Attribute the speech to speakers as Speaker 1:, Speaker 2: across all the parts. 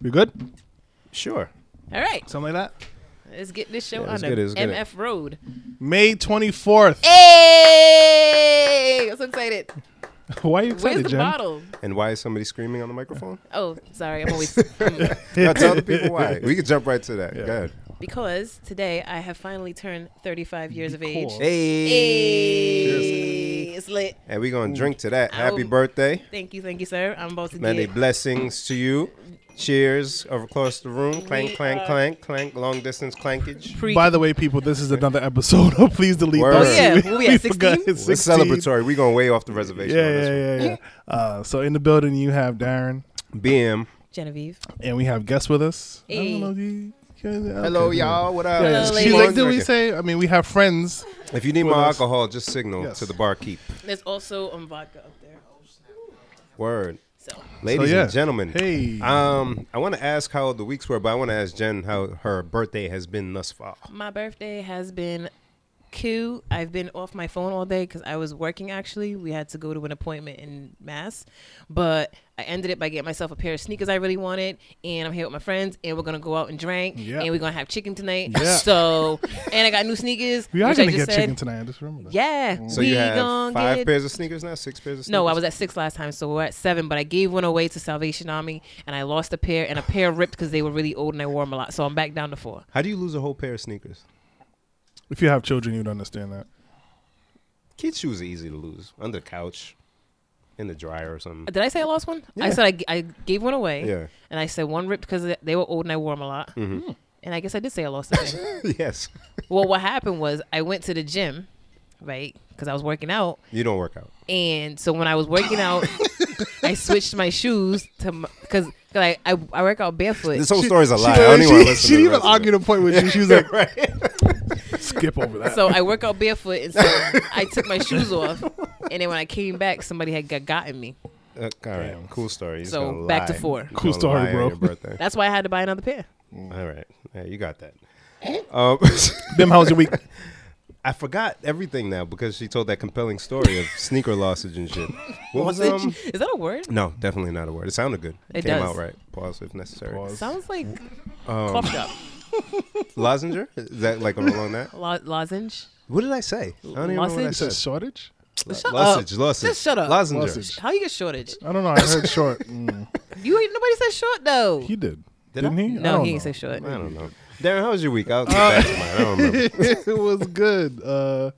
Speaker 1: we good?
Speaker 2: Sure.
Speaker 3: All right,
Speaker 1: Something like that?
Speaker 3: let's get this show
Speaker 2: Yeah,
Speaker 3: on
Speaker 2: let's
Speaker 3: the
Speaker 2: get it, let's get it.
Speaker 3: MF Road.
Speaker 1: May 24th.
Speaker 3: Eh, Hey, I'm so excited.
Speaker 1: Why are you
Speaker 3: Where's
Speaker 1: excited,
Speaker 3: the
Speaker 1: Jen?
Speaker 3: bottle?
Speaker 2: And why is somebody screaming on the microphone?
Speaker 3: Oh, sorry, I'm always mm. I'm-
Speaker 2: now tell the people why. We could jump right to that.
Speaker 1: Yeah.
Speaker 2: Go ahead.
Speaker 3: because today I have finally turned 35 years of age.
Speaker 1: Cool.
Speaker 3: Hey, it's lit.
Speaker 2: And we're going to drink to that. Happy
Speaker 3: Ow.
Speaker 2: birthday.
Speaker 3: Thank you, thank you, sir. I'm about to
Speaker 2: Many
Speaker 3: get.
Speaker 2: blessings to you. Cheers over across the room. Clank,
Speaker 3: We
Speaker 2: clank,
Speaker 3: are-
Speaker 2: clank, clank. Long distance clankage.
Speaker 3: Pre-
Speaker 1: By the way, people, this is another episode. of Please delete
Speaker 2: Word.
Speaker 1: those.
Speaker 2: Oh, yeah.
Speaker 3: What we at,
Speaker 1: forgot
Speaker 3: 16?
Speaker 1: it's
Speaker 2: It's
Speaker 1: 16.
Speaker 2: celebratory. We're going way off the reservation. on
Speaker 1: Yeah,
Speaker 2: this
Speaker 1: yeah, yeah, yeah. Uh, so in the building, you have Darren,
Speaker 2: one. BM.
Speaker 3: Genevieve.
Speaker 1: and we have guests with us. I don't
Speaker 3: Hey.
Speaker 1: know if you- okay,
Speaker 2: Hello,
Speaker 1: yeah.
Speaker 2: y'all. What up?
Speaker 1: Yeah,
Speaker 3: Hello,
Speaker 2: Just
Speaker 3: ladies.
Speaker 1: she's
Speaker 2: keep
Speaker 1: like,
Speaker 2: on
Speaker 1: did we
Speaker 2: drinking.
Speaker 1: say? I mean, we have friends.
Speaker 2: If you need
Speaker 1: with
Speaker 2: my
Speaker 1: us?
Speaker 2: alcohol, just signal
Speaker 1: Yes.
Speaker 2: to the barkeep.
Speaker 3: There's also um, vodka up there.
Speaker 2: Word.
Speaker 3: So
Speaker 2: Ladies
Speaker 1: yeah.
Speaker 2: and gentlemen.
Speaker 1: Hey,
Speaker 2: Um, I want to ask how the weeks were, but I want to ask Jen how her birthday has been thus far.
Speaker 3: my birthday has been cool. I've been off my phone all day because I was working. Actually, we had to go to an appointment in Mass, but I ended it by getting myself a pair of sneakers I really wanted, and I'm here with my friends, and we're gonna go out and drink,
Speaker 1: Yeah.
Speaker 3: and we're gonna have chicken tonight.
Speaker 1: Yeah.
Speaker 3: So, and I got new sneakers.
Speaker 1: we are
Speaker 3: which I
Speaker 1: gonna
Speaker 3: just
Speaker 1: get
Speaker 3: said.
Speaker 1: chicken tonight. Mm. I just remember that.
Speaker 3: Yeah,
Speaker 2: So
Speaker 3: we
Speaker 2: you have
Speaker 3: gonna
Speaker 2: five
Speaker 3: get-
Speaker 2: pairs of sneakers now, six pairs of sneakers.
Speaker 3: No, I was at six last time, so we're at seven. But I gave one away to Salvation Army, and I lost a pair, and a pair ripped because they were really old and I wore them a lot. So I'm back down to four.
Speaker 2: How do you lose a whole pair of sneakers?
Speaker 1: If you have children, you'd understand that.
Speaker 2: Kids' shoes are easy to lose under the couch, in the dryer or something.
Speaker 3: Did I say I lost one? I
Speaker 2: Yeah.
Speaker 3: said I, g- I gave one away.
Speaker 2: Yeah. Mm-hmm.
Speaker 3: And I said one ripped because they were old and I wore them a lot. And I guess I did say I lost a pair.
Speaker 2: yes.
Speaker 3: well, what happened was I went to the gym, right? Because I was working out.
Speaker 2: You don't work out.
Speaker 3: And so when I was working out, I switched my shoes to because I, I I work out barefoot.
Speaker 2: This whole story's a lie. I don't
Speaker 1: she,
Speaker 2: even want to listen
Speaker 1: she
Speaker 2: to
Speaker 1: didn't
Speaker 2: the
Speaker 1: even
Speaker 2: rest of
Speaker 1: argue
Speaker 2: it.
Speaker 1: the point with you. She was like,
Speaker 2: Right.
Speaker 1: skip over that.
Speaker 3: so I work out barefoot, and so I took my shoes off. And then when I came back, somebody had got gotten me.
Speaker 2: Uh, all right.
Speaker 1: Damn.
Speaker 2: Cool story. You're just
Speaker 3: So,
Speaker 2: gonna
Speaker 3: back to
Speaker 2: lie.
Speaker 3: four.
Speaker 2: You're
Speaker 1: Cool
Speaker 2: gonna
Speaker 1: story,
Speaker 2: lie on
Speaker 1: bro.
Speaker 2: your birthday.
Speaker 3: That's why I had to buy another pair.
Speaker 2: all right. Yeah, you got that. Um,
Speaker 1: Them, how's your week?
Speaker 2: I forgot everything now because she told that compelling story of sneaker lossage and shit. What was um?
Speaker 3: Is that a word?
Speaker 2: No, definitely not a word. It sounded good.
Speaker 3: It
Speaker 2: Came
Speaker 3: does.
Speaker 2: out right. Pause if necessary.
Speaker 1: Pause.
Speaker 3: Sounds like
Speaker 2: Um,
Speaker 3: coughed up.
Speaker 2: lozenger? Is that like along that?
Speaker 3: Lo- lozenge.
Speaker 2: What did I say? I don't even know what I
Speaker 3: Lozenge?
Speaker 1: It's a
Speaker 2: said.
Speaker 1: shortage.
Speaker 3: Shut up.
Speaker 2: Lozenge, lozenge.
Speaker 3: Just shut up.
Speaker 2: Lozenger.
Speaker 1: Lozenge.
Speaker 3: How you get shortage?
Speaker 1: I don't know. I heard short. Mm.
Speaker 3: You ain't nobody said short though.
Speaker 1: He did.
Speaker 2: Did
Speaker 1: not
Speaker 2: I?
Speaker 1: he? I
Speaker 3: no,
Speaker 1: don't
Speaker 3: he
Speaker 1: know.
Speaker 3: ain't say short.
Speaker 2: I don't know. Darren, how was your week? I'll get back to mine. I don't remember.
Speaker 1: it was good. Uh,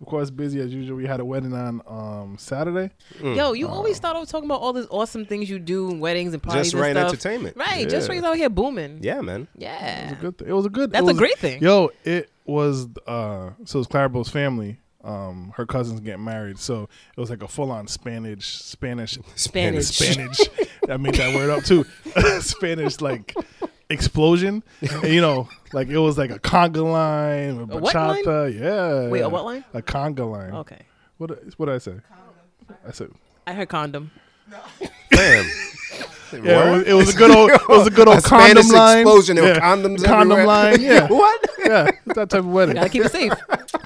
Speaker 1: of course, busy as usual. We had a wedding on um, Saturday.
Speaker 2: mm,
Speaker 3: Yo, you always start off talking about all these awesome things you do, and weddings and parties
Speaker 2: Just
Speaker 3: and
Speaker 2: right
Speaker 3: stuff.
Speaker 2: entertainment.
Speaker 3: Right,
Speaker 2: yeah.
Speaker 3: just right out here booming.
Speaker 2: Yeah, man.
Speaker 3: Yeah.
Speaker 1: It was a good. Thing. It was a good.
Speaker 3: That's
Speaker 1: it
Speaker 3: a
Speaker 1: was-
Speaker 3: great thing.
Speaker 1: Yo, it was. Uh, so it was Clarabelle's family. Um, her cousins getting married, so it was like a full-on Spanish, Spanish,
Speaker 3: Spanish.
Speaker 1: Spanish. I made that word up too. Spanish like explosion. And, you know, like it was like a conga line, a
Speaker 3: A what line?
Speaker 1: bachata. Yeah.
Speaker 3: Wait, a what line? Oh,
Speaker 1: A conga line.
Speaker 3: Okay.
Speaker 1: What what did I say? I said
Speaker 3: I heard condom.
Speaker 2: Damn.
Speaker 1: Yeah, it
Speaker 2: Word?
Speaker 1: was, it was a good old, it was a good old
Speaker 2: a
Speaker 1: condom
Speaker 2: Spanish
Speaker 1: line.
Speaker 2: explosion. There were
Speaker 1: yeah.
Speaker 2: condoms
Speaker 1: condom
Speaker 2: everywhere.
Speaker 1: line. Yeah,
Speaker 2: what?
Speaker 1: yeah, it's that type of wedding.
Speaker 3: Gotta keep it safe.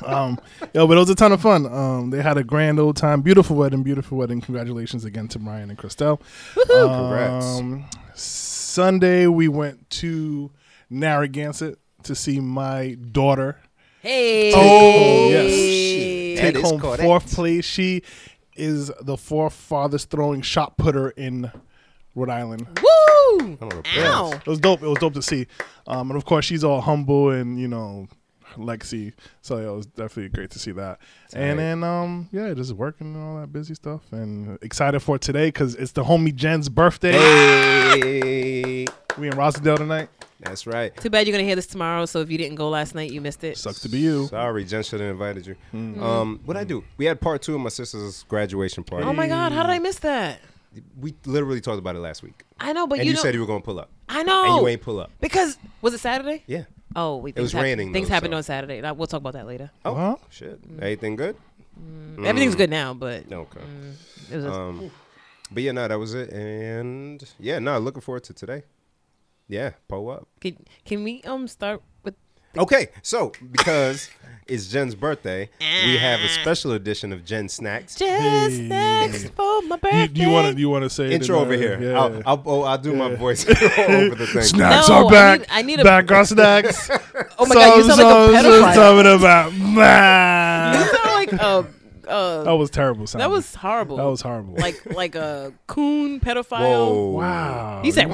Speaker 1: Um, yo, but it was a ton of fun. Um, they had a grand old time, beautiful wedding, beautiful wedding. Congratulations again to Brian and Christelle.
Speaker 2: Congrats.
Speaker 1: Um, Sunday we went to Narragansett to see my daughter
Speaker 3: Hey.
Speaker 1: Oh, yes.
Speaker 2: Shit.
Speaker 1: take
Speaker 2: That is
Speaker 1: home
Speaker 2: correct.
Speaker 1: fourth place. She is the fourth farthest throwing shot putter in Rhode Island.
Speaker 3: Woo!
Speaker 2: I'm impressed.
Speaker 3: Ow.
Speaker 1: It was dope. It was dope to see. Um, and of course, she's all humble and you know, Lexi. So yeah, it was definitely great to see that. and
Speaker 2: right.
Speaker 1: then um, yeah, just working and all that busy stuff, and excited for today because it's the homie Jen's birthday.
Speaker 2: Hey.
Speaker 1: We in Rosedale tonight.
Speaker 2: That's right.
Speaker 3: Too bad you're gonna hear this tomorrow. So if you didn't go last night, you missed it.
Speaker 1: Sucks to be you. Mm.
Speaker 2: Sorry, Jen should have invited you. Um, what I do? We had part two of my sister's graduation party.
Speaker 3: Oh my God! How did I miss that?
Speaker 2: We literally talked about it last week,
Speaker 3: I know, Oh. but
Speaker 2: and
Speaker 3: you,
Speaker 2: you,
Speaker 3: know, Oh.
Speaker 2: said you were going to pull up,
Speaker 3: I know.
Speaker 2: and you ain't pull up.
Speaker 3: because was it Saturday?
Speaker 2: Yeah.
Speaker 3: Oh, we,
Speaker 2: was raining,
Speaker 3: Things
Speaker 2: though,
Speaker 3: happened
Speaker 2: so-
Speaker 3: on Saturday. That- We'll talk about that later.
Speaker 2: Oh
Speaker 1: Huh?
Speaker 2: shit.
Speaker 3: Mm.
Speaker 2: Anything good? Mm.
Speaker 3: Everything's good now, but
Speaker 2: Okay.
Speaker 3: it was a-
Speaker 2: Um, but yeah, no, that was it, and yeah, no, looking forward to today. Yeah, pull up.
Speaker 3: Can, can we um start with
Speaker 2: Okay, so because it's Jen's birthday, we have a special edition of Jen Snacks.
Speaker 3: Just
Speaker 1: Hey.
Speaker 3: next for my
Speaker 1: You,
Speaker 3: birthday.
Speaker 1: do you want to? You want to say it
Speaker 2: Intro
Speaker 1: in,
Speaker 2: over
Speaker 1: uh,
Speaker 2: here.
Speaker 1: Yeah.
Speaker 2: I'll, I'll, oh, I'll do my voice over the thing.
Speaker 1: snacks
Speaker 3: No,
Speaker 1: are
Speaker 3: I
Speaker 1: back.
Speaker 3: need- I need a-
Speaker 1: back on snacks.
Speaker 3: Oh my god, you sound like a pedophile.
Speaker 1: Something about
Speaker 3: You
Speaker 1: man.
Speaker 3: sound like a. Uh,
Speaker 1: That was terrible. Sound.
Speaker 3: that was horrible.
Speaker 1: that was horrible.
Speaker 3: like like a coon pedophile.
Speaker 2: Whoa.
Speaker 1: wow.
Speaker 3: He said,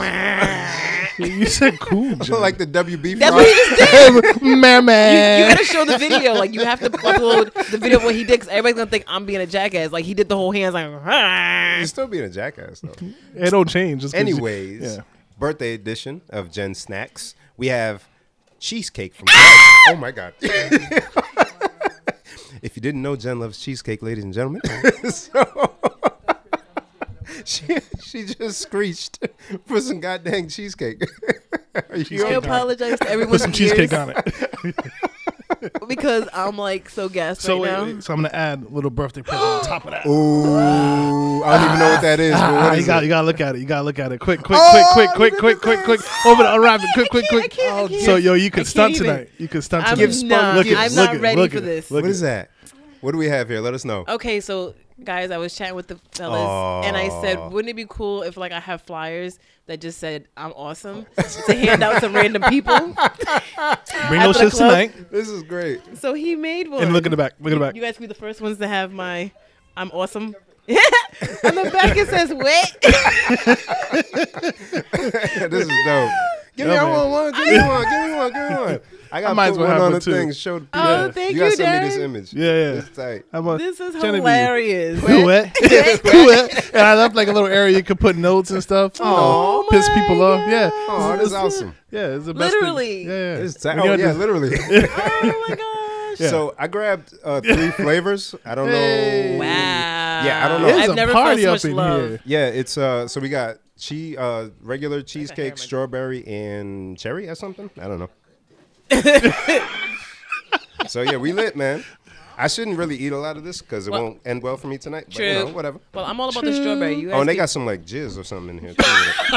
Speaker 1: you, you said cool. Jen.
Speaker 2: like the WB
Speaker 3: "That's
Speaker 2: frog.
Speaker 3: what he just did." You, you
Speaker 1: merman.
Speaker 3: gotta show the video. Like you have to upload the video of what he did. 'cause everybody's gonna think I'm being a jackass. Like he did the whole hands like.
Speaker 2: You're still being a jackass though.
Speaker 1: It don't change. just 'cause you-
Speaker 2: Anyways,
Speaker 1: yeah.
Speaker 2: birthday edition of Jen Snacks. We have cheesecake from
Speaker 1: Ah!
Speaker 2: Jen. Oh my god. if you didn't know Jen loves cheesecake, ladies and gentlemen. so she, she just screeched for some goddamn cheesecake. Are you
Speaker 3: I
Speaker 1: Cheesecake.
Speaker 2: okay?
Speaker 3: apologize to everyone.
Speaker 1: Put some cheesecake on it.
Speaker 3: because I'm like so gassed
Speaker 1: So,
Speaker 3: right
Speaker 1: wait,
Speaker 3: now.
Speaker 1: wait, so I'm gonna add a little birthday present on top of that.
Speaker 2: Ooh, I don't even know what that is. but
Speaker 1: Ah,
Speaker 2: what
Speaker 1: you
Speaker 2: is
Speaker 1: got,
Speaker 2: it?
Speaker 1: you got to look at it. You got to look at it. Quick, quick,
Speaker 2: Oh,
Speaker 1: quick,
Speaker 2: look
Speaker 1: quick,
Speaker 2: at
Speaker 1: quick, quick,
Speaker 2: this. Oh,
Speaker 1: quick, quick. Over the unwrap it. Quick, quick,
Speaker 3: I
Speaker 1: quick.
Speaker 3: can't, I can't.
Speaker 1: So yo, you
Speaker 3: I
Speaker 1: can
Speaker 3: can't
Speaker 1: stunt
Speaker 3: even.
Speaker 1: tonight. You can stunt
Speaker 3: I'm
Speaker 1: tonight.
Speaker 2: Give
Speaker 3: not.
Speaker 1: Look at
Speaker 3: I'm
Speaker 1: it,
Speaker 3: not
Speaker 1: look at it,
Speaker 3: ready
Speaker 1: look
Speaker 3: for
Speaker 1: at it,
Speaker 3: this.
Speaker 1: look
Speaker 2: What
Speaker 1: at
Speaker 2: is
Speaker 1: it.
Speaker 2: that? What do we have here? Let us know.
Speaker 3: Okay, so guys, I was chatting with the fellas, and I
Speaker 2: Aw.
Speaker 3: said, wouldn't it be cool if like I have flyers that just said I'm awesome to hand out to random people?
Speaker 1: Bring those
Speaker 3: After the
Speaker 1: shits
Speaker 3: club.
Speaker 1: tonight
Speaker 2: This is great.
Speaker 3: So he made one.
Speaker 1: and look at the back. Look at the back.
Speaker 3: You guys can be the first ones to have my I'm awesome. On the back it says wait.
Speaker 2: this is dope. Give me
Speaker 1: Yeah,
Speaker 2: I
Speaker 1: man.
Speaker 2: want one. Give me one. Give me one. Give me one. I got
Speaker 1: might as
Speaker 2: put
Speaker 1: well
Speaker 2: one
Speaker 1: have
Speaker 2: on
Speaker 1: one
Speaker 2: the
Speaker 1: too.
Speaker 2: thing. Show the people.
Speaker 3: Oh, thank
Speaker 2: you.
Speaker 3: you,
Speaker 2: gotta send me this
Speaker 3: Darren.
Speaker 2: image.
Speaker 1: Yeah, yeah.
Speaker 2: It's tight.
Speaker 1: How about
Speaker 3: This is
Speaker 1: Genevieve?
Speaker 3: hilarious.
Speaker 1: Do it. Do it. eh? And I left like a little area you could put notes and stuff. You know,
Speaker 3: Oh
Speaker 1: piss
Speaker 3: my
Speaker 1: people off. Yeah.
Speaker 2: Oh, this is awesome.
Speaker 1: Yeah, it's the best. thing.
Speaker 3: Literally.
Speaker 1: Yeah, yeah.
Speaker 2: It's tight.
Speaker 1: When
Speaker 2: Oh
Speaker 1: you're at
Speaker 2: yeah,
Speaker 1: the-
Speaker 2: literally.
Speaker 3: Oh my gosh.
Speaker 1: Yeah.
Speaker 2: So I grabbed uh, three flavors. I don't
Speaker 1: Hey.
Speaker 2: know.
Speaker 3: Wow.
Speaker 2: Yeah, I don't know.
Speaker 1: It's
Speaker 3: I've
Speaker 1: a
Speaker 3: never
Speaker 1: party
Speaker 3: felt
Speaker 1: up
Speaker 3: so much
Speaker 1: in
Speaker 3: love.
Speaker 1: here.
Speaker 2: Yeah, it's uh. So we got cheese, uh, regular
Speaker 3: hair, my
Speaker 2: cheesecake,
Speaker 3: God.
Speaker 2: strawberry, and cherry or something. I don't know. so yeah, we lit, man. I shouldn't really eat a lot of this because it
Speaker 3: Well-
Speaker 2: won't end well for me tonight. But, you
Speaker 3: True.
Speaker 2: know, whatever.
Speaker 3: Well, I'm all about the strawberry. You guys
Speaker 2: Oh, and they
Speaker 3: can-
Speaker 2: got some like jizz or something in here. Too.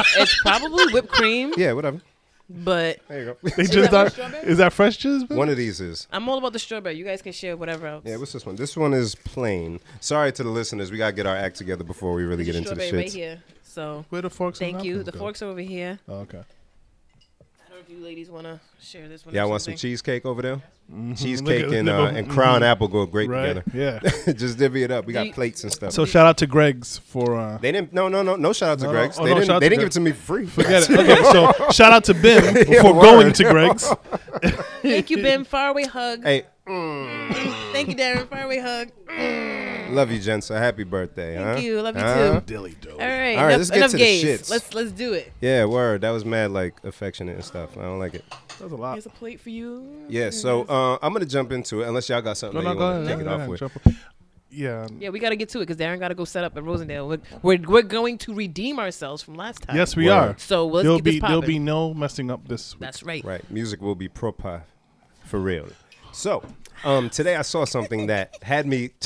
Speaker 3: it's probably whipped cream,
Speaker 2: yeah, whatever.
Speaker 3: but
Speaker 2: There you
Speaker 1: They
Speaker 2: go.
Speaker 1: just
Speaker 3: that one
Speaker 1: are,
Speaker 3: strawberry?
Speaker 1: is that fresh juice? man?
Speaker 2: One of these is.
Speaker 3: I'm all about the strawberry. You guys can share whatever else.
Speaker 2: Yeah, what's this one? This one is plain. Sorry to the listeners. We got to get our act together before we really get
Speaker 3: There's a
Speaker 2: into the
Speaker 3: strawberry
Speaker 2: shit.
Speaker 3: right here. So
Speaker 1: Where the forks? and
Speaker 3: thank you.
Speaker 1: napkins
Speaker 3: The
Speaker 1: go?
Speaker 3: forks are over here.
Speaker 1: Oh, okay.
Speaker 3: I don't know if you ladies want to share this one.
Speaker 2: Y'all
Speaker 3: or
Speaker 2: want some
Speaker 3: something.
Speaker 2: cheesecake over there?
Speaker 1: Look
Speaker 2: Cheesecake
Speaker 1: at-
Speaker 2: and,
Speaker 1: Mm-hmm. look
Speaker 2: uh,
Speaker 1: at-
Speaker 2: and crown apple go great
Speaker 1: Right.
Speaker 2: together.
Speaker 1: Yeah.
Speaker 2: Just divvy it up. We
Speaker 3: Do
Speaker 2: got
Speaker 3: you-
Speaker 2: plates and stuff.
Speaker 1: So shout out to Greg's for uh,
Speaker 2: they didn't. No, no, no. No shout out to
Speaker 1: No, no.
Speaker 2: Greg's.
Speaker 1: Oh,
Speaker 2: they
Speaker 1: no, shout
Speaker 2: didn't.
Speaker 1: out
Speaker 2: They
Speaker 1: to
Speaker 2: didn't give it
Speaker 1: Greg's.
Speaker 2: to me free.
Speaker 1: Forget it. Okay, so shout out to Ben before
Speaker 2: word.
Speaker 1: going to Greg's.
Speaker 3: Thank you, Ben. Faraway hug.
Speaker 2: hey, mm,
Speaker 3: Thank you, Darren. Faraway hug.
Speaker 2: love you, Jen. So happy birthday.
Speaker 3: Thank
Speaker 2: huh?
Speaker 3: you. Love you too.
Speaker 2: Huh?
Speaker 1: Dilly do.
Speaker 3: All right.
Speaker 2: All right,
Speaker 3: enough,
Speaker 2: let's get
Speaker 3: enough
Speaker 2: to the
Speaker 3: gays.
Speaker 2: shits.
Speaker 3: Let's let's do it.
Speaker 2: Yeah, word. That was mad like affectionate and stuff. I don't like it.
Speaker 1: That's a lot.
Speaker 3: Here's a plate for you.
Speaker 2: Uh, Yeah, so uh, I'm gonna jump into it unless y'all got
Speaker 1: No, no,
Speaker 2: something that you
Speaker 1: go
Speaker 2: want
Speaker 1: ahead.
Speaker 2: to take it
Speaker 1: go
Speaker 2: off
Speaker 1: ahead,
Speaker 2: with.
Speaker 1: jump Yeah.
Speaker 3: Yeah, we gotta get to it because Darren gotta go set up at Rosendale. We're, we're we're going to redeem ourselves from last time.
Speaker 1: Yes, we
Speaker 2: Word.
Speaker 1: are.
Speaker 3: So let's
Speaker 1: There'll
Speaker 3: get this
Speaker 1: be
Speaker 3: popping.
Speaker 1: there'll be no messing up this week.
Speaker 3: That's right.
Speaker 2: Right, music will be proper, for real. So um, today I saw something that had me.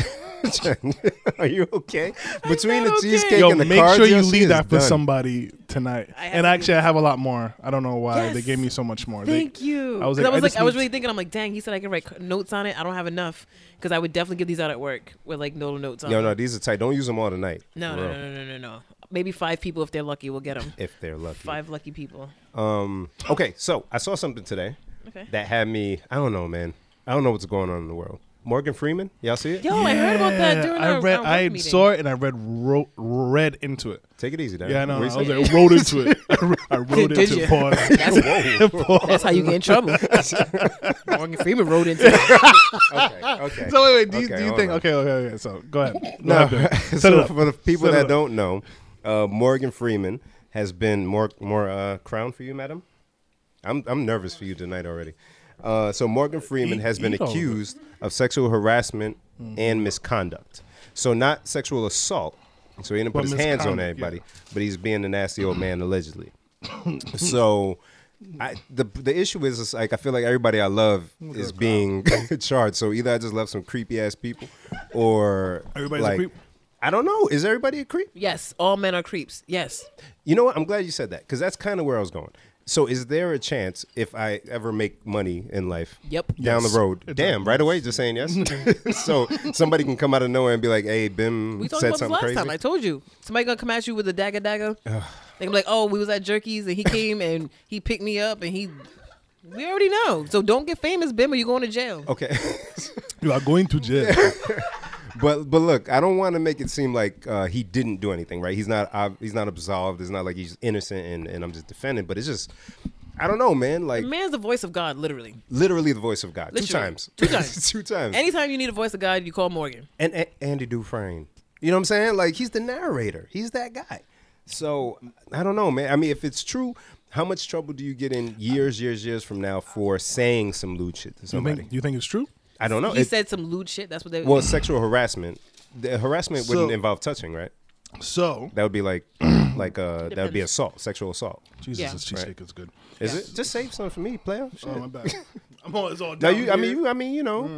Speaker 2: Jen, Are you okay? Between the
Speaker 3: not okay.
Speaker 2: cheesecake
Speaker 1: Yo,
Speaker 2: and the
Speaker 1: make
Speaker 2: cards,
Speaker 1: sure you
Speaker 2: yo, she
Speaker 1: leave
Speaker 2: is
Speaker 1: that for
Speaker 2: done.
Speaker 1: somebody tonight.
Speaker 3: I have
Speaker 1: and
Speaker 3: to
Speaker 1: actually, I have a lot more. I don't know why they
Speaker 3: Yes.
Speaker 1: gave me so much more. They-
Speaker 3: Thank you.
Speaker 1: I was
Speaker 3: 'Cause
Speaker 1: like,
Speaker 3: I was,
Speaker 1: I just
Speaker 3: like, I was
Speaker 1: need-
Speaker 3: really thinking. I'm like, dang. He said I can write c- notes on it. I don't have enough because I would definitely give these out at work with like no notes on.
Speaker 2: Yo,
Speaker 3: them.
Speaker 2: no, these are tight. Don't use them all tonight.
Speaker 3: no,
Speaker 2: for
Speaker 3: no,
Speaker 2: real,
Speaker 3: no, no, no, no, no. Maybe five people if they're lucky will get them.
Speaker 2: If they're lucky.
Speaker 3: Five lucky people.
Speaker 2: Um, okay, so I saw something today
Speaker 3: Okay.
Speaker 2: that had me. I don't know, man. I don't know what's going on in the world. Morgan Freeman, y'all see it?
Speaker 3: Yo, I heard about that
Speaker 1: Yeah,
Speaker 3: during
Speaker 1: I
Speaker 3: our,
Speaker 1: read.
Speaker 3: our work
Speaker 1: I
Speaker 3: meeting.
Speaker 1: saw it and I read ro- read into it.
Speaker 2: Take it easy, Darren.
Speaker 1: Yeah, I know. I
Speaker 2: What
Speaker 1: was
Speaker 2: you
Speaker 1: like, I wrote into it. I, wrote- I wrote
Speaker 3: Did
Speaker 1: into
Speaker 3: you?
Speaker 1: it. Pause.
Speaker 2: say? Whoa.
Speaker 3: That's how you get in trouble. Morgan Freeman wrote into it.
Speaker 2: okay, okay.
Speaker 1: So wait, wait. Do you,
Speaker 2: Okay,
Speaker 1: do you
Speaker 2: hold
Speaker 1: think?
Speaker 2: on.
Speaker 1: Okay, okay, okay. So go ahead. Go
Speaker 2: No,
Speaker 1: ahead, Ben. Set it
Speaker 2: so
Speaker 1: up.
Speaker 2: for the people
Speaker 1: Set it
Speaker 2: that
Speaker 1: up.
Speaker 2: don't know, uh, Morgan Freeman has been more more uh, crown for you, madam. I'm I'm nervous for you tonight already. Uh, so Morgan Freeman
Speaker 1: Eat-
Speaker 2: has been
Speaker 1: eat all of it.
Speaker 2: accused of sexual harassment
Speaker 1: Mm-hmm.
Speaker 2: and misconduct. So not sexual assault. So he didn't put
Speaker 1: But
Speaker 2: his hands on
Speaker 1: misconduct,
Speaker 2: anybody,
Speaker 1: yeah.
Speaker 2: but he's being a nasty old man allegedly. so I, the the issue is, is like I feel like everybody I love is being charged. So either I just love some creepy ass people, or
Speaker 1: Everybody's a
Speaker 2: like,
Speaker 1: creep?
Speaker 2: I don't know. Is everybody a creep?
Speaker 3: Yes, all men are creeps. Yes.
Speaker 2: You know what? I'm glad you said that because that's kind of where I was going. So is there a chance if I ever make money in life
Speaker 3: Yep.
Speaker 2: down
Speaker 1: Yes.
Speaker 2: the road?
Speaker 1: It
Speaker 2: Damn, right away, just saying yes. so somebody can come out of nowhere and be like, "Hey, Bim
Speaker 3: We talked
Speaker 2: said
Speaker 3: about this
Speaker 2: something
Speaker 3: last
Speaker 2: crazy."
Speaker 3: time. I told you. Somebody gonna come at you with a dagger dagger. they gonna be like, oh, we was at Jerky's and he came and he picked me up and he. We already know. So don't get famous, Bim, or you're going to jail.
Speaker 2: okay.
Speaker 1: You are going to jail.
Speaker 2: But but look, I don't want to make it seem like uh, he didn't do anything, right? He's not ob- he's not absolved. It's not like he's innocent and, and I'm just defending. But it's just I don't know, man. Like
Speaker 3: The man's the voice of God, literally.
Speaker 2: literally the voice of God two
Speaker 3: Literally.
Speaker 2: times,
Speaker 3: Two times.
Speaker 2: two times.
Speaker 3: Anytime you need a voice of God, you call Morgan.
Speaker 2: and A- Andy Dufresne, you know what I'm saying? Like he's the narrator. He's that guy. So I don't know, man. I mean, if it's true, how much trouble do you get in years, years, years from now for saying some lewd shit to
Speaker 1: You
Speaker 2: somebody?
Speaker 1: think you think it's true?
Speaker 2: I don't know.
Speaker 3: He
Speaker 2: Oh, It-
Speaker 3: said some lewd shit. That's what they.
Speaker 2: well, sexual harassment. The harassment
Speaker 1: So-
Speaker 2: wouldn't involve touching, right?
Speaker 1: So
Speaker 2: That would be like, like uh, that would be
Speaker 3: Depends.
Speaker 2: assault, sexual assault.
Speaker 1: Jesus,
Speaker 3: Yeah.
Speaker 1: this cheesesteak is good.
Speaker 2: Is it? Just save some for me, player. Shit.
Speaker 1: Oh my bad. I'm all, it's all
Speaker 2: now
Speaker 1: down
Speaker 2: you, I mean,
Speaker 1: here. Mm,
Speaker 2: you, I mean, you know.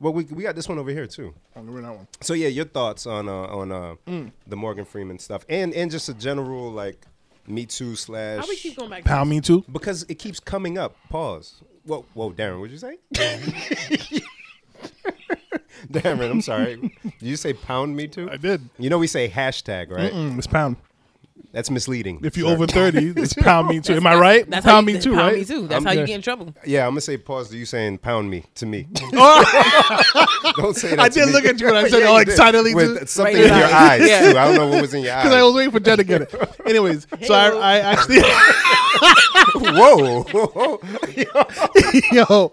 Speaker 2: Well, we we got this one over here too.
Speaker 1: I'm gonna read that one.
Speaker 2: So yeah, your thoughts on uh, on uh,
Speaker 1: Mm.
Speaker 2: the Morgan Freeman stuff, and and just a general like Me Too slash
Speaker 3: How we keep going back?
Speaker 1: Pound me too.
Speaker 2: because it keeps coming up. Pause. Whoa, whoa, Darren, what'd you say? Darren, I'm sorry. Did you say pound me too?
Speaker 1: I did.
Speaker 2: You know we say hashtag, right?
Speaker 1: Mm, it's pound.
Speaker 2: That's misleading.
Speaker 1: If you're
Speaker 2: Sorry.
Speaker 1: over thirty, it's pound me too. Am I right?
Speaker 3: That's
Speaker 1: pound
Speaker 3: how you,
Speaker 1: me too,
Speaker 3: pound
Speaker 1: right?
Speaker 3: Me too. That's
Speaker 1: I'm
Speaker 3: how you
Speaker 1: there.
Speaker 3: get in trouble.
Speaker 2: Yeah, I'm gonna say pause to you saying pound me to me.
Speaker 1: Oh,
Speaker 2: Don't say that.
Speaker 1: I
Speaker 2: to
Speaker 1: did
Speaker 2: me.
Speaker 1: look at you when I said "Oh,
Speaker 2: Yeah,
Speaker 1: it all
Speaker 2: you did.
Speaker 1: excitedly
Speaker 2: with
Speaker 1: too.
Speaker 2: something
Speaker 3: Right
Speaker 2: in your
Speaker 3: inside.
Speaker 2: eyes.
Speaker 3: Yeah.
Speaker 2: Too. I don't know what was in your eyes.
Speaker 1: because I was waiting for Jen to get it. Anyways, so I,
Speaker 3: Hey-o.
Speaker 1: I actually,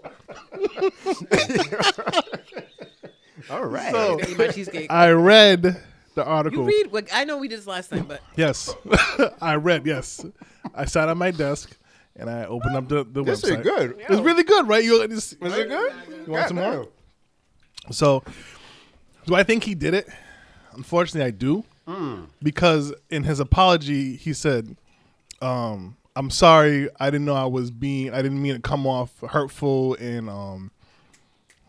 Speaker 1: yo,
Speaker 2: Whoa! all right.
Speaker 1: So-
Speaker 3: Eat my cheesecake.
Speaker 1: I read the article.
Speaker 3: you read. Like, I know we did this last time, but
Speaker 1: Yes, I read. Yes, I sat at my desk and I opened up the, the
Speaker 2: This
Speaker 1: website.
Speaker 2: is good.
Speaker 1: It's really good, right? You is
Speaker 2: Is it good?
Speaker 1: You want some
Speaker 2: God
Speaker 1: more? So, do I think he did it? Unfortunately, I do. Because in his apology, he said, um, "I'm sorry. I didn't know I was being. I didn't mean to come off hurtful and um,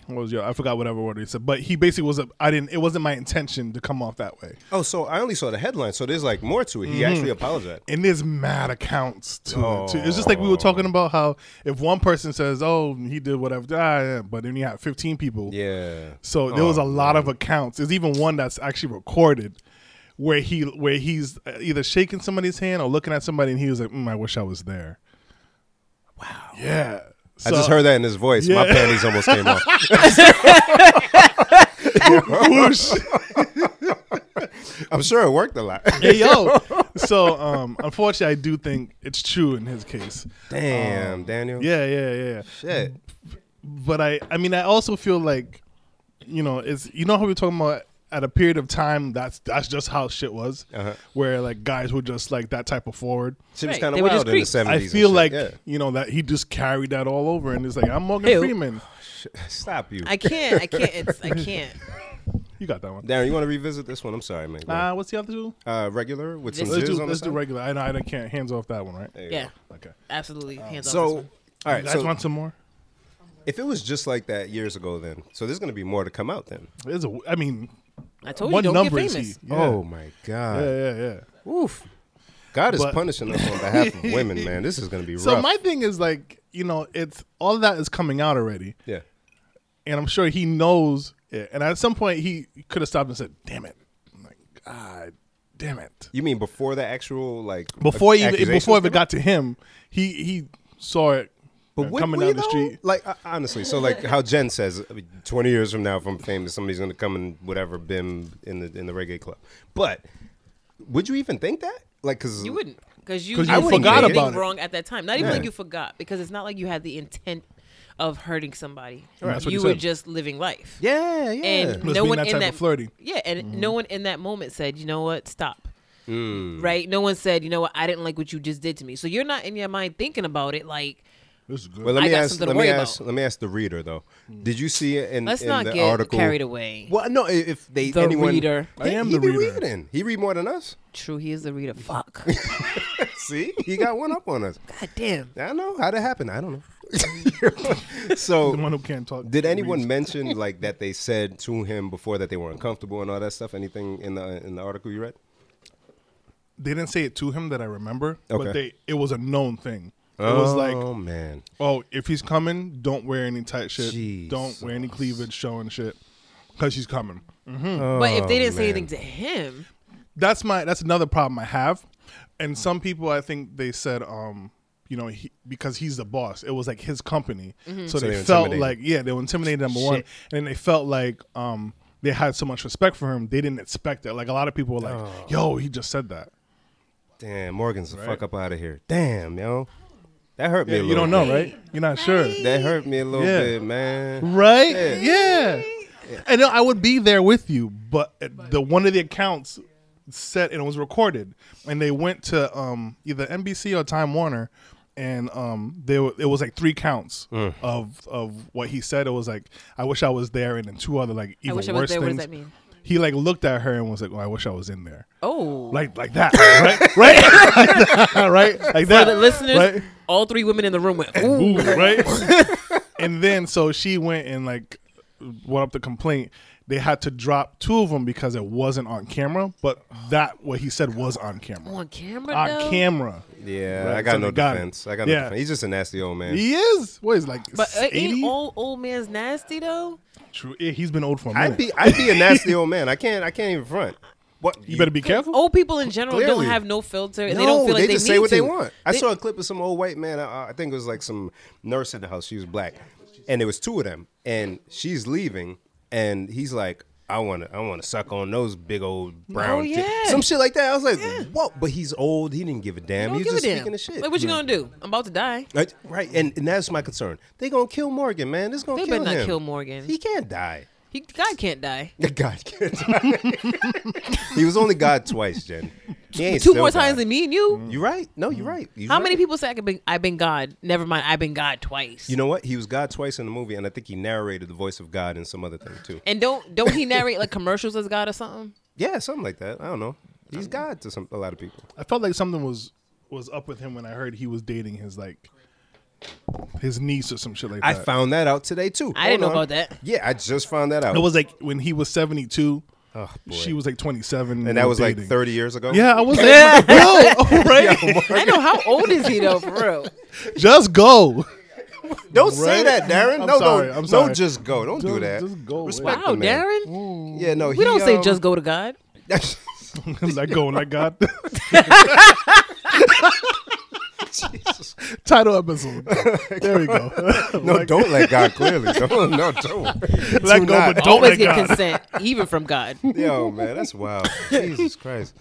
Speaker 1: what was your? I forgot whatever word he said. But he basically was. A, I didn't. It wasn't my intention to come off that way.
Speaker 2: damn. Oh, so I only saw the headline. So there's like more to it.
Speaker 1: Mm-hmm.
Speaker 2: He actually apologized.
Speaker 1: and there's mad accounts to it. Too. It's just like we were talking about how if one person says, "Oh, he did whatever," ah, yeah, but then you have 15 people.
Speaker 2: Yeah.
Speaker 1: So there
Speaker 2: Oh,
Speaker 1: was a lot of accounts. There's even one that's actually recorded where he where he's either shaking somebody's hand or looking at somebody, and he was like, mm, "I wish I was there." Wow. Yeah.
Speaker 2: I just heard that in his voice. My
Speaker 1: Yeah.
Speaker 2: panties almost came off.
Speaker 1: Whoosh.
Speaker 2: I'm sure it worked a lot.
Speaker 1: hey yo. So um, unfortunately, I do think it's true in his case.
Speaker 2: Damn, Daniel.
Speaker 1: Yeah, yeah, yeah.
Speaker 2: Shit.
Speaker 1: but I I mean I also feel like you know it's you know how we're talking about at a period of time that's that's just how shit was
Speaker 2: Uh-huh.
Speaker 1: where like guys were just like that type of forward.
Speaker 2: She was
Speaker 3: Right,
Speaker 2: kind
Speaker 3: they
Speaker 2: of
Speaker 3: were just
Speaker 2: wild in the
Speaker 3: creeps.
Speaker 2: 70s.
Speaker 1: I
Speaker 2: and
Speaker 1: feel
Speaker 2: shit,
Speaker 1: like
Speaker 2: yeah.
Speaker 1: you know that he just carried that all over and it's like I'm Morgan
Speaker 3: Ew.
Speaker 1: Freeman.
Speaker 2: Stop you.
Speaker 3: I can't. I can't. It's, I can't.
Speaker 1: You got that one.
Speaker 2: Darren, you want to revisit this one? I'm sorry, man. Go ahead.
Speaker 1: Uh, what's the other two?
Speaker 2: Uh, regular with some
Speaker 3: Let's
Speaker 1: Let's
Speaker 2: jizz
Speaker 1: do
Speaker 2: on
Speaker 1: let's
Speaker 2: the
Speaker 1: do
Speaker 2: side?
Speaker 1: regular. I know I can't hands off that one, right?
Speaker 2: There you
Speaker 3: Yeah,
Speaker 2: go.
Speaker 1: Okay.
Speaker 3: absolutely. Hands off this
Speaker 2: So,
Speaker 3: one.
Speaker 2: all
Speaker 1: You
Speaker 2: right.
Speaker 1: guys
Speaker 2: So,
Speaker 1: want some more?
Speaker 2: if it was just like that years ago, then so there's going to be more to come out then.
Speaker 1: There's a I mean
Speaker 3: I told
Speaker 1: what
Speaker 3: you don't
Speaker 1: number
Speaker 3: get
Speaker 1: is
Speaker 3: famous.
Speaker 1: he? Yeah.
Speaker 2: Oh my God.
Speaker 1: Yeah, yeah, yeah.
Speaker 2: Oof. God is
Speaker 1: But-
Speaker 2: punishing us on behalf of women, man. This is going to be
Speaker 1: So
Speaker 2: rough.
Speaker 1: my thing is like, you know, it's all that is coming out already.
Speaker 2: yeah.
Speaker 1: and I'm sure he knows it. And at some point, he could have stopped and said, "Damn it!" I'm like, "God, damn it!"
Speaker 2: You mean before the actual like
Speaker 1: Before he,
Speaker 2: accusations
Speaker 1: before it
Speaker 2: came out?
Speaker 1: got to him, he he saw it uh,
Speaker 2: would
Speaker 1: coming
Speaker 2: we,
Speaker 1: down the
Speaker 2: though?
Speaker 1: street.
Speaker 2: Like uh, honestly, so like how Jen says, I mean, twenty years from now, if I'm famous, somebody's going to come and whatever bim in the in the reggae club. But would you even think that? Like, cause
Speaker 3: You wouldn't, because you,
Speaker 1: 'Cause you
Speaker 3: I wouldn't
Speaker 1: forgot
Speaker 3: get anything
Speaker 1: about it.
Speaker 3: wrong at that time. Not even
Speaker 2: Yeah.
Speaker 3: like you forgot, because it's not like you had the intent of hurting somebody.
Speaker 1: Right, that's what
Speaker 3: you
Speaker 1: he
Speaker 3: were
Speaker 1: said.
Speaker 3: just living life.
Speaker 2: Yeah, yeah.
Speaker 3: And
Speaker 1: Just
Speaker 3: no
Speaker 1: being
Speaker 3: one
Speaker 1: that
Speaker 3: in
Speaker 1: type
Speaker 3: that
Speaker 1: of flirting.
Speaker 3: Yeah, and no one in that moment said, you know what, stop.
Speaker 2: Mm.
Speaker 3: Right? No one said, you know what, I didn't like what you just did to me. So you're not in your mind thinking about it. Like,
Speaker 1: This is good.
Speaker 2: well, let
Speaker 3: I
Speaker 2: me
Speaker 3: got
Speaker 2: ask.
Speaker 3: something to
Speaker 2: Let me
Speaker 3: worry
Speaker 2: ask.
Speaker 3: about.
Speaker 2: Let me ask the reader though.
Speaker 1: Hmm.
Speaker 2: Did you see it in,
Speaker 3: let's
Speaker 2: in
Speaker 3: not
Speaker 2: the
Speaker 3: get
Speaker 2: article?
Speaker 3: carried away.
Speaker 2: Well, no. i- If they
Speaker 3: The
Speaker 2: anyone,
Speaker 3: reader.
Speaker 1: I am
Speaker 2: he
Speaker 1: the
Speaker 2: be
Speaker 1: reader.
Speaker 2: Reading. He read more than us.
Speaker 3: True, he is the reader. Fuck.
Speaker 2: See, he got one up on us.
Speaker 3: God damn.
Speaker 2: I don't know how that happened. I don't know. so
Speaker 1: the one who can't talk.
Speaker 2: Did anyone
Speaker 1: reads.
Speaker 2: mention like that they said to him before that they were uncomfortable and all that stuff? Anything in the in the article you read?
Speaker 1: They didn't say it to him that I remember,
Speaker 2: Okay.
Speaker 1: but they it was a known thing. It was like,
Speaker 2: oh man,
Speaker 1: oh, if he's coming, don't wear any tight shit. Don't wear any
Speaker 2: Jesus.
Speaker 1: cleavage showing shit because she's coming.
Speaker 3: But if they
Speaker 2: Oh,
Speaker 3: didn't say
Speaker 2: man.
Speaker 3: anything to him,
Speaker 1: that's my that's another problem I have. And some people I think they said um you know he, because he's the boss it was like his company so,
Speaker 2: So
Speaker 1: they,
Speaker 2: they were
Speaker 1: felt
Speaker 2: intimidated.
Speaker 1: like yeah they were intimidated number one and
Speaker 3: Shit.
Speaker 1: then they felt like um they had so much respect for him they didn't expect that like a lot of people were like
Speaker 2: Oh.
Speaker 1: yo he just said that
Speaker 2: damn, Morgan's the fuck up out of here. Damn, yo, that hurt me.
Speaker 1: yeah,
Speaker 2: a
Speaker 1: you
Speaker 2: little
Speaker 1: don't know
Speaker 2: bit.
Speaker 1: right you're not sure
Speaker 2: That hurt me a little
Speaker 1: Yeah.
Speaker 2: bit, man.
Speaker 1: right yeah, and no, I would be there with you but the one of the accounts said and it was recorded and they went to um either NBC or Time Warner and um they were, it was like three counts of of what he said it was like I wish I was there and then two other like even
Speaker 3: wish I was
Speaker 1: worse
Speaker 3: there. What
Speaker 1: things
Speaker 3: does that mean?
Speaker 1: he like looked at her and was like oh I wish I was in there
Speaker 3: oh,
Speaker 1: like like that right right like that, right like that
Speaker 3: for the listeners,
Speaker 1: right?
Speaker 3: all three women in the room went,
Speaker 1: Ooh,
Speaker 3: ooh.
Speaker 1: right? and then so she went and like went up the complaint. They had to drop two of them because it wasn't on camera, but that what he said was on camera.
Speaker 3: on camera.
Speaker 1: On
Speaker 3: though?
Speaker 1: camera,
Speaker 2: Yeah,
Speaker 1: Right,
Speaker 2: I got
Speaker 1: so
Speaker 2: no
Speaker 1: they got it.
Speaker 2: defense. I got
Speaker 1: Yeah.
Speaker 2: no defense. He's just a nasty old man.
Speaker 1: he is. What is like
Speaker 3: But uh, ain't
Speaker 1: eighty?
Speaker 3: old old man's nasty though?
Speaker 1: True. Yeah, he's been old for a minute.
Speaker 2: I'd be, I'd be a nasty old man. I can't, I can't even front. What
Speaker 1: you better be careful.
Speaker 3: Old people in general
Speaker 2: Clearly.
Speaker 3: don't have no filter.
Speaker 2: No,
Speaker 3: they don't feel like
Speaker 2: just
Speaker 3: need
Speaker 2: say what they
Speaker 3: to.
Speaker 2: want. I saw a clip of some old white man. I, I think it was like some nurse in the house. She was black, and there was two of them, and she's leaving, and he's like, "I want to, I want to suck on those big old brown,
Speaker 3: Oh,
Speaker 2: ti-
Speaker 3: yeah.
Speaker 2: some shit like that." I was like, "What?" But he's old. He didn't give a damn.
Speaker 3: Don't
Speaker 2: He's
Speaker 3: give
Speaker 2: just
Speaker 3: a damn.
Speaker 2: speaking the shit.
Speaker 3: Like, what you gonna do? I'm about to die.
Speaker 2: Right, right, and, and that's my concern. They gonna kill Morgan, man. This gonna
Speaker 3: They
Speaker 2: kill
Speaker 3: better not
Speaker 2: him.
Speaker 3: kill Morgan.
Speaker 2: He can't die.
Speaker 3: He, God can't die.
Speaker 2: God can't die. he was only God twice, Jen. He ain't
Speaker 3: Two
Speaker 2: still Mm-hmm.
Speaker 3: more
Speaker 2: God.
Speaker 3: times than me and you.
Speaker 2: You right? No, you right. You
Speaker 3: How
Speaker 2: right.
Speaker 3: many people say I could be, I've been God? Never mind, I've been God twice.
Speaker 2: You know what? He was God twice in the movie, and I think he narrated the voice of God in some other thing too.
Speaker 3: and don't don't he narrate like commercials as God or something?
Speaker 2: Yeah, something like that. I don't know. He's God to some a lot of people.
Speaker 1: I felt like something was was up with him when I heard he was dating his like his niece or some shit like that.
Speaker 2: I found that out today too.
Speaker 3: I didn't know about that.
Speaker 2: Yeah, I just found that out.
Speaker 1: it was like when he was seventy two.
Speaker 2: oh, boy.
Speaker 1: She was like twenty seven,
Speaker 2: and that was like
Speaker 1: dating.
Speaker 2: thirty years ago.
Speaker 1: Yeah, I was like, yo, all right,
Speaker 3: I know how old is he though, for real.
Speaker 1: just go.
Speaker 2: Don't say
Speaker 1: Right?
Speaker 2: that, Darren.
Speaker 1: I'm
Speaker 2: no,
Speaker 1: sorry,
Speaker 2: don't.
Speaker 1: I'm sorry.
Speaker 2: Don't just go. Don't, do
Speaker 1: Don't
Speaker 2: that.
Speaker 1: just go,
Speaker 2: Respect
Speaker 3: Wow,
Speaker 2: the man.
Speaker 3: Darren.
Speaker 2: Yeah, no. um,
Speaker 3: We don't say just go to God.
Speaker 1: Let go, let God. Title episode. There we go.
Speaker 2: no, don't let God clearly. Don't, no, don't.
Speaker 1: Let
Speaker 2: Do
Speaker 1: go,
Speaker 2: not.
Speaker 1: but don't
Speaker 3: Always
Speaker 1: let
Speaker 3: get
Speaker 1: God.
Speaker 3: consent, even from God.
Speaker 2: Yo, man, that's wild. Jesus Christ.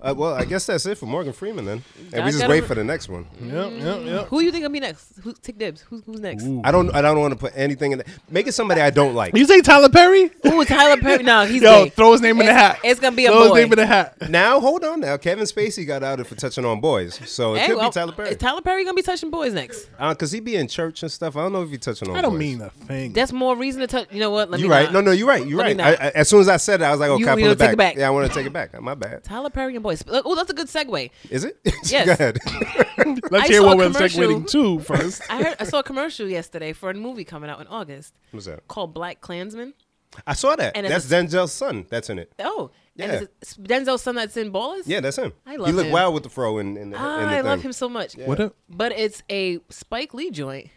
Speaker 2: Uh, well, I guess that's it for Morgan Freeman then, and
Speaker 3: God
Speaker 2: we just
Speaker 3: gotta
Speaker 2: wait
Speaker 3: re-
Speaker 2: for the next one.
Speaker 1: Yep, yep, yep.
Speaker 3: Who you think gonna be next? Who take dibs? Who's who's next?
Speaker 1: Ooh.
Speaker 2: I don't. I don't want to put anything in. That. Make it somebody I don't like.
Speaker 1: You say Tyler Perry?
Speaker 3: Ooh, Tyler Perry. No, he's
Speaker 1: Yo,
Speaker 3: gay.
Speaker 1: throw his name in the
Speaker 3: It's-
Speaker 1: hat.
Speaker 3: it's gonna be a
Speaker 1: throw
Speaker 3: boy.
Speaker 1: his name in the hat.
Speaker 2: Now hold on. Now Kevin Spacey got outed for touching on boys, so it
Speaker 3: Hey,
Speaker 2: could
Speaker 3: well,
Speaker 2: be Tyler Perry.
Speaker 3: Is Tyler Perry gonna be touching boys next?
Speaker 2: Because he be in church and stuff. I don't know if he touching on.
Speaker 1: I don't
Speaker 2: boys.
Speaker 1: mean a thing.
Speaker 3: That's more reason to touch. You know what? Let
Speaker 2: You
Speaker 3: me
Speaker 2: right?
Speaker 3: not.
Speaker 2: No, no, you right. You
Speaker 3: Let
Speaker 2: right.
Speaker 3: me
Speaker 2: I,
Speaker 3: not.
Speaker 2: I, as soon as I said it, I was like, okay,
Speaker 3: You-
Speaker 2: I
Speaker 3: you
Speaker 2: pull it
Speaker 3: don't
Speaker 2: back.
Speaker 3: take it back.
Speaker 2: Yeah, I want to take it back. My bad.
Speaker 3: Tyler Perry and boys. Oh, that's a good segue.
Speaker 2: Is it?
Speaker 3: Yes.
Speaker 2: Go ahead.
Speaker 1: Let's
Speaker 3: I
Speaker 1: hear
Speaker 3: saw
Speaker 1: what
Speaker 3: a
Speaker 1: we're
Speaker 3: commercial.
Speaker 1: segueing to first.
Speaker 3: I heard I saw a commercial yesterday for a movie coming out in August
Speaker 2: What's that?
Speaker 3: called Black Klansman.
Speaker 2: I saw that.
Speaker 3: And
Speaker 2: that's
Speaker 3: it's
Speaker 2: Denzel's son. That's in it.
Speaker 3: Oh,
Speaker 2: Yeah.
Speaker 3: and it's Denzel's son that's in Ballers.
Speaker 2: Yeah, that's him.
Speaker 3: I love
Speaker 2: He looked
Speaker 3: him.
Speaker 2: wild with the fro and, and the,
Speaker 3: ah,
Speaker 2: and the
Speaker 3: I love
Speaker 2: thing.
Speaker 3: him so much.
Speaker 1: What up?
Speaker 3: But it's a Spike Lee joint.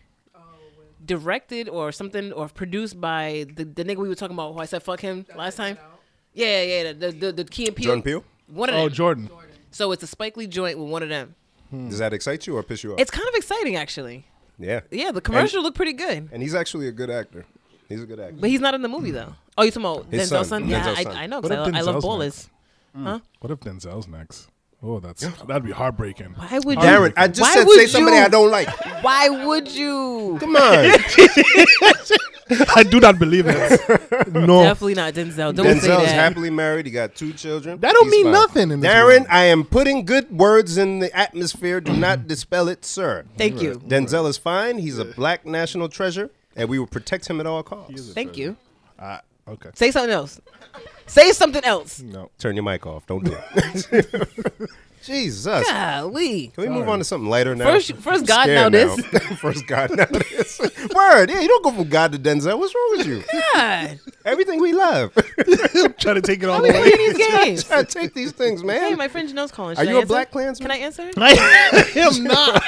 Speaker 3: Directed or something or produced by the, the nigga we were talking about who I said fuck him last time. Yeah, yeah, the the, the Key and Peele.
Speaker 2: Jordan Peele?
Speaker 3: One of them.
Speaker 1: Oh, Jordan.
Speaker 3: so it's a Spike Lee joint with one of them.
Speaker 2: Does that excite you or piss you off?
Speaker 3: It's kind of exciting actually.
Speaker 2: yeah.
Speaker 3: Yeah, the commercial looked pretty good.
Speaker 2: And he's actually a good actor. He's a good actor.
Speaker 3: But he's not in the movie though. Oh, you talking about
Speaker 2: His
Speaker 3: Denzel's
Speaker 2: son.
Speaker 3: son? Yeah,
Speaker 2: Denzel's
Speaker 3: I,
Speaker 2: son.
Speaker 3: I know
Speaker 1: What
Speaker 3: because
Speaker 1: if
Speaker 3: I, I love
Speaker 1: Denzel's
Speaker 3: ballers.
Speaker 1: What if Denzel's next? Oh, that's that'd be heartbreaking.
Speaker 3: Why would
Speaker 2: Darren,
Speaker 3: you?
Speaker 2: I just
Speaker 3: Why
Speaker 2: said
Speaker 3: would
Speaker 2: say somebody
Speaker 3: you-
Speaker 2: I don't like.
Speaker 3: Why would you?
Speaker 2: Come on.
Speaker 1: I do not believe it. No,
Speaker 3: Definitely not Denzel. Don't say
Speaker 2: Denzel's
Speaker 3: that.
Speaker 2: happily married. He got two children.
Speaker 1: That don't
Speaker 2: He's
Speaker 1: mean nothing in this
Speaker 2: Darren,
Speaker 1: world.
Speaker 2: I am putting good words in the atmosphere. Do not dispel it, sir.
Speaker 3: Thank you.
Speaker 2: Denzel is fine. He's a black national treasure, and we will protect him at all costs.
Speaker 3: Thank you.
Speaker 1: I- okay.
Speaker 3: Say something else. Say something else.
Speaker 1: No.
Speaker 2: Turn your mic off. Don't do it. Jesus.
Speaker 3: Golly.
Speaker 2: Can we move on to something lighter now?
Speaker 3: First- first
Speaker 2: I'm
Speaker 3: God
Speaker 2: scared
Speaker 3: now
Speaker 2: now. first God now this. Word, yeah, you don't go from God to Denzel. What's wrong with you?
Speaker 3: God.
Speaker 2: Everything we love.
Speaker 1: Trying to take it all
Speaker 3: How we
Speaker 1: away.
Speaker 3: playing these games?
Speaker 2: Try to take these things,
Speaker 3: Hey,
Speaker 2: man.
Speaker 3: my friend Janelle's calling.
Speaker 2: Are
Speaker 3: Should I
Speaker 2: you a
Speaker 3: answer?
Speaker 2: Black Klansman?
Speaker 3: Can I answer?
Speaker 1: I am not.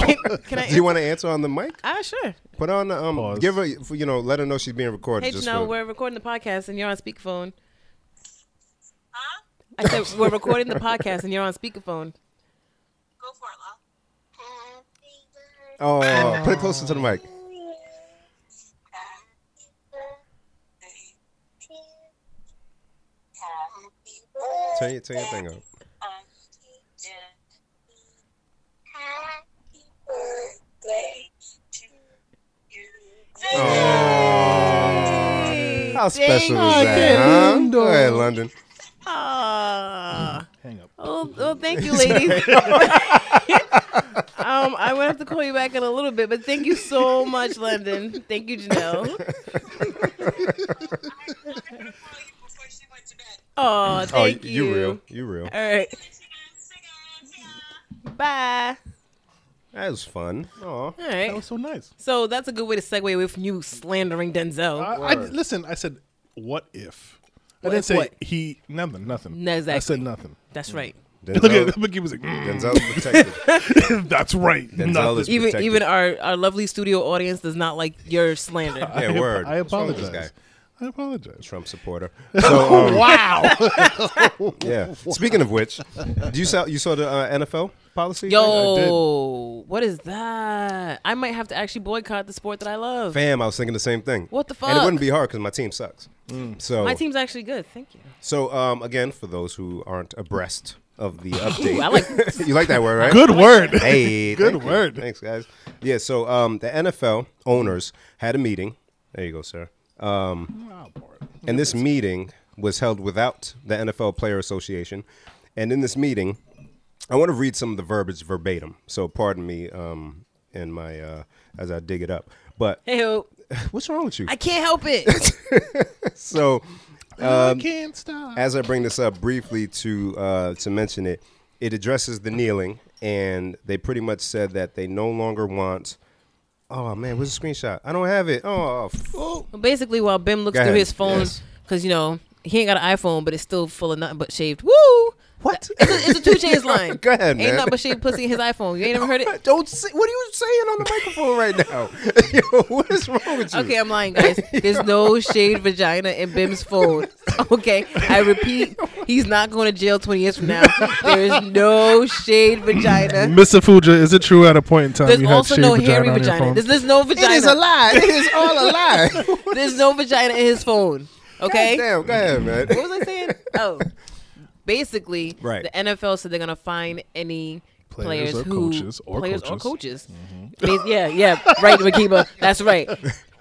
Speaker 3: Can, can I
Speaker 2: Do you want to answer on the mic?
Speaker 3: Ah, sure.
Speaker 2: Put on the um.
Speaker 1: Pause.
Speaker 2: Give her, you know, let her know she's being recorded.
Speaker 3: Hey,
Speaker 2: just
Speaker 3: Janelle,
Speaker 2: for-
Speaker 3: we're recording the podcast and you're on speakerphone. I said we're recording the podcast and you're on speakerphone.
Speaker 4: Go for it, Lal. Happy birthday.
Speaker 2: oh, put it closer to the mic. Turn your, turn your thing up.
Speaker 3: Hey,
Speaker 2: How
Speaker 3: dang
Speaker 2: special
Speaker 3: on.
Speaker 2: is that, huh?
Speaker 1: Ding
Speaker 2: Go ahead, London.
Speaker 3: Ah.
Speaker 1: Hang up.
Speaker 3: Oh, oh, thank you, ladies. um, I would have to call you back in a little bit, but thank you so much, London. Thank you, Janelle. Oh,
Speaker 2: oh,
Speaker 3: thank you. Uh,
Speaker 2: you real. You real.
Speaker 3: All right. Bye.
Speaker 2: That was fun. Oh,
Speaker 3: All
Speaker 1: That
Speaker 3: right.
Speaker 1: was so nice.
Speaker 3: So that's a good way to segue away from you slandering Denzel.
Speaker 1: I, I- listen. I said, what if? I
Speaker 3: What
Speaker 1: didn't
Speaker 3: if
Speaker 1: say
Speaker 3: what?
Speaker 1: he nothing. Nothing.
Speaker 3: No,
Speaker 1: I
Speaker 3: exactly.
Speaker 1: said nothing.
Speaker 3: that's right.
Speaker 1: Look at
Speaker 2: Denzel,
Speaker 1: Mickey was like, "Mm,
Speaker 2: Denzel's protected.
Speaker 1: that's right.
Speaker 2: Denzel is
Speaker 1: nothing."
Speaker 3: Even
Speaker 2: protected.
Speaker 3: even our, our lovely studio audience does not like your slander.
Speaker 1: I,
Speaker 2: yeah, word.
Speaker 1: I
Speaker 2: What's wrong with this
Speaker 1: apologize. I apologize.
Speaker 2: Trump supporter. So um,
Speaker 1: Wow.
Speaker 2: yeah. Speaking of which, do you saw you saw the uh, NFL policy?
Speaker 3: Yo, what is that? I might have to actually boycott the sport that I love.
Speaker 2: Fam, I was thinking the same thing.
Speaker 3: What the
Speaker 2: And it
Speaker 3: fuck?
Speaker 2: wouldn't be hard because my team sucks. So
Speaker 3: My team's actually good. Thank you.
Speaker 2: So um, again, for those who aren't abreast of the update,
Speaker 3: I like-
Speaker 2: you like that word, right?
Speaker 1: Good word.
Speaker 2: Hey,
Speaker 1: Good
Speaker 2: thank you.
Speaker 1: word.
Speaker 2: Thanks, guys. Yeah. So um, the NFL owners had a meeting. There you go, sir. Um, And this meeting was held without the NFL Player Association. And in this meeting, I want to read some of the verbiage verbatim. So pardon me um, in my uh, as I dig it up. But
Speaker 3: Hey,
Speaker 2: what's wrong with you?
Speaker 3: I can't help it.
Speaker 2: so Um,
Speaker 1: I can't stop.
Speaker 2: as I bring this up briefly to uh, to mention it, it addresses the kneeling, and they pretty much said that they no longer want. Oh man, where's the screenshot? I don't have it. Oh, f-
Speaker 3: Basically, while Bim looks
Speaker 2: Go
Speaker 3: through
Speaker 2: ahead.
Speaker 3: his phone,
Speaker 2: Yes.
Speaker 3: because you know he ain't got an iPhone, but it's still full of nothing but shaved. Woo!
Speaker 2: What?
Speaker 3: It's a, it's a two chains line.
Speaker 2: Go ahead,
Speaker 3: ain't
Speaker 2: man.
Speaker 3: nothing but shaved pussy in his iPhone. You ain't ever heard it?
Speaker 2: don't say. What are you saying on the microphone right now? Yo, what is wrong with you?
Speaker 3: Okay, I'm lying, guys. There's no shaved vagina in Bim's phone. Okay, I repeat, he's not going to jail 20 years from now. There is no shaved vagina.
Speaker 1: Mr. Fuja, is it true at a point in time
Speaker 3: There's
Speaker 1: you had
Speaker 3: also
Speaker 1: shaved
Speaker 3: no
Speaker 1: vagina
Speaker 3: hairy
Speaker 1: on your
Speaker 3: vagina.
Speaker 1: phone?
Speaker 3: There's, there's no
Speaker 2: it
Speaker 3: vagina.
Speaker 2: is a lie. It is all a lie.
Speaker 3: There's no vagina in his phone. Okay.
Speaker 2: Damn, go ahead, man.
Speaker 3: What was I saying? Oh, basically,
Speaker 2: Right.
Speaker 3: the NFL said they're going to fine any.
Speaker 1: Players
Speaker 3: Players,
Speaker 1: or
Speaker 3: who
Speaker 1: coaches or
Speaker 3: players or
Speaker 1: coaches.
Speaker 3: coaches, Bas- yeah, yeah, right, Makiba, that's right.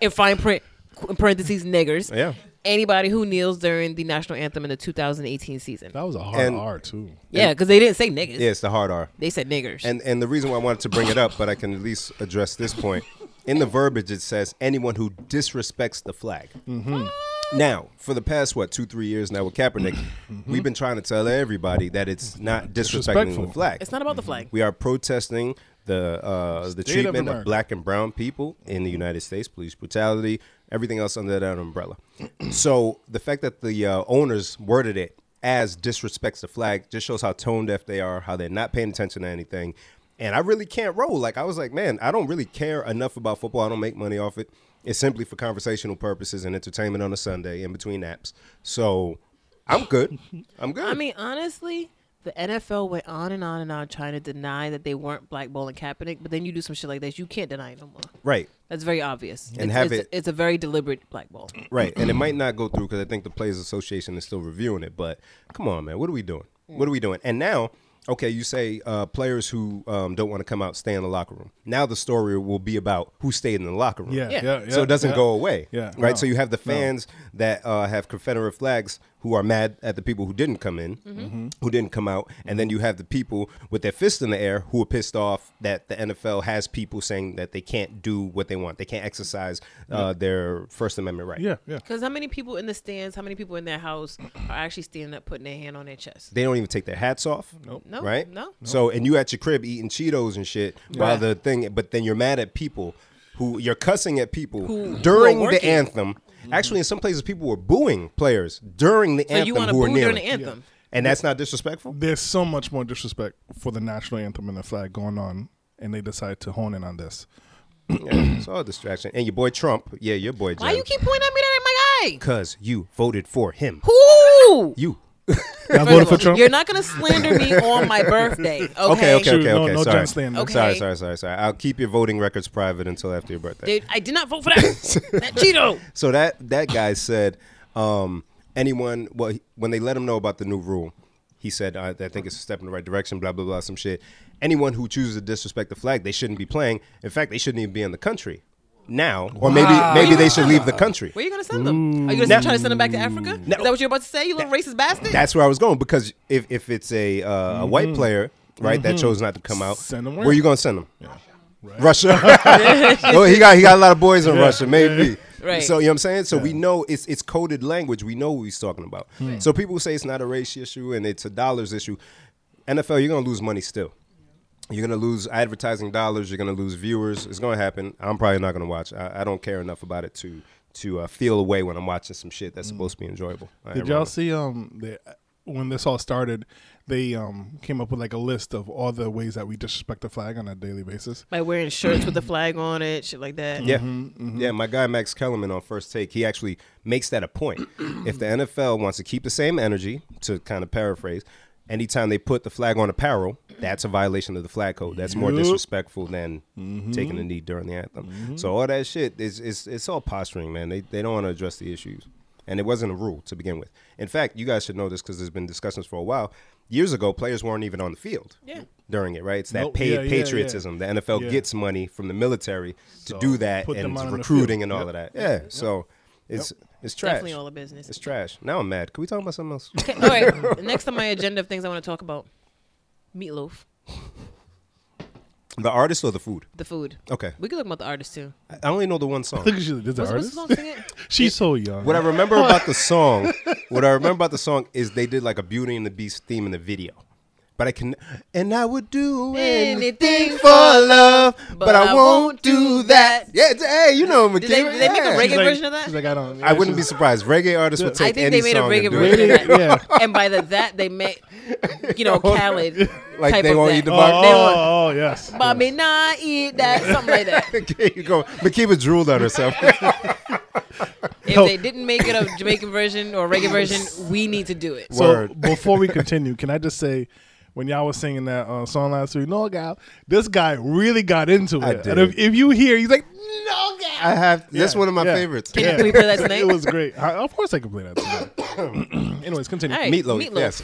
Speaker 3: In fine print, in parentheses, niggers,
Speaker 2: Yeah.
Speaker 3: anybody who kneels during the national anthem in the 2018 season.
Speaker 1: that was a hard
Speaker 2: And-
Speaker 1: R too.
Speaker 3: Yeah, because they didn't say niggas.
Speaker 2: Yeah, it's the hard R.
Speaker 3: They said niggers.
Speaker 2: And and the reason why I wanted to bring it up, but I can at least address this point. In the verbiage, it says anyone who disrespects the flag. Now, for the past what two three years now with Kaepernick, we've been trying to tell everybody that it's not disrespecting
Speaker 1: Disrespectful.
Speaker 2: the flag.
Speaker 3: it's not about the flag.
Speaker 2: We are protesting the uh, the
Speaker 1: of
Speaker 2: treatment of,
Speaker 1: America.
Speaker 2: black and brown people in the United States, police brutality, everything else under that umbrella. so the fact that the uh, owners worded it as disrespects the flag just shows how tone deaf they are, how they're not paying attention to anything. And I really can't roll. Like I was like, man, I don't really care enough about football. I don't make money off it. It's simply for conversational purposes and entertainment on a Sunday in between apps. So I'm good. I'm good.
Speaker 3: I mean, honestly, the NFL went on and on and on trying to deny that they weren't blackballing Kaepernick, but then you do some shit like this, you can't deny it no more.
Speaker 2: right.
Speaker 3: That's very obvious. And it's,
Speaker 2: have
Speaker 3: it's,
Speaker 2: it-
Speaker 3: it's a very deliberate blackball.
Speaker 2: Right, and it
Speaker 1: Mm-hmm.
Speaker 2: might not go through because I think the Players Association is still reviewing it. But come on, man, what are we doing?
Speaker 1: Mm.
Speaker 2: What are we doing? And now, okay, you say uh, players who um, don't want to come out stay in the locker room. Now the story will be about who stayed in the locker room.
Speaker 1: Yeah, yeah,
Speaker 3: Yeah.
Speaker 1: yeah.
Speaker 2: so it doesn't
Speaker 1: yeah.
Speaker 2: go away.
Speaker 1: Yeah,
Speaker 2: Right.
Speaker 1: no,
Speaker 2: so you have the
Speaker 1: no.
Speaker 2: fans that uh, have Confederate flags who are mad at the people who didn't come in,
Speaker 1: Mm-hmm.
Speaker 2: who didn't come out, and then you have the people with their fists in the air who are pissed off that the NFL has people saying that they can't do what they want, they can't exercise uh, their First Amendment right.
Speaker 1: Yeah, yeah.
Speaker 3: Because how many people in the stands, how many people in their house are actually standing up, putting their hand on their chest?
Speaker 2: They don't even take their hats off.
Speaker 1: Nope.
Speaker 3: No,
Speaker 2: right?
Speaker 3: no.
Speaker 2: So and you at your crib eating Cheetos and shit while
Speaker 3: Right.
Speaker 2: the thing, but then you're mad at people who you're cussing at people
Speaker 3: Who-
Speaker 2: during
Speaker 3: who are
Speaker 2: the
Speaker 3: working.
Speaker 2: anthem.
Speaker 1: Mm-hmm.
Speaker 2: Actually, in some places, people were booing players during the
Speaker 3: So
Speaker 2: anthem
Speaker 3: you want to
Speaker 2: who were
Speaker 3: boo during
Speaker 2: kneeling,
Speaker 3: the anthem?
Speaker 2: and that's not disrespectful.
Speaker 1: There's so much more disrespect for the national anthem and the flag going on, and they decide to hone in on this.
Speaker 2: Yeah, it's all distraction. And your boy Trump, yeah, your boy.
Speaker 3: Why you keep pointing at me? That ain't my guy.
Speaker 2: Because you voted for him.
Speaker 3: Who?
Speaker 2: You.
Speaker 1: I
Speaker 3: First
Speaker 1: voted
Speaker 3: of
Speaker 1: for
Speaker 3: all,
Speaker 1: Trump.
Speaker 3: You're not gonna slander me on my birthday. Okay.
Speaker 2: Okay, okay,
Speaker 1: Shoot,
Speaker 2: okay,
Speaker 1: no-
Speaker 2: okay.
Speaker 1: no
Speaker 2: sorry.
Speaker 1: John Stanley.
Speaker 3: Okay.
Speaker 2: sorry, sorry, sorry, sorry. I'll keep your voting records private until after your birthday.
Speaker 3: Dude, I did not vote for that. that Cheeto.
Speaker 2: So that that guy said, um, anyone well he- when they let him know about the new rule, he said, I, I think it's a step in the right direction. Blah blah blah, some shit. Anyone who chooses to disrespect the flag, they shouldn't be playing. In fact, they shouldn't even be in the country now. Or maybe maybe they should leave the country.
Speaker 3: Where you gonna send them? Are you
Speaker 2: Mm.
Speaker 3: gonna try to send them back to Africa? Is that what you're about to say? You little racist bastard.
Speaker 2: That's where I was going because if if it's a uh, a white player. Right, that chose not to come out.
Speaker 1: Mm-hmm. Send 'em
Speaker 2: where
Speaker 1: where?
Speaker 2: you gonna send them? Russia. oh, he got he got a lot of boys in Russia, maybe.
Speaker 3: Right.
Speaker 2: So you know what I'm saying? So we know it's it's coded language. We know what he's talking about.
Speaker 1: Hmm.
Speaker 2: So people say it's not a race issue and it's a dollars issue. NFL, you're gonna lose money still. You're gonna lose advertising dollars. You're gonna lose viewers. It's gonna happen. I'm probably not gonna watch. I, I don't care enough about it to to uh, feel away when I'm watching some shit that's supposed to be enjoyable. I
Speaker 1: Hmm. Did
Speaker 2: am
Speaker 1: y'all
Speaker 2: wrong.
Speaker 1: see um the, when this all started? They um came up with like a list of all the ways that we disrespect the flag on a daily basis.
Speaker 3: By wearing shirts with the flag on it, shit like that.
Speaker 2: Yeah,
Speaker 1: Mm-hmm,
Speaker 2: yeah. My guy Max Kellerman on First Take, he actually makes that a point. if the NFL wants to keep the same energy, to kind of paraphrase, anytime they put the flag on apparel, that's a violation of the flag code. That's more disrespectful than
Speaker 1: Mm-hmm.
Speaker 2: taking a knee during the anthem. So all that shit is it's, it's all posturing, man. They they don't want to address the issues, and it wasn't a rule to begin with. In fact, you guys should know this because there's been discussions for a while. Years ago, players weren't even on the field
Speaker 3: Yeah.
Speaker 2: during it, right? It's that
Speaker 1: Nope.
Speaker 2: paid
Speaker 1: Yeah, yeah, yeah.
Speaker 2: patriotism. The NFL
Speaker 1: Yeah.
Speaker 2: gets money from the military to
Speaker 1: So,
Speaker 2: do that
Speaker 1: put them
Speaker 2: and
Speaker 1: out on the
Speaker 2: recruiting
Speaker 1: field.
Speaker 2: and all of that. Yeah. So it's it's trash.
Speaker 3: Definitely all the business.
Speaker 2: it's trash. Now I'm mad. Can we talk about something else?
Speaker 3: Okay, all right. The Next on my agenda of things I want to talk about: meatloaf,
Speaker 2: the artist or the food?
Speaker 3: the food.
Speaker 2: Okay.
Speaker 3: We could look about the artist too.
Speaker 2: I I only know the one
Speaker 1: I think
Speaker 2: song.
Speaker 1: she's a
Speaker 3: What's,
Speaker 1: dessert artist.
Speaker 3: what's the song? Sing it.
Speaker 1: She's so young.
Speaker 2: What I remember about the song, what I remember about the song is they did like a Beauty and the Beast theme in the video. But I can, and I would do anything
Speaker 3: Anything
Speaker 2: for love, but,
Speaker 3: but
Speaker 2: I,
Speaker 3: I
Speaker 2: won't
Speaker 3: won't
Speaker 2: do
Speaker 3: do
Speaker 2: that. Yeah, it's- hey, you know,
Speaker 3: Did they-
Speaker 2: McKinney,
Speaker 3: did they make
Speaker 1: She's
Speaker 3: a reggae
Speaker 2: yeah.
Speaker 1: like-
Speaker 3: version of that?
Speaker 1: she's like, I don't.
Speaker 2: I wouldn't be surprised. Reggae artists would take
Speaker 3: I think
Speaker 2: any
Speaker 3: they made a
Speaker 2: song and
Speaker 3: reggae
Speaker 2: do it.
Speaker 3: version of
Speaker 1: Yeah,
Speaker 3: that, and by the that they meant, you know, Khaled.
Speaker 2: Like
Speaker 3: type
Speaker 2: they
Speaker 3: of
Speaker 2: won't
Speaker 3: that.
Speaker 2: eat the
Speaker 1: Oh,
Speaker 2: bar-
Speaker 3: They won't-
Speaker 1: oh, oh, yes.
Speaker 3: Mommy, nah, eat that, something like that.
Speaker 2: Okay, you go. Makiba drooled on herself.
Speaker 3: If
Speaker 1: No.
Speaker 3: they didn't make it a Jamaican version or reggae version, we need to do it.
Speaker 1: So
Speaker 2: Word.
Speaker 1: before we continue, can I just say, when y'all was singing that uh, song last week, no gal, this guy really got into it.
Speaker 2: I
Speaker 1: And if,
Speaker 2: did.
Speaker 1: if you hear, he's like,
Speaker 2: no, I have. That's
Speaker 1: Yeah,
Speaker 2: one of my
Speaker 1: yeah,
Speaker 2: favorites.
Speaker 1: yeah.
Speaker 3: Can we play that tonight?
Speaker 1: It was great. I, of course, I can play that. Tonight. Anyways, continue.
Speaker 3: All right.
Speaker 2: Meatloaf.
Speaker 3: Meatloaf.
Speaker 2: Yes,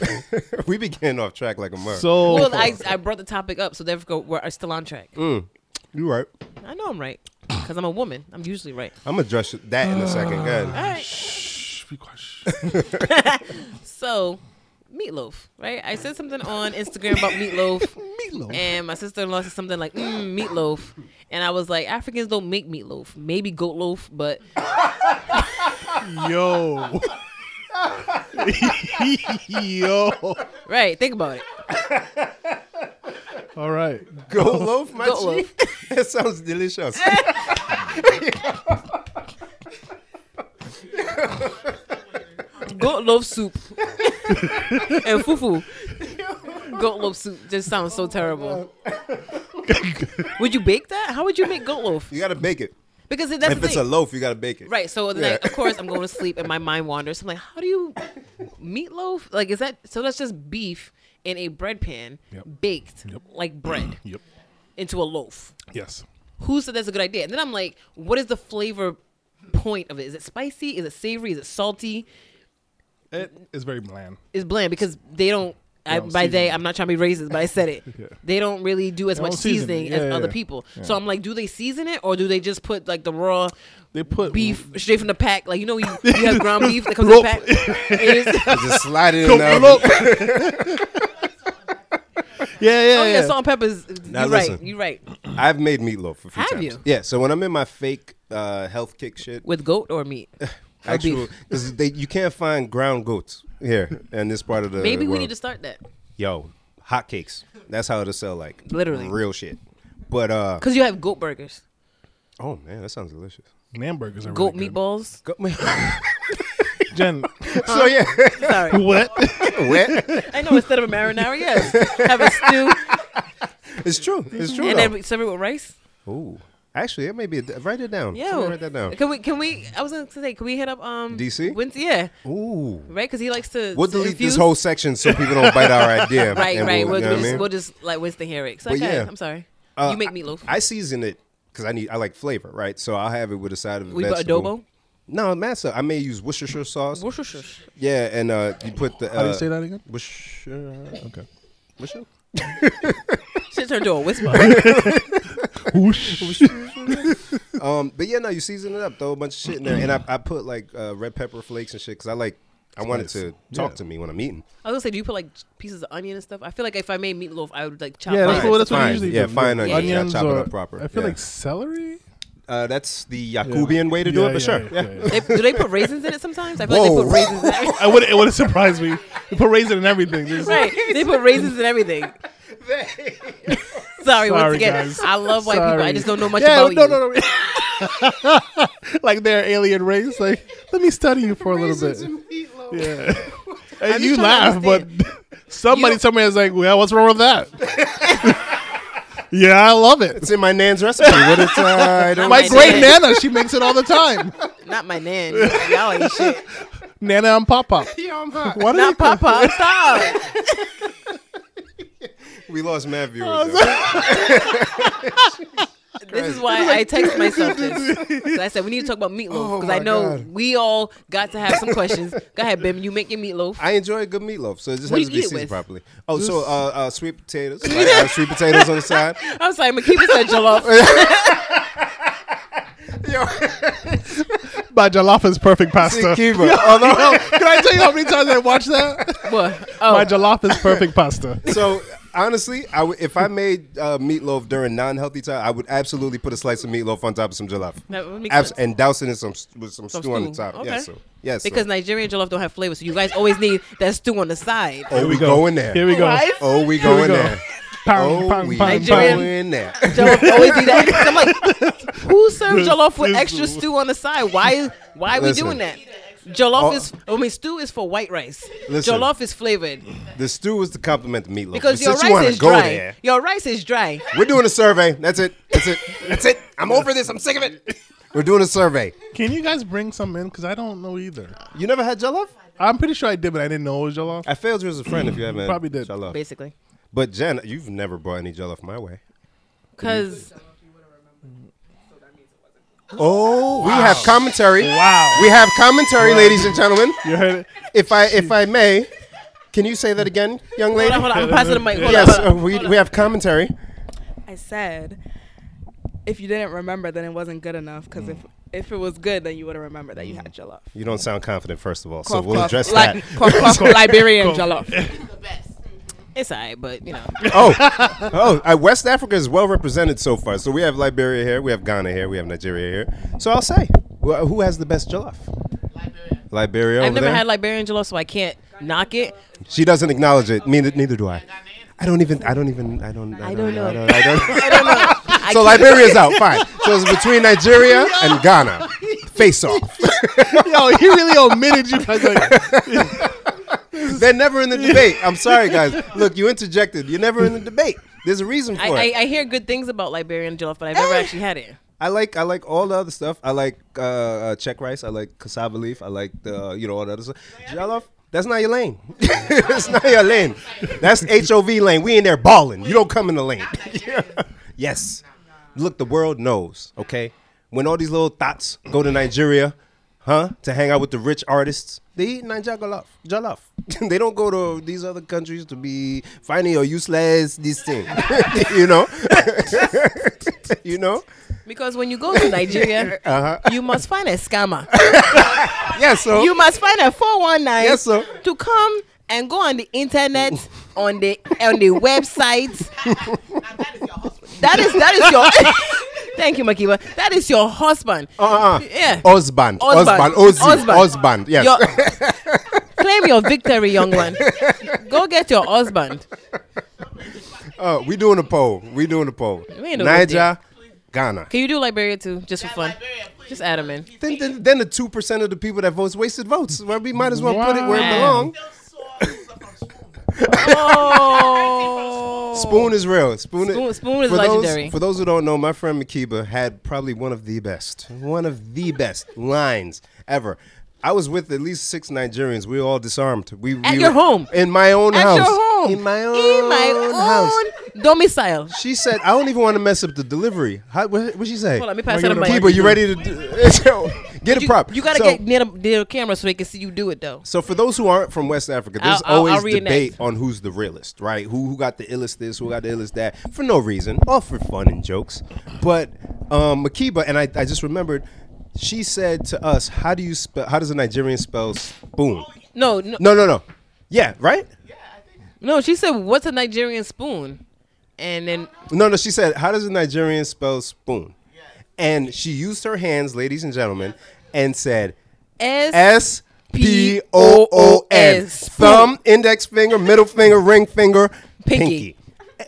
Speaker 2: we be getting off track like a mug.
Speaker 1: So
Speaker 3: Well, I, I brought the topic up, so therefore we're still on track.
Speaker 2: Mm. you right.
Speaker 3: I know I'm right because I'm a woman. I'm usually right.
Speaker 2: I'm gonna address that in a second.
Speaker 3: All
Speaker 2: Good.
Speaker 3: right.
Speaker 1: Shh, be quiet. Shh.
Speaker 3: So, meatloaf, right? I said something on Instagram about meatloaf,
Speaker 1: Meatloaf.
Speaker 3: and my sister in law said something like mm, meatloaf, and I was like, Africans don't make meatloaf. Maybe goat loaf, but
Speaker 1: Yo. Yo.
Speaker 3: right. Think about it.
Speaker 1: All right.
Speaker 2: Go loaf, my
Speaker 3: Goat
Speaker 2: chief. that sounds delicious.
Speaker 3: Ah. Goat loaf soup and fufu. Goat loaf soup just sounds so terrible.
Speaker 2: Oh
Speaker 3: would you bake that? How would you make goat loaf?
Speaker 2: You gotta bake it.
Speaker 3: Because that's
Speaker 2: if
Speaker 3: the
Speaker 2: it's
Speaker 3: thing.
Speaker 2: a loaf, you gotta bake it.
Speaker 3: Right. So then,
Speaker 2: Yeah.
Speaker 3: like, of course, I'm going to sleep and my mind wanders. I'm like, how do you meatloaf? Like, is that so? That's just beef in a bread pan,
Speaker 1: Yep.
Speaker 3: baked like bread
Speaker 1: Yep.
Speaker 3: into a loaf.
Speaker 1: Yes.
Speaker 3: Who said that's a good idea? And then I'm like, what is the flavor point of it? Is it spicy? Is it savory? Is it salty?
Speaker 1: It is very bland.
Speaker 3: It's bland because they don't. I,
Speaker 1: don't
Speaker 3: by
Speaker 1: season
Speaker 3: they,
Speaker 1: it.
Speaker 3: I'm not trying to be racist, but I said it.
Speaker 1: Yeah.
Speaker 3: They don't really do as
Speaker 1: They
Speaker 3: much
Speaker 1: don't season it.
Speaker 3: seasoning
Speaker 1: Yeah,
Speaker 3: as
Speaker 1: yeah,
Speaker 3: other
Speaker 1: yeah.
Speaker 3: people. So I'm like, do they season it or do they just put like the raw
Speaker 1: They put
Speaker 3: beef straight from the pack? Like you know, when you, you have ground beef that comes in the
Speaker 1: Rope.
Speaker 3: pack. It is-
Speaker 2: Just slide it in
Speaker 1: Go
Speaker 2: the oven.
Speaker 1: loaf. yeah, yeah,
Speaker 3: Oh yeah,
Speaker 1: yeah.
Speaker 3: salt and pepper is.
Speaker 2: Now
Speaker 3: you're
Speaker 2: listen.
Speaker 3: right. You're right.
Speaker 2: I've made meatloaf a few
Speaker 3: Have
Speaker 2: times.
Speaker 3: you?
Speaker 2: Yeah. So when I'm in my fake uh, health kick shit,
Speaker 3: With goat or meat. Or
Speaker 2: actual uh,
Speaker 3: beef.
Speaker 2: because you can't find ground goats here in this part of the
Speaker 3: Maybe we
Speaker 2: world.
Speaker 3: need to start that.
Speaker 2: Yo, hotcakes. That's how it'll sell like
Speaker 3: Literally.
Speaker 2: real shit. But uh
Speaker 3: Because you have goat burgers,
Speaker 2: oh man, that sounds delicious.
Speaker 1: Namburgers
Speaker 2: Oh
Speaker 1: are
Speaker 3: goat
Speaker 1: really good.
Speaker 3: meatballs.
Speaker 2: Go-
Speaker 1: Jen,
Speaker 2: so yeah,
Speaker 3: Sorry,
Speaker 1: what?
Speaker 2: wet.
Speaker 3: I know. Instead of a marinara, yes, have a stew
Speaker 2: It's true. It's true.
Speaker 3: and
Speaker 2: though.
Speaker 3: then we serve it with rice.
Speaker 2: Ooh, actually, it may be. A, write it down.
Speaker 3: Yeah,
Speaker 2: Somebody write that down.
Speaker 3: Can we? Can we? I was gonna say, can we hit up um
Speaker 2: DC?
Speaker 3: Wins, yeah,
Speaker 2: Ooh,
Speaker 3: right. Because he likes to.
Speaker 2: we'll
Speaker 3: to
Speaker 2: delete
Speaker 3: infuse-
Speaker 2: this whole section so people don't bite our idea.
Speaker 3: Right,
Speaker 2: and
Speaker 3: right. We'll,
Speaker 2: We'll, you
Speaker 3: we'll
Speaker 2: know what I
Speaker 3: just
Speaker 2: mean?
Speaker 3: we'll just like Winston hear it. So
Speaker 2: But
Speaker 3: okay,
Speaker 2: yeah.
Speaker 3: I'm sorry.
Speaker 2: Uh,
Speaker 3: you make meatloaf.
Speaker 2: I season it because I need. I like flavor, right? So I'll have it with a side of
Speaker 3: we put
Speaker 2: vegetable.
Speaker 3: adobo.
Speaker 2: No, massa. I may use Worcestershire sauce.
Speaker 3: Worcestershire.
Speaker 2: Yeah, and uh, you put the. Uh,
Speaker 1: How do you say that again?
Speaker 2: Worcestershire.
Speaker 1: Okay.
Speaker 2: Worcestershire.
Speaker 3: Shit turned to a whisper.
Speaker 1: Whoosh.
Speaker 2: Um, but yeah, no, you season it up, throw a bunch of shit in there, and I, I put like uh, red pepper flakes and shit because I like. I want it
Speaker 1: Nice.
Speaker 2: to talk
Speaker 1: Yeah.
Speaker 2: to me when I'm eating.
Speaker 3: I was gonna say, do you put like pieces of onion and stuff? I feel like if I made meatloaf, I would like chop.
Speaker 1: Yeah, that's
Speaker 3: onions.
Speaker 2: Fine,
Speaker 1: what, that's what
Speaker 2: fine.
Speaker 1: I usually
Speaker 2: Yeah,
Speaker 1: do.
Speaker 2: fine onions. Yeah,
Speaker 1: onions
Speaker 2: chop it
Speaker 1: or,
Speaker 2: up proper.
Speaker 1: I feel
Speaker 2: Yeah.
Speaker 1: like celery.
Speaker 2: Uh, that's the Yakubian way to do
Speaker 1: Yeah,
Speaker 2: it,
Speaker 1: yeah,
Speaker 2: but sure.
Speaker 1: yeah,
Speaker 2: yeah.
Speaker 1: yeah, yeah.
Speaker 3: They- do they put raisins in it sometimes? I feel
Speaker 2: Whoa.
Speaker 3: like they put raisins in it.
Speaker 1: I would. It would surprise me. They put raisin in everything. They just-
Speaker 3: Right. They put raisins in everything. Sorry, once
Speaker 1: Sorry,
Speaker 3: again.
Speaker 1: guys.
Speaker 3: I love white people. I
Speaker 1: Sorry.
Speaker 3: just don't know much
Speaker 1: yeah,
Speaker 3: about
Speaker 1: no,
Speaker 3: you.
Speaker 1: no, no. like they're alien race. Like, let me study you for a little bit. Yeah. And
Speaker 3: just
Speaker 1: you
Speaker 3: trying
Speaker 1: laugh,
Speaker 3: to
Speaker 1: but somebody
Speaker 3: You-
Speaker 1: somewhere is like, well, what's wrong with that? yeah, I love it.
Speaker 2: It's in my nan's recipe. What it's, uh, I don't
Speaker 1: My
Speaker 3: my
Speaker 1: great
Speaker 3: dad.
Speaker 1: nana, she makes it all the time.
Speaker 3: Not my nan. Y'all ain't shit.
Speaker 1: Nana and Pop Pop. Why do you
Speaker 3: Not Papa. Stop.
Speaker 2: We lost mad
Speaker 3: Oh,
Speaker 2: viewers. though.
Speaker 3: This is why I text myself this. 'Cause I said we need to talk about
Speaker 1: Oh
Speaker 3: meatloaf because I
Speaker 2: my
Speaker 3: know
Speaker 2: God.
Speaker 3: we all got to have some questions. Go ahead, Bim. You make your meatloaf.
Speaker 2: I enjoy a good meatloaf, so it just
Speaker 3: What
Speaker 2: has
Speaker 3: do you eat
Speaker 2: to be
Speaker 3: it
Speaker 2: seasoned
Speaker 3: with?
Speaker 2: properly. Oh, so uh, uh, sweet potatoes. Like, I have sweet potatoes on the side.
Speaker 3: I'm sorry, McKeever said jollof.
Speaker 1: By Jollof is perfect pasta.
Speaker 2: Kiva. Although,
Speaker 1: Yo, can I tell you how many times I watched that?
Speaker 3: What?
Speaker 1: By
Speaker 3: Oh,
Speaker 1: Jollof is perfect pasta.
Speaker 2: so honestly, I w- if I made uh, meatloaf during non-healthy time, I would absolutely put a slice of meatloaf on top of some jollof,
Speaker 3: That would make
Speaker 2: Abs-
Speaker 3: sense.
Speaker 2: and douse it in some s- with some,
Speaker 3: Some
Speaker 2: stew on the
Speaker 3: stew.
Speaker 2: top.
Speaker 3: Okay.
Speaker 2: Yes, so, yes.
Speaker 3: because
Speaker 2: so.
Speaker 3: Nigerian jollof don't have flavor, so you guys always need that stew on the side.
Speaker 2: oh, we go in there.
Speaker 1: Here we go.
Speaker 3: Right?
Speaker 2: Oh, we
Speaker 1: Here we
Speaker 2: go in
Speaker 1: go.
Speaker 2: there.
Speaker 1: Pound,
Speaker 2: Oh,
Speaker 1: pound,
Speaker 2: we
Speaker 1: pound,
Speaker 3: Nigerian-
Speaker 1: pound.
Speaker 2: go in there.
Speaker 3: Jollof always need that. I'm like, who serves jollof with
Speaker 1: This-
Speaker 3: extra stew on the side? Why? Why are we
Speaker 2: Listen.
Speaker 3: doing that? Jollof
Speaker 2: Oh.
Speaker 3: is. I mean, stew is for white rice.
Speaker 2: Listen.
Speaker 3: Jollof is flavored
Speaker 2: The stew is to complement the meatloaf.
Speaker 3: because
Speaker 2: But
Speaker 3: your
Speaker 2: since you
Speaker 3: rice
Speaker 2: wanna
Speaker 3: is
Speaker 2: go
Speaker 3: dry.
Speaker 2: there,
Speaker 3: Your rice is dry.
Speaker 2: We're doing a survey. That's it. That's it. That's it. I'm over this. I'm sick of it. We're doing a survey.
Speaker 1: Can you guys bring some in? Because I don't know either.
Speaker 2: You never had jollof?
Speaker 1: I'm pretty sure I did, but I didn't know it was Jollof.
Speaker 2: I failed you as a friend if you haven't. had
Speaker 1: Probably did.
Speaker 2: Jollof.
Speaker 3: Basically,
Speaker 2: But Jen, you've never brought any jollof my way.
Speaker 3: because
Speaker 2: Oh, we have commentary.
Speaker 1: Wow.
Speaker 2: We have commentary, ladies and gentlemen.
Speaker 1: You heard it?
Speaker 2: If I if I may, can you say that again, young lady?
Speaker 3: hold on, hold on. I'm passing the mic. Hold
Speaker 2: Yes,
Speaker 3: on.
Speaker 2: uh, we, we have commentary.
Speaker 5: I said, if you didn't remember, then it wasn't good enough. Because if if it was good, then you would have remembered that you had jollof.
Speaker 2: You don't sound confident, first of all, so
Speaker 5: Cough,
Speaker 2: we'll
Speaker 5: cough.
Speaker 2: address
Speaker 5: Like-
Speaker 2: that.
Speaker 5: cough, cough, Liberian jollof.
Speaker 3: It's alright, but you know.
Speaker 2: Oh, oh! Uh, West Africa is well represented so far. So we have Liberia here, we have Ghana here, we have Nigeria here. So I'll say, wh- who has the best jollof? Liberia. Liberia.
Speaker 3: I've
Speaker 2: over
Speaker 3: never
Speaker 2: there?
Speaker 3: had Liberian jollof, so I can't knock it.
Speaker 2: she doesn't acknowledge it. Neither, neither do I. I don't even. I don't even. I don't. I
Speaker 3: don't know.
Speaker 2: I don't. I don't.
Speaker 3: I don't know. I
Speaker 2: so
Speaker 3: can't-
Speaker 2: Liberia's out. Fine. So it's between Nigeria and Ghana. Face off.
Speaker 1: Yo, he really omitted you. guys. Like,
Speaker 2: They're never in the debate. I'm sorry, guys. Look, you interjected. You're never in the debate. There's a reason for
Speaker 3: I,
Speaker 2: it.
Speaker 3: I, I hear good things about Liberian jollof, but I've never actually had it.
Speaker 2: I like I like all the other stuff. I like uh, uh Czech rice. I like cassava leaf. I like the you know all the other stuff. Jollof. That's not your lane. that's not your lane. That's HOV lane. We in there balling. You don't come in the lane. yes. Look, the world knows. Okay. When all these little thoughts go to Nigeria, huh, to hang out with the rich artists, they eat Nigeria jollof. Jollof. they don't go to these other countries to be finding or useless. This thing, you know. you know.
Speaker 3: Because when you go to Nigeria,
Speaker 2: Uh-huh.
Speaker 3: you must find a scammer.
Speaker 2: Yeah. So
Speaker 3: You must find a 419
Speaker 2: Oh. Yes, sir.
Speaker 3: to come and go on the internet, on the on the websites. that is that is your Thank you, Makiba. That is your husband.
Speaker 2: Uh-uh.
Speaker 3: Yeah.
Speaker 2: Husband. Husband. Ozzy. Husband. Yes.
Speaker 3: Your- claim your victory, young one. Go get your husband.
Speaker 2: Uh, we doing a poll. We doing a poll.
Speaker 3: We ain't no
Speaker 2: Niger, Ghana.
Speaker 3: Can you do Liberia too, just for fun? Just add them in.
Speaker 2: Then, then, then the two percent of the people that votes wasted votes. Well, we might as well put it where it
Speaker 3: Wow.
Speaker 2: belongs.
Speaker 3: Oh,
Speaker 2: Spoon is real. Spoon,
Speaker 3: Spoon- Spoon is
Speaker 2: for those-
Speaker 3: legendary.
Speaker 2: for those who don't know, my friend Makiba had probably one of the best, one of the best lines ever. I was with at least six Nigerians. We were all disarmed. We
Speaker 3: At
Speaker 2: we
Speaker 3: your
Speaker 2: were-
Speaker 3: home.
Speaker 2: in my own
Speaker 3: At
Speaker 2: house,
Speaker 3: your home.
Speaker 2: in my own,
Speaker 3: In my
Speaker 2: house.
Speaker 3: own domicile.
Speaker 2: She said, "I don't even want to mess up the delivery." How, what what she say?
Speaker 3: Hold on, let me pass
Speaker 2: Makiba,
Speaker 3: that mic.
Speaker 2: you ready to do, get a
Speaker 3: You,
Speaker 2: prop?
Speaker 3: you gotta
Speaker 2: So-
Speaker 3: get near the, near the camera so they can see you do it though.
Speaker 2: So for those who aren't from West Africa,
Speaker 3: I'll-
Speaker 2: there's
Speaker 3: I'll-
Speaker 2: always
Speaker 3: I'll reenact.
Speaker 2: debate on who's the realest, right? Who who got the illest this, who got the illest that, for no reason, all for fun and jokes. But um, Makiba, and I, I just remembered, she said to us, "How do you spell? How does a Nigerian spell spoon?"
Speaker 3: No, no,
Speaker 2: No, no, no. Yeah, right?
Speaker 3: no. She said, "What's a Nigerian spoon?" And then
Speaker 2: No, no. She said, "How does a Nigerian spell spoon?" And she used her hands, ladies and gentlemen, and said,
Speaker 3: S.
Speaker 2: S P O O N.
Speaker 3: Spoon.
Speaker 2: Thumb, index finger, middle finger, ring finger, pinky.
Speaker 3: Pinky.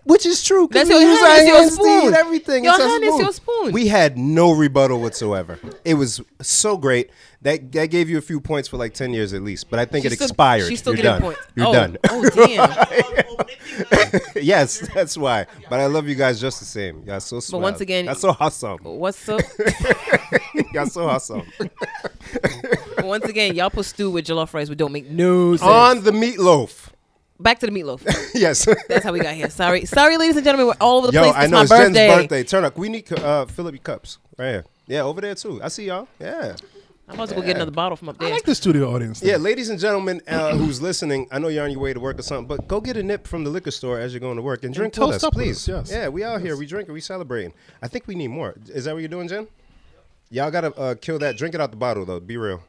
Speaker 2: Which is true.
Speaker 3: That's
Speaker 2: 'cause we
Speaker 3: your
Speaker 2: use
Speaker 3: hand
Speaker 2: our
Speaker 3: is your
Speaker 2: hands to
Speaker 3: spoon.
Speaker 2: eat Everything.
Speaker 3: Your
Speaker 2: It's our
Speaker 3: hand is your spoon.
Speaker 2: We had no rebuttal whatsoever. It was so great. That that gave you a few points for like ten years at least. But I think it
Speaker 3: she's still-
Speaker 2: expired.
Speaker 3: She's still
Speaker 2: You're
Speaker 3: getting
Speaker 2: done.
Speaker 3: points.
Speaker 2: You're
Speaker 3: oh,
Speaker 2: done.
Speaker 3: Oh damn!
Speaker 2: yes, that's why. But I love you guys just the same. Y'all so swell.
Speaker 3: once again- Oh.
Speaker 2: y'all so awesome.
Speaker 3: What's up?
Speaker 2: y'all so awesome.
Speaker 3: Once again, y'all put stew with jollof rice, which don't make no sense.
Speaker 2: On the meatloaf.
Speaker 3: Back to the meatloaf.
Speaker 2: Yes.
Speaker 3: That's how we got here. Sorry, sorry, ladies and gentlemen, we're all over the
Speaker 2: Yo,
Speaker 3: place.
Speaker 2: I
Speaker 3: It's
Speaker 2: know
Speaker 3: my
Speaker 2: it's
Speaker 3: birthday.
Speaker 2: Jen's birthday. Turn up. We need uh, Philip cups right here. Yeah, over there too. I see y'all. Yeah,
Speaker 3: I'm about to go get another bottle from up
Speaker 1: I
Speaker 3: there.
Speaker 1: like the studio audience.
Speaker 2: yeah. Ladies and gentlemen, uh, who's listening? I know you're on your way to work or something, but go get a nip from the liquor store as you're going to work and drink
Speaker 1: toast
Speaker 2: with us,
Speaker 1: up with
Speaker 2: please.
Speaker 1: us, yes.
Speaker 2: Yeah, we out here. We drinking. We celebrating. I think we need more. Is that what you're doing, Jen? Y'all gotta uh, kill that. Drink it out the bottle though. Be real.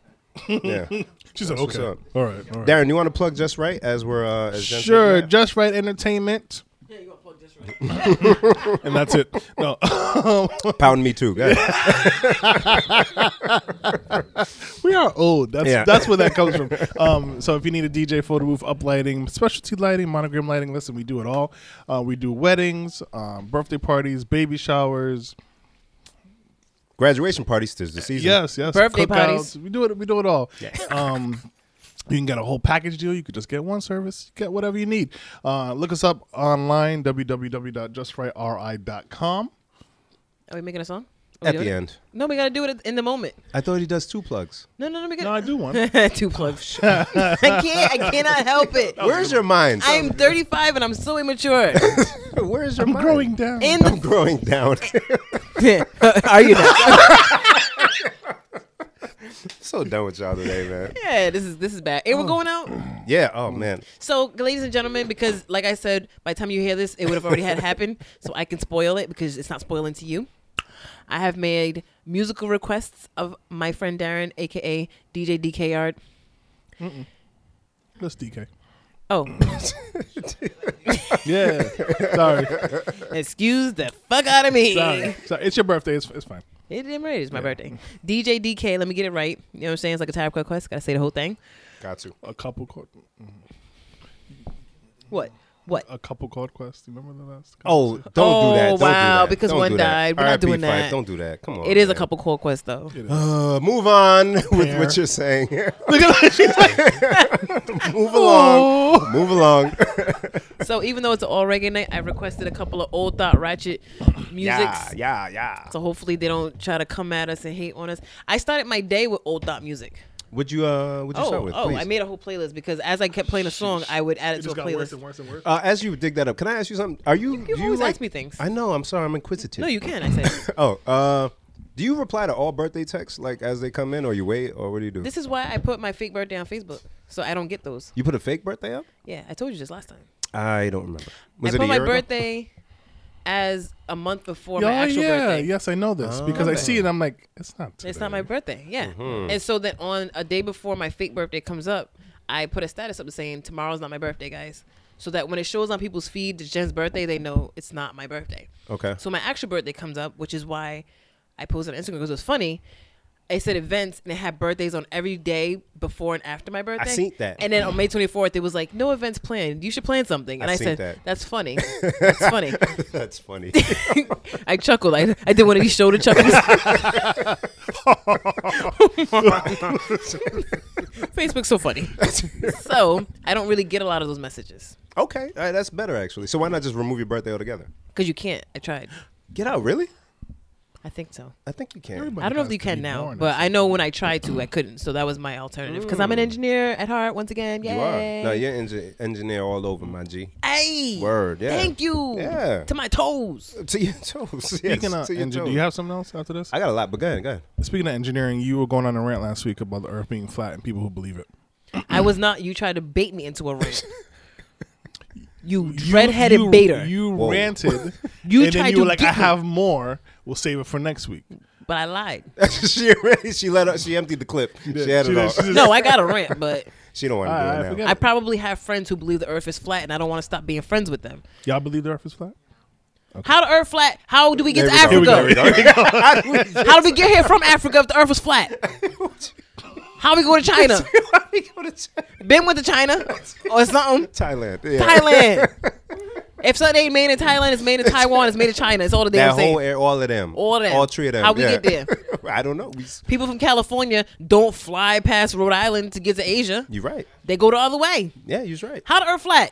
Speaker 2: Yeah.
Speaker 1: She said,
Speaker 2: what's
Speaker 1: okay.
Speaker 2: up.
Speaker 1: All right. All right.
Speaker 2: Darren, you want to plug just right as we're uh, as Jen's
Speaker 1: Sure,
Speaker 2: getting that?
Speaker 1: just right entertainment, and that's it. No,
Speaker 2: pound me too. Go ahead.
Speaker 1: we are old. That's
Speaker 2: Yeah.
Speaker 1: that's where that comes from. Um, so if you need a DJ, photo booth, up lighting, specialty lighting, monogram lighting, listen, we do it all. Uh, we do weddings, um, birthday parties, baby showers.
Speaker 2: Graduation parties this the season.
Speaker 1: Yes, yes.
Speaker 3: Birthday parties.
Speaker 1: We do it. We do it all. Um, you can get a whole package deal. You could just get one service. Get whatever you need. Uh, look us up online www.justrightri.com.
Speaker 3: Are we making a song? Are we
Speaker 2: At
Speaker 3: doing
Speaker 2: the
Speaker 3: it?
Speaker 2: end.
Speaker 3: No, we gotta do it in the moment.
Speaker 2: I thought he does two plugs.
Speaker 3: No, no, no, we
Speaker 1: No, I
Speaker 3: gotta.
Speaker 1: do one.
Speaker 3: Two plugs. I can't. I cannot help it.
Speaker 2: Where's your mind?
Speaker 3: I am 35 and I'm so immature.
Speaker 2: Where's your
Speaker 1: I'm
Speaker 2: mind?
Speaker 1: growing down.
Speaker 3: In the
Speaker 2: I'm growing down.
Speaker 3: are you not?
Speaker 2: so done with y'all today, man.
Speaker 3: Yeah, this is this is bad. And we're going out.
Speaker 2: Yeah. Oh man.
Speaker 3: So, ladies and gentlemen, because like I said, by the time you hear this, it would have already had happened. So I can spoil it because it's not spoiling to you. I have made musical requests of my friend Darren, aka DJ DKR.
Speaker 1: That's DK.
Speaker 3: Oh,
Speaker 1: Yeah. Sorry.
Speaker 3: excuse the fuck out of me.
Speaker 1: Sorry. Sorry. It's your birthday. It's, it's fine.
Speaker 3: It didn't matter. It's my birthday. DJ DK, let me get it right. You know what I'm saying? It's like a tire quest. Gotta say the whole thing.
Speaker 2: Got to.
Speaker 1: A couple chord,
Speaker 3: What? What?
Speaker 1: a couple chord quest. You remember the last? couple?
Speaker 2: Oh, don't
Speaker 3: Oh,
Speaker 2: do that. Don't do
Speaker 3: wow,
Speaker 2: that.
Speaker 3: because
Speaker 2: Don't
Speaker 3: one
Speaker 2: do that.
Speaker 3: died. We're not
Speaker 2: R.I.P.
Speaker 3: doing
Speaker 2: Fife,
Speaker 3: that.
Speaker 2: Don't do that. Come on.
Speaker 3: It is a
Speaker 2: man.
Speaker 3: couple core quests though.
Speaker 2: Uh, move on with
Speaker 1: Fair.
Speaker 2: what you're saying.
Speaker 1: Look at that. She's like,
Speaker 2: move along. Move along.
Speaker 3: So even though it's an all reggae night, I requested a couple of old thought ratchet music.
Speaker 2: yeah. Yeah. Yeah.
Speaker 3: So hopefully they don't try to come at us and hate on us. I started my day with old thought music.
Speaker 2: Would you uh? Would you start
Speaker 3: Oh,
Speaker 2: with?
Speaker 3: oh,
Speaker 2: please?
Speaker 3: I made a whole playlist because as I kept playing a song, I would add it,
Speaker 1: it
Speaker 3: to
Speaker 1: just
Speaker 3: a
Speaker 1: got worse and
Speaker 3: playlist.
Speaker 1: worse and worse.
Speaker 2: Uh, as you dig that up, can I ask you something? Are you?
Speaker 3: You
Speaker 2: do
Speaker 3: always
Speaker 2: like,
Speaker 3: ask me things.
Speaker 2: I know. I'm sorry. I'm inquisitive.
Speaker 3: No, you can. I said
Speaker 2: Oh. Uh. Do you reply to all birthday texts like as they come in, or you wait, or what do you do?
Speaker 3: this is why I put my fake birthday on Facebook, so I don't get those.
Speaker 2: you put a fake birthday up?
Speaker 3: Yeah, I told you this last time.
Speaker 2: I don't remember.
Speaker 3: I
Speaker 2: Was it
Speaker 3: put
Speaker 2: a
Speaker 3: my
Speaker 2: year ago?
Speaker 3: birthday as a month before
Speaker 1: Yeah,
Speaker 3: my actual
Speaker 1: yeah,
Speaker 3: birthday. Oh.
Speaker 1: yes, I know this because I see it. I'm like, it's not. Today.
Speaker 3: It's not my birthday. Yeah.
Speaker 2: Mm-hmm.
Speaker 3: And so then on a day before my fake birthday comes up, I put a status up saying tomorrow's not my birthday, guys. So that when it shows on people's feed it's Jen's birthday, they know it's not my birthday.
Speaker 2: Okay.
Speaker 3: So my actual birthday comes up, which is why I posted on Instagram because it was funny. it said events and it had birthdays on every day before and after my birthday.
Speaker 2: seen that.
Speaker 3: And then on May 24th, it was like, no events planned. You should plan something. And
Speaker 2: I
Speaker 3: I,
Speaker 2: seen
Speaker 3: said,
Speaker 2: that.
Speaker 3: that's funny. That's funny.
Speaker 2: That's funny.
Speaker 3: I chuckled. I, I did one of these shoulder chuckles. Facebook's so funny. so I don't really get a lot of those messages
Speaker 2: okay, all right, that's better actually. So why not just remove your birthday altogether?
Speaker 3: because you can't. I tried.
Speaker 2: Get out, really?
Speaker 3: I think so.
Speaker 2: I think you can.
Speaker 1: Everybody
Speaker 3: I don't know if
Speaker 1: has
Speaker 3: you
Speaker 1: to
Speaker 3: can
Speaker 1: be
Speaker 3: now,
Speaker 1: born
Speaker 3: but I know when I tried to, I couldn't. So that was my alternative because
Speaker 1: Mm.
Speaker 3: I'm an engineer at heart once again. Yay.
Speaker 2: You are. No, you're engi- engineer all over, my G.
Speaker 3: Hey.
Speaker 2: Word, yeah.
Speaker 3: Thank you.
Speaker 2: Yeah.
Speaker 3: To my toes.
Speaker 2: To your toes. Yes,
Speaker 1: Speaking of
Speaker 2: to your
Speaker 1: engineering,
Speaker 2: toes.
Speaker 1: do you have something else after this?
Speaker 2: I got a lot, but go ahead, go ahead.
Speaker 1: Speaking of engineering, you were going on a rant last week about the Earth being flat and people who believe it.
Speaker 3: I was not. You tried to bait me into a rant. You
Speaker 1: You-
Speaker 3: dread-headed
Speaker 1: you,
Speaker 3: baiter.
Speaker 1: You
Speaker 2: Whoa.
Speaker 1: ranted.
Speaker 3: You
Speaker 1: and
Speaker 3: tried
Speaker 1: then you were
Speaker 3: to
Speaker 1: like,
Speaker 3: get
Speaker 1: "I
Speaker 3: me."
Speaker 1: have more. We'll save it for next week."
Speaker 3: but I lied.
Speaker 2: she already, she let her, she emptied the clip. she had
Speaker 1: She
Speaker 2: it
Speaker 1: did-
Speaker 2: all.
Speaker 1: she did-
Speaker 3: No, I got a rant, but
Speaker 2: she don't want
Speaker 1: All right,
Speaker 2: to
Speaker 1: I
Speaker 2: do it
Speaker 1: forget
Speaker 3: I
Speaker 2: now.
Speaker 3: probably have friends who believe the Earth is flat, and I don't want to stop being friends with them.
Speaker 1: Y'all believe the Earth is flat?
Speaker 3: How the Earth flat? How do we get
Speaker 2: There
Speaker 3: to
Speaker 2: we go.
Speaker 1: Here we go.
Speaker 3: Africa? How do we get here from Africa if the Earth was flat? How we go to China? Been with to China or something?
Speaker 2: Thailand. Yeah.
Speaker 3: Thailand. If something ain't made in Thailand, it's made in Taiwan. It's made in China. It's all the damn
Speaker 2: That
Speaker 3: same.
Speaker 2: whole air, all of them.
Speaker 3: All of them.
Speaker 2: All three of them.
Speaker 3: How we
Speaker 2: yeah.
Speaker 3: get
Speaker 2: I don't know. We, s-
Speaker 3: People from California don't fly past Rhode Island to get to Asia.
Speaker 2: you right.
Speaker 3: They go the other way.
Speaker 2: Yeah, you're right.
Speaker 3: How the Earth flat?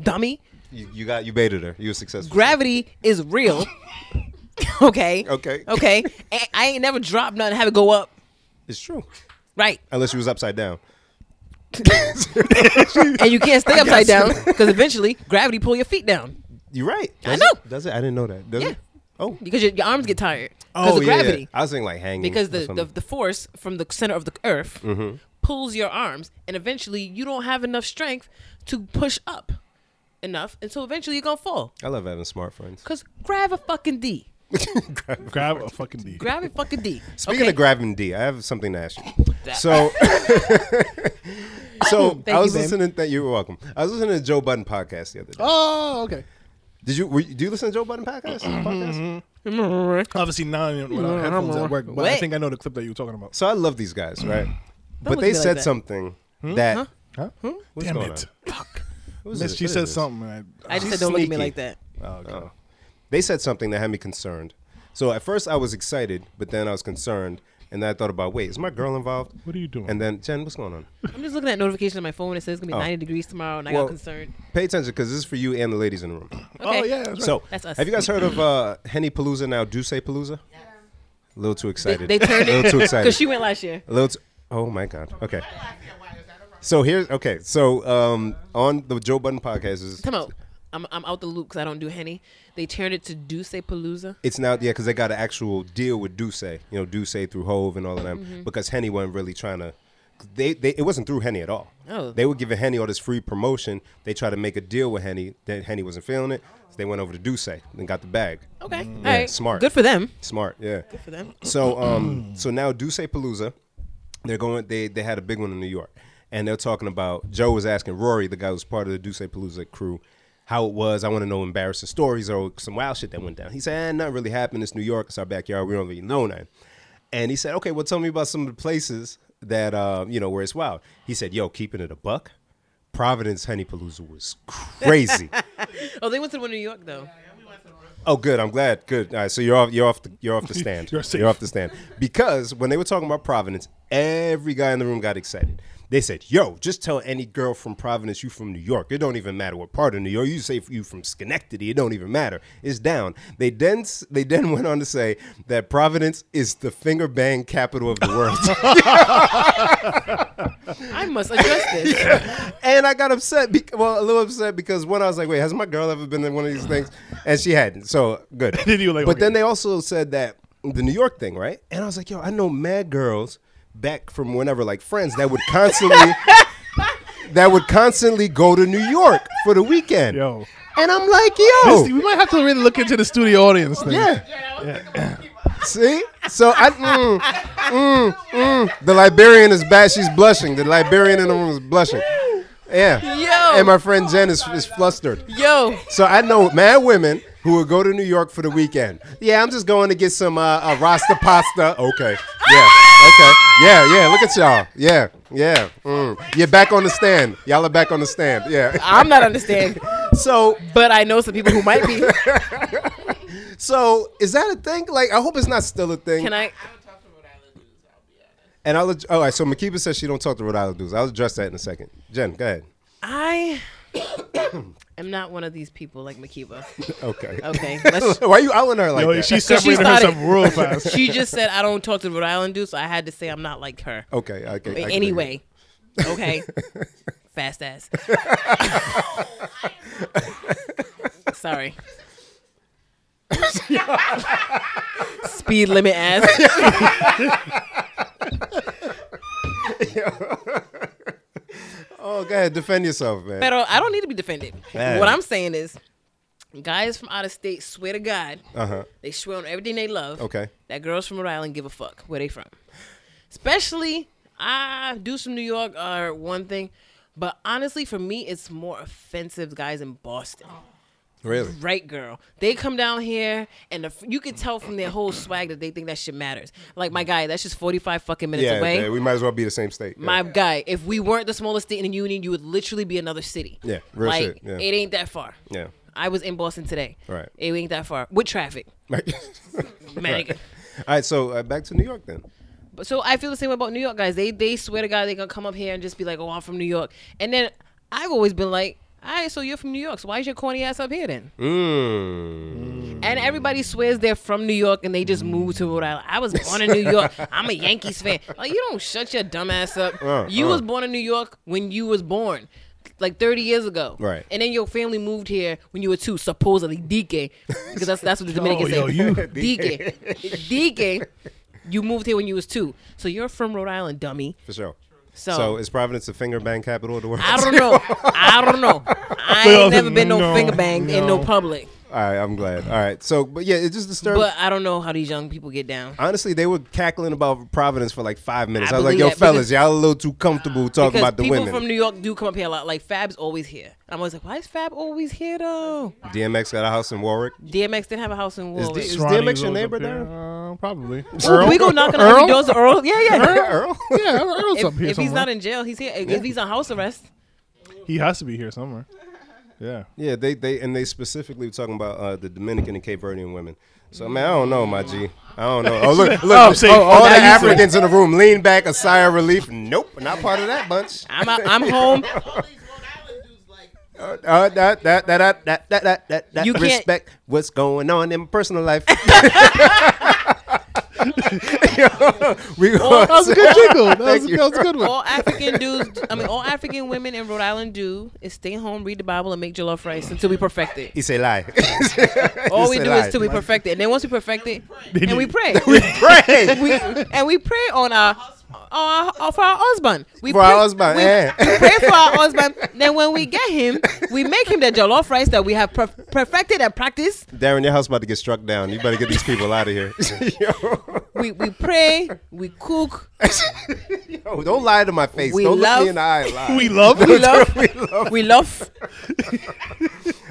Speaker 3: Dummy.
Speaker 2: You, you got you baited her. You were successful.
Speaker 3: Gravity is real. okay.
Speaker 2: Okay.
Speaker 3: Okay. A- I ain't never dropped nothing. Have it go up.
Speaker 2: It's true.
Speaker 3: Right.
Speaker 2: Unless you was upside down.
Speaker 3: And you can't stay upside down because eventually gravity pull your feet down
Speaker 2: You're right.
Speaker 3: I
Speaker 2: Does
Speaker 3: know.
Speaker 2: It, does it? I didn't know that. Does
Speaker 3: Yeah.
Speaker 2: it? Oh.
Speaker 3: because your, your arms get tired because
Speaker 2: Oh
Speaker 3: of
Speaker 2: yeah, yeah.
Speaker 3: gravity.
Speaker 2: I was thinking like hanging.
Speaker 3: Because
Speaker 2: or
Speaker 3: the, the,
Speaker 2: something.
Speaker 3: the force from the center of the earth
Speaker 2: Mm-hmm.
Speaker 3: pulls your arms, and eventually you don't have enough strength to push up enough. And so eventually you're going to fall
Speaker 2: I love having smart friends.
Speaker 3: because grab a fucking D.
Speaker 1: Grab a fucking D.
Speaker 3: Grab a fucking D.
Speaker 2: Speaking
Speaker 3: okay?
Speaker 2: of grabbing D, I have something to ask you. So, so
Speaker 3: Thank
Speaker 2: I
Speaker 3: you,
Speaker 2: was
Speaker 3: babe.
Speaker 2: listening. That you're welcome. I was listening to Joe Budden podcast the other day.
Speaker 1: Oh, okay.
Speaker 2: Did you? Were, you- do you listen to Joe Budden podcast?
Speaker 3: Mm-hmm.
Speaker 2: podcast?
Speaker 1: Obviously, not in- without headphones at work, but I
Speaker 3: Wait.
Speaker 1: think I know the clip that you were talking about.
Speaker 2: So I love these guys, right?
Speaker 3: Mm-hmm.
Speaker 2: but
Speaker 3: wouldn't
Speaker 2: they
Speaker 3: be like
Speaker 2: said
Speaker 3: that. Hmm?
Speaker 2: something that
Speaker 1: Huh?
Speaker 2: what's
Speaker 1: Damn
Speaker 2: going
Speaker 1: it.
Speaker 2: on? What is
Speaker 1: Miss,
Speaker 2: this?
Speaker 1: she
Speaker 2: What is
Speaker 1: said
Speaker 2: this?
Speaker 1: something. and I,
Speaker 3: I just
Speaker 2: She's
Speaker 3: said don't look at me
Speaker 2: sneaky.
Speaker 3: like that.
Speaker 2: Oh. They said something that had me concerned. So at first I was excited, but then I was concerned, and then I thought about, wait, is my girl involved?
Speaker 1: What are you doing?
Speaker 2: And then Jen, what's going on?
Speaker 3: I'm just looking at notifications on my phone. It says it's gonna be
Speaker 2: Oh.
Speaker 3: 90 degrees tomorrow, and I
Speaker 2: Well-
Speaker 3: got concerned.
Speaker 2: Pay attention because this is for you and the ladies in the room.
Speaker 1: Oh
Speaker 3: Okay.
Speaker 1: yeah. That's right.
Speaker 2: So,
Speaker 3: That's us.
Speaker 2: have you guys heard of uh, Henny Palooza now? Duce Palooza? A little too
Speaker 3: They,
Speaker 2: excited.
Speaker 3: they turned
Speaker 2: a
Speaker 3: it
Speaker 2: little too
Speaker 3: because
Speaker 2: excited.
Speaker 3: she went last year.
Speaker 2: a little. T- oh my God. Okay. So here's okay. So um, on the Joe Budden podcast is
Speaker 3: Come out. I'm, I'm out the loop because I don't do henny. They turned it to Duce Palooza.
Speaker 2: it's now yeah because they got an actual deal with Duce. You know Duce through Hove and all of them
Speaker 3: Mm-hmm.
Speaker 2: because Henny wasn't really trying to. They, they it wasn't through Henny at all.
Speaker 3: Oh.
Speaker 2: They were giving Henny all this free promotion. They tried to make a deal with Henny. Then Henny wasn't feeling it. So they went over to Duce and got the bag.
Speaker 3: Okay, all right,
Speaker 2: Mm, Yeah, smart.
Speaker 3: Good for them.
Speaker 2: Smart. Yeah.
Speaker 3: Good for them.
Speaker 2: So um so now Duce Palooza, they're going they they had a big one in New York. And they're talking about Joe was asking Rory, the guy who's part of the Duce Palooza crew, how it was. I want to know embarrassing stories or some wild shit that went down. He said, eh, nothing really happened. It's New York, it's our backyard, we don't really know nothing. And he said, Okay, well tell me about some of the places that uh, you know, where it's wild. He said, Yo, keeping it a buck. Providence Honey Palooza was crazy.
Speaker 3: Oh, they went to the one in New York though.
Speaker 2: Oh, good. I'm glad. Good. All right. So you're off. You're off. The, you're off the stand.
Speaker 1: You're safe.
Speaker 2: off the stand because when they were talking about Providence, every guy in the room got excited. They said, "Yo, just tell any girl from Providence you from New York. It don't even matter what part of New York. You say you from Schenectady. It don't even matter. It's down." They then s- they then went on to say that Providence is the finger bang capital of the world.
Speaker 3: I must address this.
Speaker 2: and I got upset. Be- well, a little upset because one, I was like, "Wait, has my girl ever been in one of these things?" And she hadn't. So good.
Speaker 1: Then you were like,
Speaker 2: but
Speaker 1: okay.
Speaker 2: then they also said that the New York thing, right? And I was like, "Yo, I know mad girls back from whenever, like friends that would constantly." That would constantly go to New York for the weekend.
Speaker 1: Yo.
Speaker 2: And I'm like,
Speaker 1: This-
Speaker 2: yo.
Speaker 1: we might have to really look into the studio audience thing.
Speaker 2: oh. Yeah. See? So I. Mm, mm, mm. The Liberian is bad. She's blushing. The Liberian in the room is blushing. Yeah.
Speaker 3: Yo.
Speaker 2: And my
Speaker 3: oh
Speaker 2: friend Jen is, is flustered.
Speaker 3: Yo,
Speaker 2: So I know mad women who would go to New York for the weekend. Yeah, I'm just going to get some uh, uh, Rasta pasta. Okay. Yeah. Okay. Yeah, yeah. Look at y'all. Yeah, yeah. Mm. You're back on the stand. Y'all are back on the stand. Yeah.
Speaker 3: I'm not understanding,
Speaker 2: So,
Speaker 3: but I know some people who might be.
Speaker 2: so is that a thing? Like, I hope it's not still a thing.
Speaker 3: Can I?
Speaker 2: And I'll. All right. So Makiba says she don't talk to Rhode Island dudes. I'll address that in a second. Jen, go ahead.
Speaker 3: I am not one of these people like Makiba.
Speaker 2: Okay.
Speaker 3: Okay, let's,
Speaker 2: Why you outing her like
Speaker 1: Yo,
Speaker 2: that?
Speaker 1: she's
Speaker 3: So she
Speaker 1: separating
Speaker 3: started-
Speaker 1: herself real fast.
Speaker 3: she just said I don't talk to Rhode Island dudes, so I had to say I'm not like her.
Speaker 2: okay. Okay. I can
Speaker 3: But
Speaker 2: dig it.
Speaker 3: anyway, okay, fast ass. Sorry. Speed limit ass.
Speaker 2: Oh, go ahead. Defend yourself, man.
Speaker 3: Pero I don't need to be defended.
Speaker 2: Man.
Speaker 3: What I'm saying is, guys from out of state swear to God,
Speaker 2: Uh huh.
Speaker 3: they swear on everything they love.
Speaker 2: Okay.
Speaker 3: That girls from Rhode Island give a fuck where they from. Especially, I dudes from New York are one thing, but honestly, for me, it's more offensive guys in Boston.
Speaker 2: Really.
Speaker 3: Right, girl. They come down here, and the, you can tell from their whole swag that they think that shit matters. Like my guy, that's just forty five fucking minutes
Speaker 2: Yeah,
Speaker 3: away.
Speaker 2: yeah, we might as well be the same state. Yeah.
Speaker 3: My guy, if we weren't the smallest state in the union, you would literally be another city.
Speaker 2: Yeah, real
Speaker 3: like,
Speaker 2: shit, yeah.
Speaker 3: It ain't that far.
Speaker 2: Yeah.
Speaker 3: I was in Boston today.
Speaker 2: Right.
Speaker 3: It ain't that far with traffic. Man,
Speaker 2: Right. All right, so uh, back to New York then.
Speaker 3: But so I feel the same way about New York guys. They they swear to God they gonna come up here and just be like, oh, I'm from New York. And then I've always been like, all right, so you're from New York, so why is your corny ass up here then?
Speaker 2: Mm.
Speaker 3: And everybody swears they're from New York and they just moved to Rhode Island. I was born in New York. I'm a Yankees fan. Like you don't shut your dumb ass up.
Speaker 2: Uh,
Speaker 3: you
Speaker 2: uh.
Speaker 3: was born in New York when you was born. Like 30 years ago.
Speaker 2: Right.
Speaker 3: And then your family moved here when you were two, supposedly DK. Because that's that's what the Dominicans
Speaker 1: Oh, yo,
Speaker 3: say.
Speaker 1: you-
Speaker 3: DK. DK. You moved here when you was two. So you're from Rhode Island, dummy.
Speaker 2: For sure.
Speaker 3: So-
Speaker 2: so is Providence a finger bang capital of the world?
Speaker 3: I don't know. I don't know. I ain't never been no,
Speaker 1: No,
Speaker 3: finger banged in no
Speaker 1: no.
Speaker 3: public.
Speaker 2: All right, I'm glad. All right, so but yeah, it just disturbed.
Speaker 3: But I don't know how these young people get down.
Speaker 2: Honestly, they were cackling about Providence for like five minutes.
Speaker 3: I
Speaker 2: I, was like,
Speaker 3: believe
Speaker 2: "Yo,
Speaker 3: that
Speaker 2: fellas,
Speaker 3: because-
Speaker 2: y'all a little too comfortable talking
Speaker 3: because
Speaker 2: about the
Speaker 3: people
Speaker 2: women."
Speaker 3: from New York do come up here a lot. Like Fab's always here. I'm always like, why is Fab always here though?
Speaker 2: DMX got a house in Warwick.
Speaker 3: DMX didn't have a house in Warwick.
Speaker 2: this- Is
Speaker 1: Ronnie
Speaker 2: DMX your
Speaker 1: Rose up
Speaker 2: neighbor
Speaker 1: here? Uh, probably.
Speaker 3: we go knocking on every doors to Earl. Yeah, yeah.
Speaker 2: Earl,
Speaker 1: Yeah, Earl's
Speaker 3: If,
Speaker 1: up here
Speaker 3: if he's
Speaker 1: somewhere.
Speaker 3: not in jail, he's here. If, if he's on house arrest,
Speaker 1: he has to be here somewhere. Yeah.
Speaker 2: yeah, they they and they specifically were talking about uh, the Dominican and Cape Verdean women. So man, I don't know, my G. I don't know. Oh look, look,
Speaker 1: I'm saying-
Speaker 2: oh, all
Speaker 1: now
Speaker 2: the
Speaker 1: you say-
Speaker 2: Africans in the room lean back, a sigh of relief. Nope, not part of that bunch.
Speaker 3: I'm out, I'm home.
Speaker 2: Uh, uh, that, that, that, that, that, that, that, that, that
Speaker 3: You can't-
Speaker 2: respect what's going on in personal life.
Speaker 1: Oh,
Speaker 2: we
Speaker 1: That was a good jiggle. That, was,
Speaker 2: you.
Speaker 1: that was a good one.
Speaker 3: All African dudes, I mean, all African women in Rhode Island do is stay home, read the Bible, and make jollof rice until we perfect it.
Speaker 2: he say lie.
Speaker 3: All we do
Speaker 2: lie.
Speaker 3: is till we perfect it, and then once we perfect it,
Speaker 1: do.
Speaker 3: and we pray,
Speaker 2: pray
Speaker 3: we, and we pray on our, on our for our husband. eh? We
Speaker 2: for our
Speaker 3: pray-
Speaker 2: husband.
Speaker 3: we-
Speaker 2: yeah.
Speaker 3: pray for our husband. Then when we get him, we make him the jollof rice that we have per- perfected and practiced.
Speaker 2: Darren, your house about to get struck down. You better get these people out of here. yo,
Speaker 3: We we pray, we cook,
Speaker 2: yo, don't lie to my face.
Speaker 3: We
Speaker 2: don't look
Speaker 3: love-
Speaker 2: me in the eye. and Lie.
Speaker 1: We love
Speaker 3: we
Speaker 1: it.
Speaker 3: love, we love.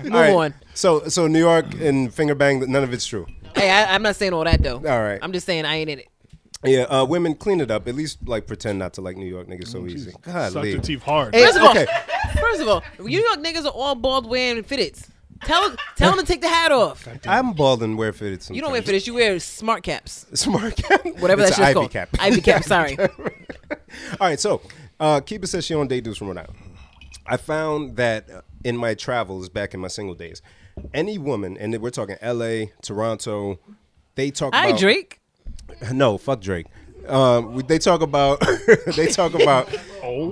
Speaker 3: Move
Speaker 2: All right.
Speaker 3: on.
Speaker 2: So, so New York and finger bang. None of it's true.
Speaker 3: Hey, I, I'm not saying all that though.
Speaker 2: All right.
Speaker 3: I'm just saying I ain't in it.
Speaker 2: Yeah, uh, women clean it up. At least like pretend not to like New York niggas so easy. God,
Speaker 1: Oh, Suck your teeth hard.
Speaker 3: First of
Speaker 2: okay.
Speaker 3: all, first of all, New York niggas are all bald wearing fitteds. Tell tell them to take the hat off.
Speaker 2: I'm bald and wear fitted. Sometimes.
Speaker 3: You don't wear fitteds. You wear smart caps.
Speaker 2: Smart cap.
Speaker 3: Whatever
Speaker 2: It's
Speaker 3: that shit's
Speaker 2: an
Speaker 3: called. Ivy cap. Sorry.
Speaker 2: All right, so uh, Kiba says she don't date dudes from Rhode Island. I found that uh, in my travels back in my single days, any woman, and we're talking L.A., Toronto, they talk.
Speaker 3: I
Speaker 2: about,
Speaker 3: Drake.
Speaker 2: No, fuck Drake. Um, they talk about. they talk about.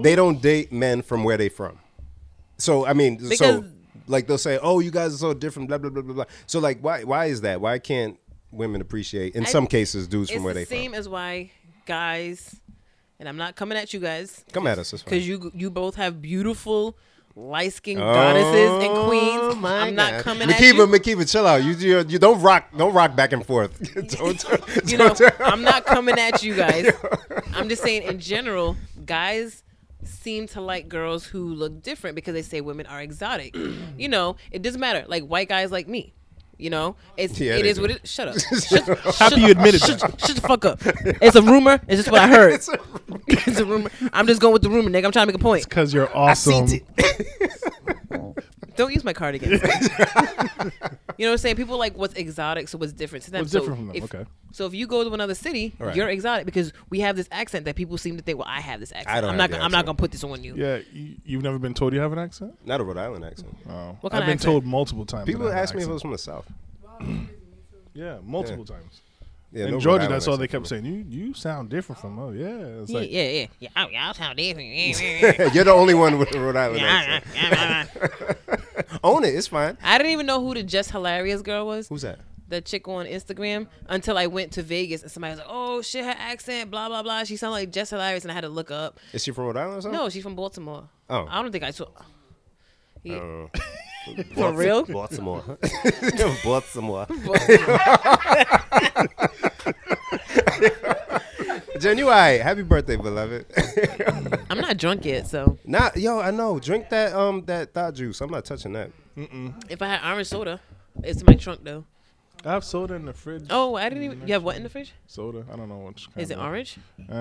Speaker 2: They don't date men from where they from. So I mean,
Speaker 3: Because-
Speaker 2: so like they'll say, "Oh, you guys are so different." Blah blah blah blah blah. So like, why why is that? Why can't women appreciate in some cases dudes
Speaker 3: It's
Speaker 2: from where
Speaker 3: the
Speaker 2: they
Speaker 3: same as why guys, and I'm not coming at you guys.
Speaker 2: from? Come at us, it's fine.
Speaker 3: because you you both have beautiful light skinned
Speaker 2: Oh
Speaker 3: goddesses and queens. I'm not coming at
Speaker 2: Makiba,
Speaker 3: you.
Speaker 2: Makiba, chill out. You, you you don't rock don't rock back and forth. Don't-
Speaker 3: you know,
Speaker 2: don't-
Speaker 3: I'm not coming at you guys. I'm just saying in general, guys seem to like girls who look different because they say women are exotic. you know, it doesn't matter. Like white guys like me. You know, it's
Speaker 2: Yeah,
Speaker 3: it
Speaker 2: they
Speaker 3: is
Speaker 2: do.
Speaker 3: what it. Shut up. Shut,
Speaker 1: Happy you admitted
Speaker 3: shut,
Speaker 1: that.
Speaker 3: shut the fuck up. It's a rumor. It's just what I heard. it's, a rumor. I'm just going with the rumor, nigga. I'm trying to make a point.
Speaker 1: Because you're awesome.
Speaker 3: Don't use my card again. you know what I'm saying? People like what's exotic, so what's different to them.
Speaker 1: What's
Speaker 3: so
Speaker 1: different from them,
Speaker 3: If,
Speaker 1: okay.
Speaker 3: So if you go to another city,
Speaker 2: Right.
Speaker 3: you're exotic because we have this accent that people seem to think, well, I have this accent. I'm
Speaker 2: don't have
Speaker 3: not.
Speaker 2: the
Speaker 3: Gonna, I'm not
Speaker 2: accent.
Speaker 3: gonna put this on you.
Speaker 1: Yeah, you, you've never been told you have an accent?
Speaker 2: Not a Rhode Island accent.
Speaker 1: Oh. I've
Speaker 3: What kind of
Speaker 1: been
Speaker 3: accent?
Speaker 1: told multiple times.
Speaker 2: People
Speaker 1: that I have
Speaker 2: asked
Speaker 1: an
Speaker 2: me if I was
Speaker 1: accent.
Speaker 2: from the South.
Speaker 1: Yeah, multiple times.
Speaker 2: Yeah,
Speaker 1: in
Speaker 2: no Rhode
Speaker 1: Georgia,
Speaker 2: Island
Speaker 1: that's all they
Speaker 2: accent
Speaker 1: kept saying. You you sound different from oh yeah. It's
Speaker 3: Yeah,
Speaker 1: like
Speaker 3: yeah, yeah, yeah. Oh, y'all sound different. Yeah, yeah,
Speaker 2: for me. You're the only one with a Rhode Island
Speaker 3: yeah, yeah,
Speaker 2: accent.
Speaker 3: yeah, yeah.
Speaker 2: Own it. It's fine.
Speaker 3: I didn't even know who the just hilarious girl was.
Speaker 2: Who's that?
Speaker 3: the chick on Instagram until I went to Vegas and somebody was like, "Oh shit, her accent, blah blah blah." She sounded like Jess Hilarious, and I had to look up.
Speaker 2: Is she from Rhode Island or something?
Speaker 3: No, she's from Baltimore.
Speaker 2: Oh.
Speaker 3: I don't think I saw. Yeah.
Speaker 2: Oh.
Speaker 3: For real?
Speaker 2: Baltimore. Baltimore. Jen, you all right. Happy birthday, beloved.
Speaker 3: I'm not drunk yet, so
Speaker 2: nah, yo, I know. Drink that um that thought juice. I'm not touching that.
Speaker 3: if I had orange soda, it's in my trunk though.
Speaker 1: I have soda in the fridge.
Speaker 3: Oh, I didn't even. You have what in the fridge?
Speaker 1: Soda. I don't know which kind.
Speaker 3: Is it
Speaker 1: of-
Speaker 3: orange?
Speaker 1: Uh,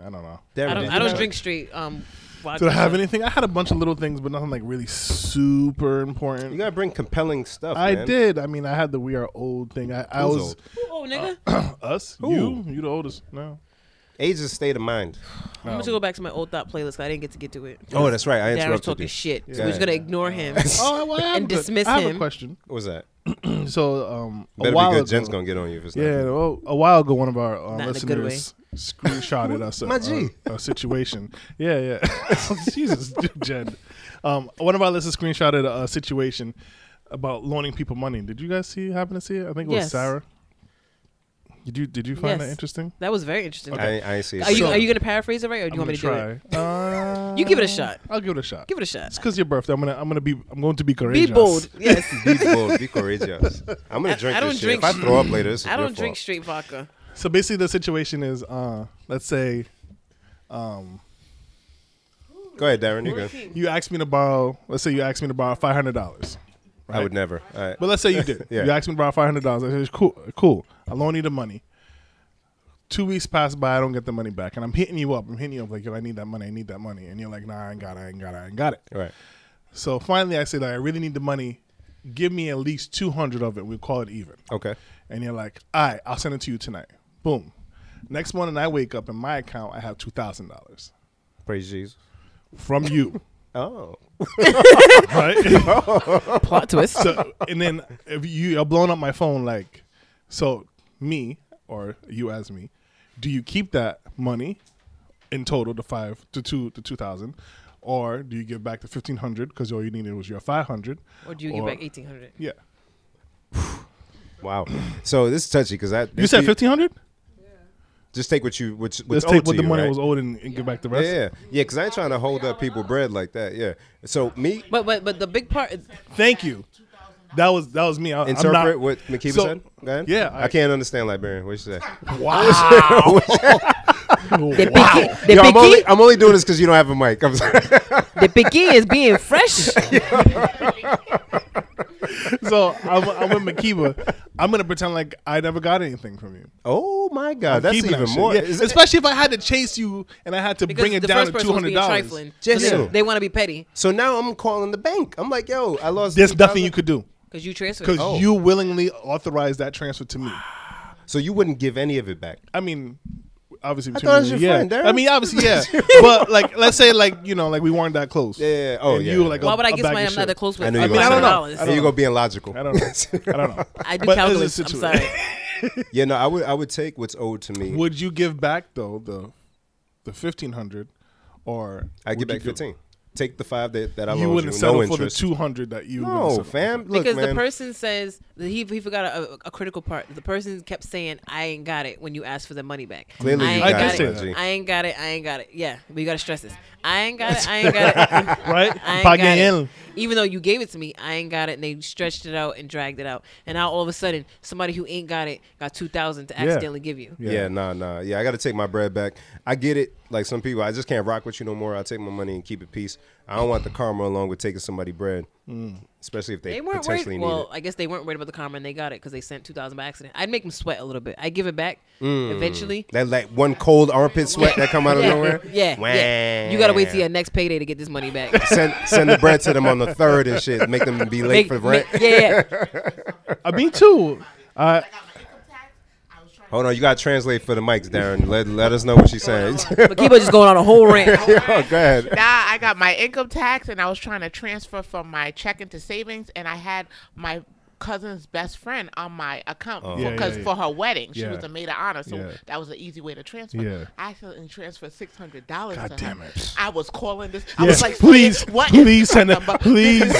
Speaker 1: I don't know.
Speaker 2: Darren,
Speaker 3: I
Speaker 2: did
Speaker 3: don't.
Speaker 2: you
Speaker 3: I don't
Speaker 2: have-
Speaker 3: drink straight. Um. Vodka,
Speaker 1: Did I have
Speaker 3: so-
Speaker 1: anything? I had a bunch of little things, but nothing like really super important.
Speaker 2: You gotta bring compelling stuff.
Speaker 1: I
Speaker 2: man.
Speaker 1: did. I mean, I had the "We Are Old" thing. I, I
Speaker 2: Who's
Speaker 1: was
Speaker 3: Oh,
Speaker 2: old?
Speaker 3: nigga.
Speaker 1: Uh, us.
Speaker 2: Who?
Speaker 1: You, you the oldest. No.
Speaker 2: Age is a state of mind.
Speaker 3: I'm gonna go back to my old thought playlist. 'cause I didn't get to get to it.
Speaker 2: Oh, that's right. I
Speaker 3: Darren's
Speaker 2: interrupted
Speaker 3: talking
Speaker 2: you.
Speaker 3: shit, so
Speaker 2: Yeah.
Speaker 3: we're just gonna ignore him.
Speaker 1: Oh, well, I have
Speaker 3: And
Speaker 1: a good-
Speaker 3: dismiss
Speaker 1: I have
Speaker 3: him.
Speaker 1: a question.
Speaker 2: What was that?
Speaker 1: So, um, a
Speaker 2: Mm. Better
Speaker 1: while
Speaker 2: be good.
Speaker 1: ago,
Speaker 2: Jen's gonna get on you if it's not.
Speaker 1: yeah, well, a while ago, one of our uh,
Speaker 3: Not in a good
Speaker 1: listeners screenshotted us a,
Speaker 2: My G.
Speaker 1: a, a situation. Yeah, yeah. Jesus, Jen. Um, one of our listeners screenshotted a, a situation about loaning people money. Did you guys see? Happen to see it? I think it was
Speaker 3: Yes.
Speaker 1: Sarah. Did you Did you find that
Speaker 3: Yes.
Speaker 1: interesting?
Speaker 3: That was very interesting.
Speaker 2: I, I ain't see it.
Speaker 3: Are you
Speaker 1: So-
Speaker 3: Are you gonna paraphrase it right, or do you
Speaker 1: I'm
Speaker 3: want me to
Speaker 1: gonna
Speaker 3: do it?
Speaker 1: try. Uh,
Speaker 3: You give it a shot.
Speaker 1: I'll give it a shot.
Speaker 3: Give it a shot.
Speaker 1: It's because your birthday. I'm gonna. I'm gonna be. I'm going to be courageous.
Speaker 3: Be bold. Yes.
Speaker 2: be bold, be courageous. I'm gonna
Speaker 3: I-
Speaker 2: drink
Speaker 3: I
Speaker 2: this
Speaker 3: don't drink-
Speaker 2: shit. If I throw up later, this is
Speaker 3: I
Speaker 2: your
Speaker 3: don't drink
Speaker 2: fault.
Speaker 3: straight vodka.
Speaker 1: So basically, the situation is, uh, let's say,
Speaker 2: Go ahead, Darren. You good?
Speaker 1: you asked me to borrow. Let's say you asked me to borrow five hundred dollars.
Speaker 2: I would never. All right.
Speaker 1: But let's say you did.
Speaker 2: Yeah.
Speaker 1: You asked me to borrow five hundred dollars. I said, "Cool, cool. I loan you the money." Two weeks pass by. I don't get the money back, and I'm hitting you up. I'm hitting you up like, "Yo, I need that money. I need that money." And you're like, "Nah, I ain't got it. I ain't got it. I ain't got it."
Speaker 2: All right.
Speaker 1: So finally, I say, "Like, I really need the money. Give me at least two hundred of it. We'll call it even."
Speaker 2: Okay.
Speaker 1: and you're like, all right, I'll send it to you tonight. Boom. Next morning, I wake up in my account, I have two thousand dollars
Speaker 2: Praise Jesus.
Speaker 1: from you,
Speaker 2: Oh.
Speaker 1: right?
Speaker 3: Plot twist.
Speaker 1: so, and then if you are blowing up my phone, like, so me or you as me, do you keep that money in total, the five to two to two thousand, or do you give back the fifteen hundred because all you needed was your five hundred?
Speaker 3: or do you give back eighteen hundred?
Speaker 1: Yeah,
Speaker 2: Wow. So this is touchy because I
Speaker 1: you said fifteen hundred.
Speaker 2: Just take what you which.
Speaker 1: Let's take what the money was owed and, and give back the rest.
Speaker 2: Yeah, yeah, yeah. Because I ain't trying to hold up people bread like that. Yeah. So me
Speaker 3: But but but the big part. is-
Speaker 1: Thank you. That was that was me. I,
Speaker 2: interpret
Speaker 1: I'm not,
Speaker 2: what Makiba
Speaker 1: So-
Speaker 2: said. Go ahead.
Speaker 1: yeah,
Speaker 2: I,
Speaker 1: I-
Speaker 2: can't understand Liberian. What you say?
Speaker 1: Wow. wow.
Speaker 3: Picky- The
Speaker 2: Yo, I'm only
Speaker 3: picky,
Speaker 2: I'm only doing this because you don't have a mic. I'm sorry.
Speaker 3: the picky is being fresh.
Speaker 1: So I'm, I'm with Makiba. I'm gonna pretend like I never got anything from you.
Speaker 2: oh my God, that's
Speaker 1: Keeping
Speaker 2: even
Speaker 1: that shit.
Speaker 2: more.
Speaker 1: Yeah,
Speaker 2: Is it-
Speaker 1: Especially if I had to chase you and I had to
Speaker 3: Because
Speaker 1: bring it
Speaker 3: the
Speaker 1: down
Speaker 3: first
Speaker 1: to
Speaker 3: person
Speaker 1: two
Speaker 3: was
Speaker 1: hundred
Speaker 3: being
Speaker 1: dollars.
Speaker 3: trifling. So
Speaker 2: Just
Speaker 3: they,
Speaker 2: you.
Speaker 3: want to be petty
Speaker 2: so now I'm calling the bank. I'm like, yo, I lost.
Speaker 1: There's
Speaker 2: 10,000.
Speaker 1: nothing you could do
Speaker 3: because you transferred.
Speaker 1: because
Speaker 2: Oh.
Speaker 1: you willingly authorized that transfer to me.
Speaker 2: So you wouldn't give any of it back.
Speaker 1: I mean, obviously, between
Speaker 2: thought
Speaker 1: me
Speaker 2: it was
Speaker 1: and
Speaker 2: your
Speaker 1: you, yeah.
Speaker 2: friend, Darren.
Speaker 1: I mean, obviously, yeah. but like, let's say, like you know, like we weren't that close.
Speaker 2: Yeah, yeah, yeah. Oh,
Speaker 1: And
Speaker 2: yeah,
Speaker 1: You were
Speaker 2: yeah,
Speaker 1: like,
Speaker 2: yeah.
Speaker 1: a-
Speaker 3: Why would I
Speaker 1: a
Speaker 3: give
Speaker 1: bag
Speaker 3: somebody
Speaker 1: of
Speaker 3: I'm not
Speaker 1: shit.
Speaker 3: that close with?
Speaker 2: I know
Speaker 3: for
Speaker 2: you gonna-
Speaker 1: I don't know.
Speaker 3: $500?
Speaker 1: I
Speaker 2: And you go being logical.
Speaker 1: I don't know. I don't know.
Speaker 3: I do
Speaker 1: But this
Speaker 3: calculus.
Speaker 1: is
Speaker 3: I'm
Speaker 1: a
Speaker 3: sorry.
Speaker 1: situation.
Speaker 2: Yeah, no, I would I would take what's owed to me.
Speaker 1: Would you give back though the the fifteen hundred, or
Speaker 2: I
Speaker 1: would
Speaker 2: give back
Speaker 1: you do-
Speaker 2: fifteen. Take the five that, that I loaned
Speaker 1: You wouldn't
Speaker 2: you.
Speaker 1: settle
Speaker 2: no
Speaker 1: for the
Speaker 2: interest.
Speaker 1: two hundred that you. wouldn't
Speaker 2: No,
Speaker 1: settle for.
Speaker 2: fam. Look,
Speaker 3: Because
Speaker 2: man.
Speaker 3: the person says that he he forgot a, a critical part. The person kept saying, "I ain't got it" when you asked for the money back.
Speaker 2: Clearly
Speaker 3: I
Speaker 2: you
Speaker 3: ain't
Speaker 1: got
Speaker 3: got,
Speaker 1: it,
Speaker 3: it.
Speaker 1: Reggie.
Speaker 3: I ain't got it. I ain't got it. Yeah, but you gotta stress this. I ain't got it. I ain't got it.
Speaker 1: Right?
Speaker 3: I ain't got
Speaker 1: Pagayan.
Speaker 3: it. Even though you gave it to me, I ain't got it. And they stretched it out and dragged it out. And now all of a sudden, somebody who ain't got it got two thousand to accidentally give you.
Speaker 2: yeah. nah, nah. Yeah, I got to take my bread back. I get it. Like some people, I just can't rock with you no more. I take my money and keep it peace. I don't want the karma along with taking somebody bread,
Speaker 1: Mm.
Speaker 2: especially if they,
Speaker 3: They weren't
Speaker 2: potentially
Speaker 3: worried.
Speaker 2: need
Speaker 3: Well, I guess they weren't worried about the karma, and they got it because they sent two thousand by accident. I'd make them sweat a little bit. I give it back
Speaker 2: Mm.
Speaker 3: eventually.
Speaker 2: it. That like one cold armpit sweat that come out of
Speaker 3: yeah,
Speaker 2: nowhere.
Speaker 3: Yeah, yeah. You gotta wait till
Speaker 2: Wah.
Speaker 3: your next payday to get this money back.
Speaker 2: Send send the bread to them on the third and shit. Make them be
Speaker 3: Make-
Speaker 2: late for rent.
Speaker 3: make- yeah, yeah.
Speaker 1: Uh, me too. Uh,
Speaker 6: I got my income tax. I was trying
Speaker 2: Hold on, you gotta translate for the mics, Darren. Let let us know what she's saying.
Speaker 3: but Kiba just going on a whole rant.
Speaker 2: Yo, go ahead.
Speaker 6: Nah, I got my income tax and I was trying to transfer from my checking to savings and I had my cousin's best friend on my account because
Speaker 1: Oh. Yeah, yeah, yeah.
Speaker 6: for her wedding she
Speaker 1: Yeah.
Speaker 6: was the maid of honor so
Speaker 1: Yeah.
Speaker 6: that was an easy way to transfer
Speaker 1: Yeah.
Speaker 6: i accidentally transferred $600 God to
Speaker 1: damn
Speaker 6: her.
Speaker 1: it.
Speaker 6: i was calling this i
Speaker 1: yes,
Speaker 6: was like
Speaker 1: please,
Speaker 6: "Sis, what is
Speaker 1: please
Speaker 6: her
Speaker 1: send it,
Speaker 6: number?
Speaker 1: please.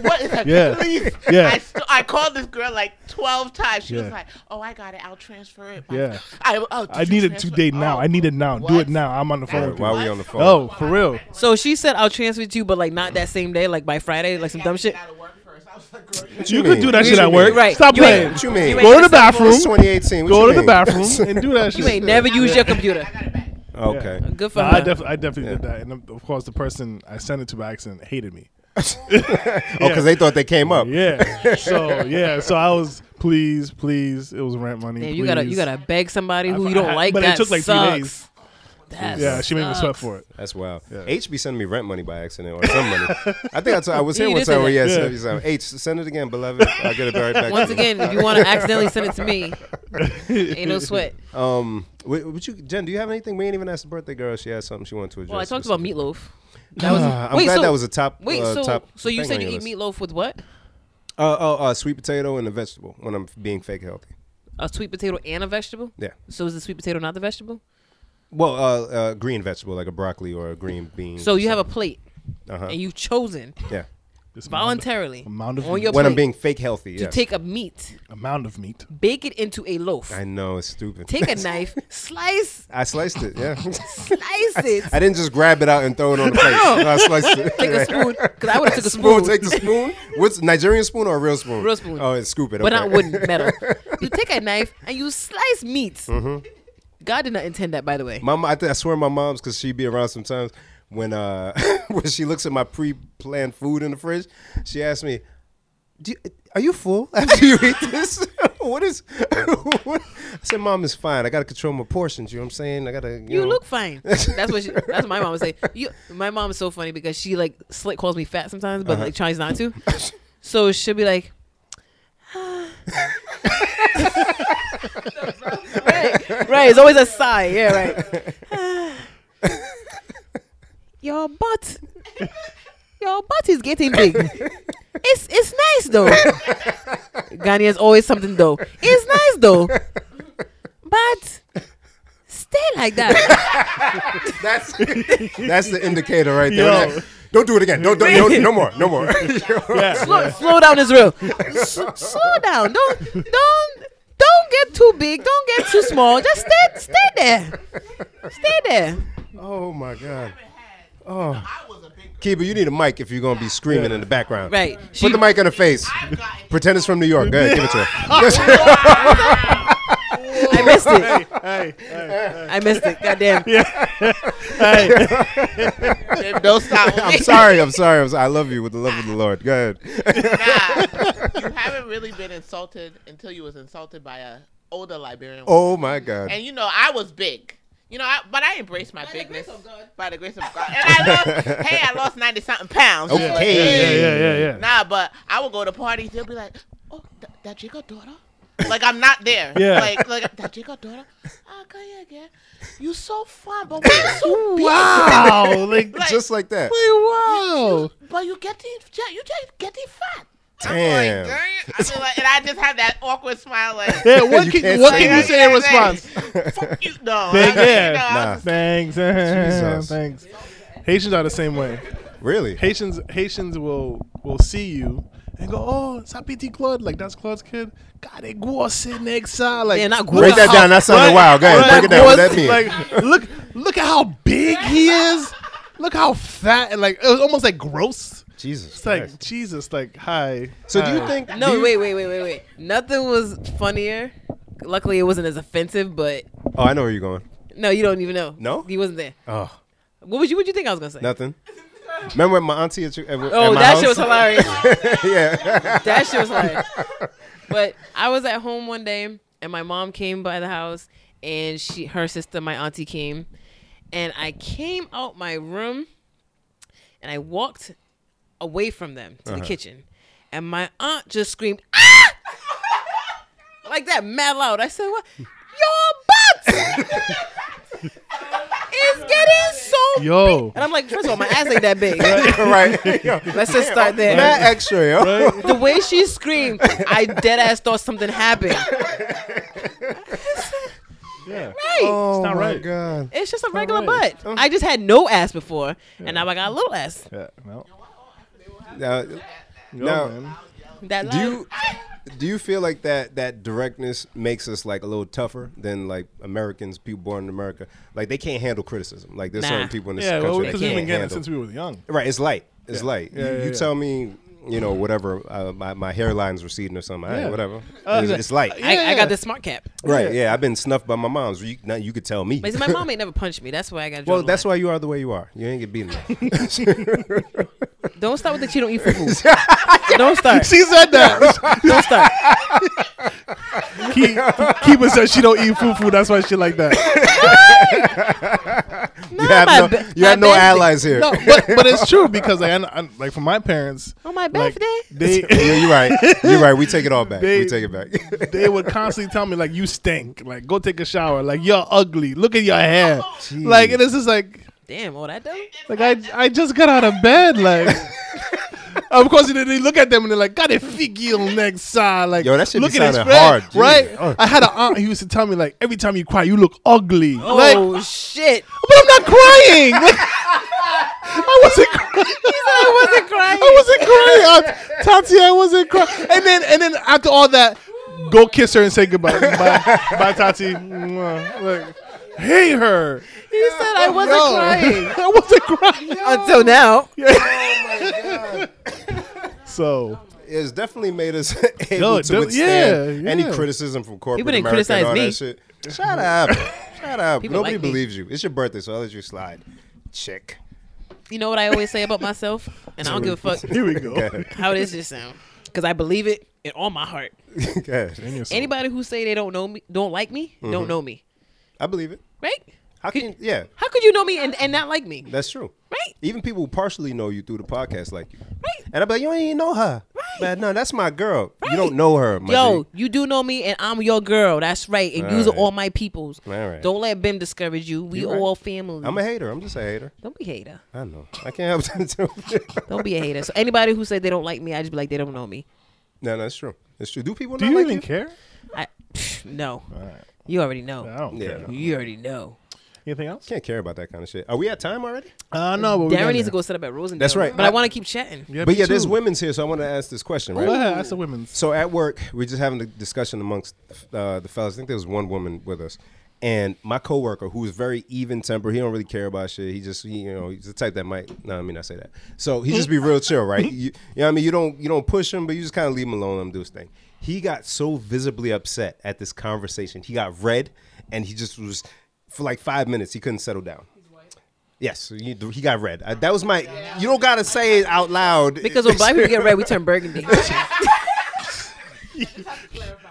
Speaker 6: what is that?
Speaker 1: Yeah.
Speaker 6: Please.
Speaker 1: Yeah.
Speaker 6: I, st- I called this girl like 12 times. She
Speaker 1: Yeah.
Speaker 6: was like, oh, I got it. I'll transfer it.
Speaker 1: Yeah.
Speaker 6: I, oh, did
Speaker 1: I
Speaker 6: you
Speaker 1: need it
Speaker 6: transfer-
Speaker 1: today now.
Speaker 6: Oh,
Speaker 1: I need it now. Do
Speaker 6: what?
Speaker 1: it now. I'm on the phone.
Speaker 6: Why-
Speaker 1: with
Speaker 2: Why
Speaker 1: you.
Speaker 2: are we on the phone?
Speaker 1: Oh, for real.
Speaker 3: So she said, "I'll transfer to you, but like not that same day, like by Friday, like some dumb shit."
Speaker 6: Gotta work first. I was like, girl, you
Speaker 1: You
Speaker 2: you
Speaker 1: could
Speaker 2: mean?
Speaker 1: do that
Speaker 2: What
Speaker 1: shit
Speaker 2: you
Speaker 1: at
Speaker 2: mean?
Speaker 1: work.
Speaker 3: Right.
Speaker 1: Stop
Speaker 3: You ain't-
Speaker 1: playing.
Speaker 2: What you mean?
Speaker 3: ain't
Speaker 1: Go to the bathroom.
Speaker 2: It's 2018. What
Speaker 1: Go
Speaker 2: you
Speaker 1: to the
Speaker 2: mean?
Speaker 1: bathroom and do that shit.
Speaker 3: You ain't never use your computer.
Speaker 6: got it back.
Speaker 2: Okay.
Speaker 3: Good for
Speaker 1: No,
Speaker 3: her.
Speaker 1: I, def- I definitely did that, and um, of course, the person I sent it to by accident hated me.
Speaker 2: Oh, because they thought they came up.
Speaker 1: Yeah. so yeah. So I was please, please. It was rent money.
Speaker 3: Damn, you gotta
Speaker 1: please.
Speaker 3: you gotta beg somebody who
Speaker 1: I-
Speaker 3: you don't
Speaker 1: I-
Speaker 3: like.
Speaker 1: but it
Speaker 3: that
Speaker 1: took, like, three
Speaker 3: sucks.
Speaker 1: days.
Speaker 3: That
Speaker 1: Yeah, she made me sweat
Speaker 3: sucks.
Speaker 1: for it.
Speaker 2: That's wild.
Speaker 1: Yeah.
Speaker 2: H be sending me rent money by accident or some money. I think I, t- I was here
Speaker 3: Yeah, you
Speaker 2: one
Speaker 3: did
Speaker 2: time
Speaker 3: say
Speaker 2: where he
Speaker 1: that.
Speaker 2: had yeah. H, send it again, beloved. I'll get it right back. to
Speaker 3: Once
Speaker 2: you.
Speaker 3: again, if you want to accidentally send it to me, ain't no sweat.
Speaker 2: Um, wait, would you, Jen, do you have anything? We ain't even asked the birthday girl. if She had something she wanted to address.
Speaker 3: Well, I talked about
Speaker 2: specifically.
Speaker 3: meatloaf. That was,
Speaker 2: Ah, I'm glad that was a top.
Speaker 3: Wait,
Speaker 2: uh,
Speaker 3: so
Speaker 2: top
Speaker 3: so you
Speaker 2: thing
Speaker 3: said
Speaker 2: on
Speaker 3: you
Speaker 2: your
Speaker 3: eat
Speaker 2: list.
Speaker 3: meatloaf with what?
Speaker 2: Uh, oh, uh, sweet potato and a vegetable when I'm being fake healthy.
Speaker 3: A sweet potato and a vegetable.
Speaker 2: Yeah.
Speaker 3: So is the sweet potato not the vegetable?
Speaker 2: Well, uh, uh, green vegetable like a broccoli or a green bean.
Speaker 3: So you have a plate
Speaker 2: Uh-huh.
Speaker 3: and you've chosen
Speaker 2: yeah.
Speaker 1: This
Speaker 3: voluntarily
Speaker 1: amount of
Speaker 3: on your
Speaker 2: When I'm
Speaker 3: plate
Speaker 2: being fake healthy,
Speaker 3: to
Speaker 2: yes.
Speaker 3: take a meat,
Speaker 1: amount of meat.
Speaker 3: bake it into a loaf.
Speaker 2: I know it's stupid.
Speaker 3: Take a knife, slice,
Speaker 2: I sliced it. Yeah.
Speaker 3: slice it.
Speaker 2: I didn't just grab it out and throw it on the plate. I sliced it.
Speaker 3: Take a spoon, because I would have took a spoon.
Speaker 2: spoon. Take the spoon. What's Nigerian spoon or a real spoon?
Speaker 3: Real spoon.
Speaker 2: Oh, and scoop it.
Speaker 3: but
Speaker 2: okay.
Speaker 3: not wooden metal. You take a knife and you slice meat.
Speaker 2: Mm-hmm.
Speaker 3: God did not intend that, by the way.
Speaker 2: My mom, I, th- I swear, my mom's because she be around sometimes. When uh, when she looks at my pre-planned food in the fridge, she asks me, Do you, "Are you full after you eat this? what is?" what? I said, "Mom is fine. I gotta control my portions. You know what I'm saying? I gotta." You,
Speaker 3: You
Speaker 2: know."
Speaker 3: look fine. That's what she, that's what my mom would say. You, my mom is so funny because she like slick calls me fat sometimes, but like tries not to. So she'll be like, right, right. It's always a sigh. Yeah, right. your butt, your butt is getting big. It's it's nice though. Ghanaians always something though. It's nice though, but stay like that.
Speaker 2: That's that's the indicator right there.
Speaker 1: Yo.
Speaker 2: Don't do it again. Don't, don't no, no more. No more.
Speaker 1: Yeah.
Speaker 3: slow, slow down is real. S- slow down. Don't don't don't get too big. Don't get too small. Just stay stay there. Stay there.
Speaker 2: oh my god.
Speaker 6: I was a big girl.
Speaker 2: Kiba, you need a mic if you're gonna be screaming in the background.
Speaker 3: Right.
Speaker 2: Put the mic in her face.
Speaker 6: I've gotten
Speaker 2: Pretend it's from New York. Go ahead, give it to her.
Speaker 3: I missed it.
Speaker 1: Hey, hey,
Speaker 3: I missed it. Goddamn.
Speaker 1: hey.
Speaker 6: them. Don't stop.
Speaker 2: I'm sorry. I'm sorry. I'm sorry. I love you with the love of the Lord. Go ahead.
Speaker 6: Nah, you haven't really been insulted until you was insulted by a older Liberian. woman.
Speaker 2: Oh my God.
Speaker 6: And you know, I was big. You know, I, but I embraced my bigness by the grace of God. And I lost, hey, I lost ninety something pounds.
Speaker 2: Okay.
Speaker 6: Like,
Speaker 1: Yeah,
Speaker 2: Hey.
Speaker 1: yeah, yeah, yeah.
Speaker 6: Nah, but I would go to parties. They'll be like, "Oh, th- that your daughter?" Like I'm not there.
Speaker 1: Yeah.
Speaker 6: Like like that your daughter? Ah, come here, girl. You so fine, but why you so big?
Speaker 1: Wow, like
Speaker 6: Like,
Speaker 2: Just like that.
Speaker 1: wow.
Speaker 6: but you getting you just getting fat.
Speaker 2: Damn.
Speaker 6: I'm like, "Girl," I feel like, and I just have that awkward smile, like.
Speaker 1: Yeah, what
Speaker 2: You
Speaker 1: can
Speaker 2: can't
Speaker 1: what
Speaker 2: say
Speaker 1: can you
Speaker 2: that.
Speaker 1: say in response?
Speaker 6: Fuck you, no.
Speaker 1: Thank-
Speaker 6: I mean,
Speaker 1: yeah.
Speaker 6: you know, I was
Speaker 1: Thanks,
Speaker 2: Jesus.
Speaker 1: thanks. Haitians are the same way.
Speaker 2: Really?
Speaker 1: Haitians Haitians will will see you and go, oh, sa petit Claude, like that's Claude's kid. God, they guasse nexa, like
Speaker 3: Yeah, not guasse.
Speaker 2: Break that down. That sounded wild. Go ahead.
Speaker 1: Right.
Speaker 2: Break it down. What that mean?
Speaker 1: Like, look, look at how big he is. Look how fat and like it was almost like gross.
Speaker 2: Jesus.
Speaker 1: It's like uh,
Speaker 2: Christ.
Speaker 1: Jesus, like hi.
Speaker 2: So do
Speaker 1: hi.
Speaker 2: you think? do
Speaker 3: No,
Speaker 2: you-
Speaker 3: wait, wait, wait, wait, wait. Nothing was funnier. Luckily, it wasn't as offensive, but
Speaker 2: Oh, I know where you're going.
Speaker 3: no, you don't even know.
Speaker 2: No?
Speaker 3: he wasn't there.
Speaker 2: Oh,
Speaker 3: What would you? What you think I was gonna say?
Speaker 2: nothing. Remember when my auntie at, your- at, at
Speaker 3: Oh,
Speaker 2: my
Speaker 3: that
Speaker 2: house?
Speaker 3: shit was hilarious.
Speaker 2: yeah.
Speaker 3: that shit was like. But I was at home one day, and my mom came by the house, and she, her sister, my auntie came, and I came out my room, and I walked away from them to the kitchen, and my aunt just screamed, "Ah!" like that, mad loud. I said, "What? Your butt is getting so."
Speaker 1: Yo,
Speaker 3: And I'm like, first of all, my ass ain't that big.
Speaker 2: right. Yo,
Speaker 3: Let's just start there
Speaker 2: Mad extra, yo.
Speaker 3: the way she screamed, I dead ass thought something happened.
Speaker 1: yeah,
Speaker 3: Right.
Speaker 2: Oh
Speaker 1: not
Speaker 2: my
Speaker 1: right.
Speaker 2: god.
Speaker 3: it's just a regular
Speaker 1: right.
Speaker 2: Oh.
Speaker 3: butt. I just had no ass before, and now I got a little ass.
Speaker 1: yeah, no,
Speaker 2: Now,
Speaker 1: Yo,
Speaker 2: Now-
Speaker 1: man.
Speaker 3: That
Speaker 2: do
Speaker 3: loud.
Speaker 2: you do you feel like that that directness makes us like a little tougher than like Americans, people born in America? Like they can't handle criticism. Like there's
Speaker 3: Nah.
Speaker 2: certain people in this
Speaker 1: yeah,
Speaker 2: country
Speaker 1: well,
Speaker 2: that
Speaker 1: because we've
Speaker 2: can't
Speaker 1: been getting it
Speaker 2: handle.
Speaker 1: since we were young.
Speaker 2: Right, it's light. It's light.
Speaker 1: Yeah,
Speaker 2: you
Speaker 1: yeah,
Speaker 2: you
Speaker 1: yeah.
Speaker 2: tell me, you know, whatever, uh, my, my hairline's receding or something, I-
Speaker 1: Yeah.
Speaker 2: whatever.
Speaker 1: Uh,
Speaker 2: it's, it's light.
Speaker 1: yeah.
Speaker 3: I, I got this smart cap.
Speaker 2: Right, yeah. I've been snuffed by my mom's. You, now you could tell me.
Speaker 3: But see, my mom ain't never punched me. That's why I got.
Speaker 2: well, that's why you are the way you are. You ain't get beaten.
Speaker 3: Don't start with the. She don't eat for food. don't start.
Speaker 1: She said that.
Speaker 3: Don't start.
Speaker 1: Keep Kiba said she don't eat foo foo. That's why she like that.
Speaker 3: No,
Speaker 2: you have
Speaker 3: my
Speaker 2: no,
Speaker 3: ba-
Speaker 2: you have
Speaker 3: my
Speaker 2: no
Speaker 3: bad-
Speaker 2: allies here.
Speaker 1: No, but, but it's true because like, I, I, like for my parents,
Speaker 3: On my
Speaker 1: like,
Speaker 3: birthday.
Speaker 1: they
Speaker 2: yeah, you're right. You're right. We take it all back.
Speaker 1: They-
Speaker 2: we take it back.
Speaker 1: they would constantly tell me like you stink, like go take a shower, like you're ugly, look at your hair, like and it's just like
Speaker 3: Damn, all that though.
Speaker 1: like I I just got out of bed, like. Of course, they, they look at them and they're like, "Got a figgy on next side." Like,
Speaker 2: Yo, that shit be
Speaker 1: look at his
Speaker 2: sounding
Speaker 1: friend,
Speaker 2: hard.
Speaker 1: right?
Speaker 2: Jesus. Oh.
Speaker 1: I had an aunt who used to tell me like, "Every time you cry, you look ugly." Like,
Speaker 3: oh shit!
Speaker 1: but I'm not crying. Like, I wasn't crying.
Speaker 3: I wasn't crying.
Speaker 1: I wasn't crying. I, Tati, I wasn't crying. And then and then after all that, go kiss her and say goodbye. Bye, bye Tati. Mwah. Like, hate her.
Speaker 3: He said I wasn't
Speaker 1: Yo.
Speaker 3: crying
Speaker 1: I wasn't crying.
Speaker 3: until now.
Speaker 1: So
Speaker 2: it's definitely made us able
Speaker 1: Yo,
Speaker 2: to
Speaker 1: de-
Speaker 2: withstand
Speaker 1: yeah,
Speaker 2: any
Speaker 1: yeah.
Speaker 2: criticism from corporate
Speaker 3: People didn't
Speaker 2: America and
Speaker 3: criticize
Speaker 2: all
Speaker 3: me.
Speaker 2: that shit. Shut up. Shut up.
Speaker 3: People
Speaker 2: Nobody
Speaker 3: like me.
Speaker 2: believes you. It's your birthday, so I'll let you slide. Chick.
Speaker 3: You know what I always say about myself, and I don't give a fuck
Speaker 1: here we go.
Speaker 3: how does this sound? Because I believe it in all my heart.
Speaker 2: God.
Speaker 3: Anybody who say they don't know me, don't like me, don't know me,
Speaker 2: I believe it.
Speaker 3: right?
Speaker 2: Mm-hmm. How can yeah,
Speaker 3: How could you know me and, and not like me,
Speaker 2: that's true.
Speaker 3: right?
Speaker 2: Even people who partially know you through the podcast like you.
Speaker 3: Right.
Speaker 2: And I'm like, you don't even know her.
Speaker 3: Right.
Speaker 2: But no, that's my girl. You don't know her, my
Speaker 3: Yo,
Speaker 2: G.
Speaker 3: you do know me, and I'm your girl. That's right, and you are
Speaker 2: Alright.
Speaker 3: all my peoples.
Speaker 2: Alright.
Speaker 3: Don't let Bim discourage you. We
Speaker 2: You right.
Speaker 3: all family.
Speaker 2: I'm a hater. I'm just a hater.
Speaker 3: don't be a hater.
Speaker 2: I know. I can't help it.
Speaker 3: Don't be a hater. So anybody who said they don't like me, I just be like they don't know me.
Speaker 2: no, that's true. It's true. Do people
Speaker 1: Do
Speaker 2: not
Speaker 1: you
Speaker 2: like
Speaker 1: even
Speaker 2: you?
Speaker 1: care?
Speaker 3: I pff, no. You already know.
Speaker 1: I don't
Speaker 2: Yeah.
Speaker 1: care.
Speaker 3: You already know.
Speaker 1: Anything else?
Speaker 2: Can't care about that kind of shit. Are we at time already?
Speaker 1: Uh, no, but we got
Speaker 3: Darren needs
Speaker 1: there.
Speaker 3: to go set up at Rosendale.
Speaker 2: That's right.
Speaker 3: But I,
Speaker 2: I-
Speaker 3: want to keep chatting.
Speaker 1: Yeah,
Speaker 2: but
Speaker 1: me
Speaker 2: yeah, there's
Speaker 1: too. Oh,
Speaker 2: women's here, so I want to ask this question, right?
Speaker 1: Go ahead, ask the women's.
Speaker 2: So at work, we're just having a discussion amongst uh, the fellas. I think there was one woman with us, and my coworker, who is very even tempered, he don't really care about shit. He just, he, you know, he's the type that might. No, I mean, I say that. So he just be real chill, right? You, you know, what I mean, you don't, you don't push him, but you just kind of leave him alone, let him do his thing. He got so visibly upset at this conversation. He got red, and he just was for like five minutes. He couldn't settle down. Yes, you, he got red. Uh, that was my. You don't gotta say it out loud
Speaker 3: Because when black people get red, we turn burgundy.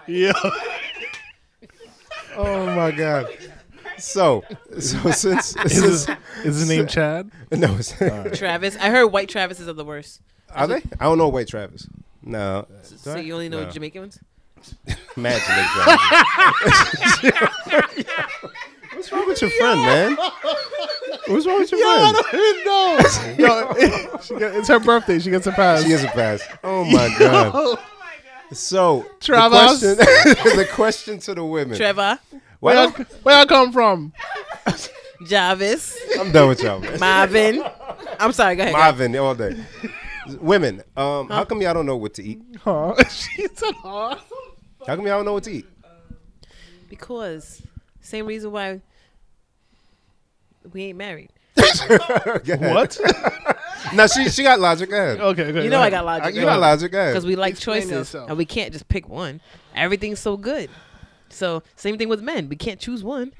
Speaker 1: Yeah.
Speaker 2: Oh my god. So, so since,
Speaker 1: is,
Speaker 2: since
Speaker 1: his, is his name Chad?
Speaker 2: no, it's,
Speaker 3: Travis, I heard white Travises are the worst.
Speaker 2: are they? I don't know white Travis. No,
Speaker 3: So you only know Jamaican ones.
Speaker 2: imagine White Travis. What's wrong with your friend, man? What's wrong with your friend?
Speaker 1: no. Yo, she got, it's her birthday. She gets a pass.
Speaker 2: She is a pass. Oh my god. So
Speaker 1: Travis.
Speaker 2: the question, the question to the women.
Speaker 3: Trevor,
Speaker 2: Why
Speaker 1: Where,
Speaker 2: don't,
Speaker 1: y'all, where y'all come from?
Speaker 3: Jarvis,
Speaker 2: I'm done with y'all, man.
Speaker 3: Marvin. I'm sorry, go ahead. guys.
Speaker 2: Marvin all day. Women, um, how come y'all don't know what to eat?
Speaker 1: Huh? she said, huh?
Speaker 2: How come y'all don't know what to eat?
Speaker 3: Because same reason why we ain't married.
Speaker 1: What?
Speaker 2: No, she she got logic. Go ahead.
Speaker 1: okay, okay.
Speaker 3: You know I got logic.
Speaker 2: You got logic. Go ahead.
Speaker 3: Because we like
Speaker 1: Explain
Speaker 3: choices
Speaker 1: yourself.
Speaker 3: and we can't just pick one. Everything's so good. So same thing with men. We can't choose one.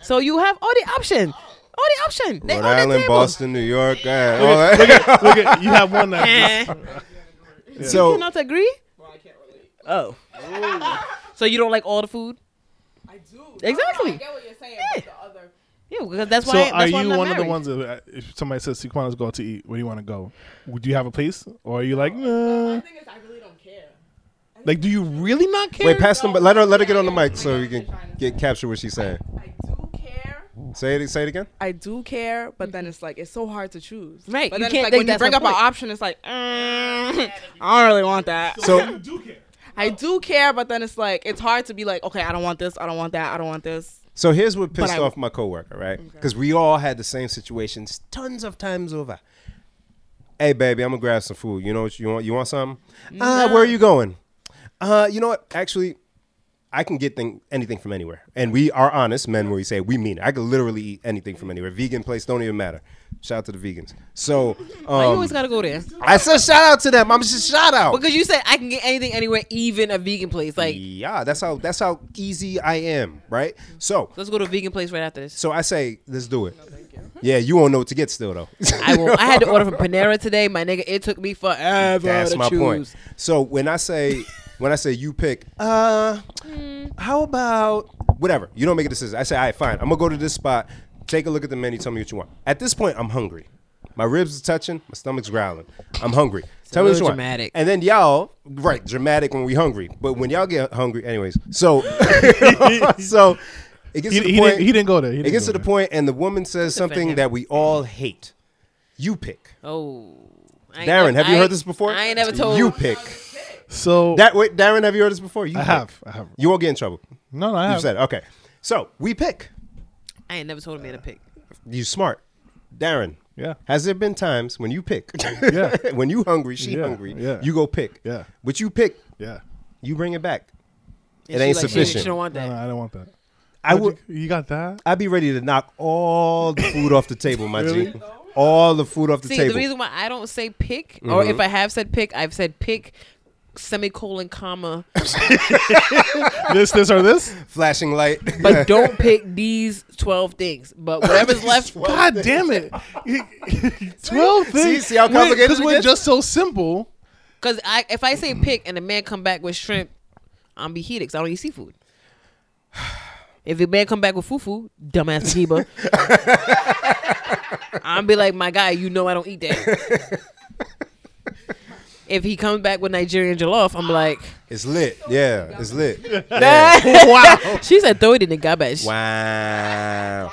Speaker 3: So you have all the option. All the option. They
Speaker 2: Rhode
Speaker 3: on the
Speaker 2: Island,
Speaker 3: table.
Speaker 2: Boston, New York. Yeah, all that.
Speaker 1: Look at you have one that
Speaker 3: Eh. You
Speaker 2: So
Speaker 3: not agree? Well, I can't relate. Oh. so you don't like all the food?
Speaker 5: I do.
Speaker 3: Exactly.
Speaker 5: I get what you're saying. But the other,
Speaker 3: Yeah, because that's why.
Speaker 1: So
Speaker 3: that's
Speaker 1: are
Speaker 3: why I'm
Speaker 1: you
Speaker 3: not
Speaker 1: one of the
Speaker 3: married.
Speaker 1: ones that uh, if somebody says Sequan, let's go out to eat, where do you want to go? Would you have a place? Or are you like, nah.
Speaker 5: the thing is, I really don't care.
Speaker 1: Like do you really not care?
Speaker 2: wait, pass them. But let her let her get on the mic so we can get capture what she's saying.
Speaker 5: I do care.
Speaker 2: Say it. Say it again.
Speaker 5: I do care, but then it's like it's so hard to choose.
Speaker 3: Right,
Speaker 5: But
Speaker 3: you
Speaker 5: then it's
Speaker 3: can't- they-
Speaker 5: like when you
Speaker 3: that's my
Speaker 5: bring up an
Speaker 3: point.
Speaker 5: option, it's like mm, I don't really want that.
Speaker 2: So
Speaker 5: I do care, but then it's like it's hard to be like, okay, I don't want this, I don't want that, I don't want this.
Speaker 2: So here's what
Speaker 5: But
Speaker 2: pissed
Speaker 5: I-
Speaker 2: off my coworker, right? Because we all had the same situations tons of times over. Hey, baby, I'm gonna grab some food. You know what you want? You want something? Uh, where are you going? Uh, you know what? Actually, I can get thing, anything from anywhere. And we are honest men where we say we mean it. I could literally eat anything from anywhere. Vegan place don't even matter. Shout out to the vegans. So
Speaker 3: Why you
Speaker 2: um,
Speaker 3: always gotta go there?
Speaker 2: I said shout out to them. I'm just shout out.
Speaker 3: Because you said I can get anything anywhere, even a vegan place. Like,
Speaker 2: yeah, that's how that's how easy I am, right? So
Speaker 3: let's go to a vegan place right after this.
Speaker 2: So I say, let's do it. Yeah, you won't know what to get still though.
Speaker 3: I will. I had to order from Panera today, my nigga. It took me forever
Speaker 2: That's
Speaker 3: to
Speaker 2: my
Speaker 3: choose.
Speaker 2: point. So when I say when I say you pick, uh,
Speaker 3: Hmm.
Speaker 2: how about whatever? You don't make a decision. I say, all right, fine. I'm gonna go to this spot, take a look at the menu, tell me what you want. At this point, I'm hungry. My ribs are touching, my stomach's growling. I'm hungry. tell me what
Speaker 3: little
Speaker 2: you want.
Speaker 3: dramatic.
Speaker 2: And then y'all, right, dramatic when we hungry. But when y'all get hungry, anyways. So so it gets
Speaker 1: He,
Speaker 2: to the
Speaker 1: he
Speaker 2: point.
Speaker 1: didn't, he didn't go there. He
Speaker 2: It
Speaker 1: didn't
Speaker 2: gets
Speaker 1: go
Speaker 2: to the
Speaker 1: there.
Speaker 2: point, and the woman says something
Speaker 3: him.
Speaker 2: that we all hate. You pick,
Speaker 3: Oh, I ain't
Speaker 2: Darren.
Speaker 3: nev-
Speaker 2: Have
Speaker 3: I
Speaker 2: you heard
Speaker 3: ain't-
Speaker 2: this before?
Speaker 3: I ain't never told
Speaker 2: You pick
Speaker 1: So
Speaker 2: that. Wait, Darren, have you heard this before? You
Speaker 1: I
Speaker 2: pick.
Speaker 1: have. I have.
Speaker 2: You won't get in trouble.
Speaker 1: No, no, I
Speaker 2: You
Speaker 1: have.
Speaker 2: said it. okay. So we pick.
Speaker 3: I ain't never told a man to pick.
Speaker 2: You smart, Darren.
Speaker 1: Yeah.
Speaker 2: Has there been times when you pick?
Speaker 1: Yeah.
Speaker 2: when you hungry, she
Speaker 1: Yeah,
Speaker 2: hungry.
Speaker 1: yeah.
Speaker 2: You go pick.
Speaker 1: Yeah.
Speaker 2: What you pick,
Speaker 1: Yeah.
Speaker 2: you bring it back. It
Speaker 3: And she
Speaker 2: ain't
Speaker 3: like, she- She,
Speaker 2: sufficient.
Speaker 3: don't want
Speaker 1: No,
Speaker 3: that.
Speaker 1: no, I don't want that.
Speaker 2: I
Speaker 1: Would
Speaker 2: would.
Speaker 1: you, you got that?
Speaker 2: I'd be ready to knock all the food off the table, my G.
Speaker 1: Really?
Speaker 2: All the food off the
Speaker 3: See,
Speaker 2: table. Mm-hmm.
Speaker 3: the reason why I don't say pick, or if I have said pick, I've said pick, semicolon, comma,
Speaker 1: this, this, or this?
Speaker 2: Flashing light.
Speaker 3: but don't pick these twelve things. But whatever's left,
Speaker 1: God damn it! Twelve things.
Speaker 2: see how complicated
Speaker 1: Because
Speaker 2: it
Speaker 1: we're
Speaker 2: gets?
Speaker 1: just so simple.
Speaker 3: because I if I say pick and the man come back with shrimp, I'm be heated 'cause I don't eat seafood. If the man come back with fufu, dumbass Kiba, I'm be like, my guy, you know I don't eat that. if he comes back with Nigerian jollof, I'm like,
Speaker 2: It's lit. Yeah, it's lit.
Speaker 3: she said throw it in the garbage.
Speaker 2: Wow.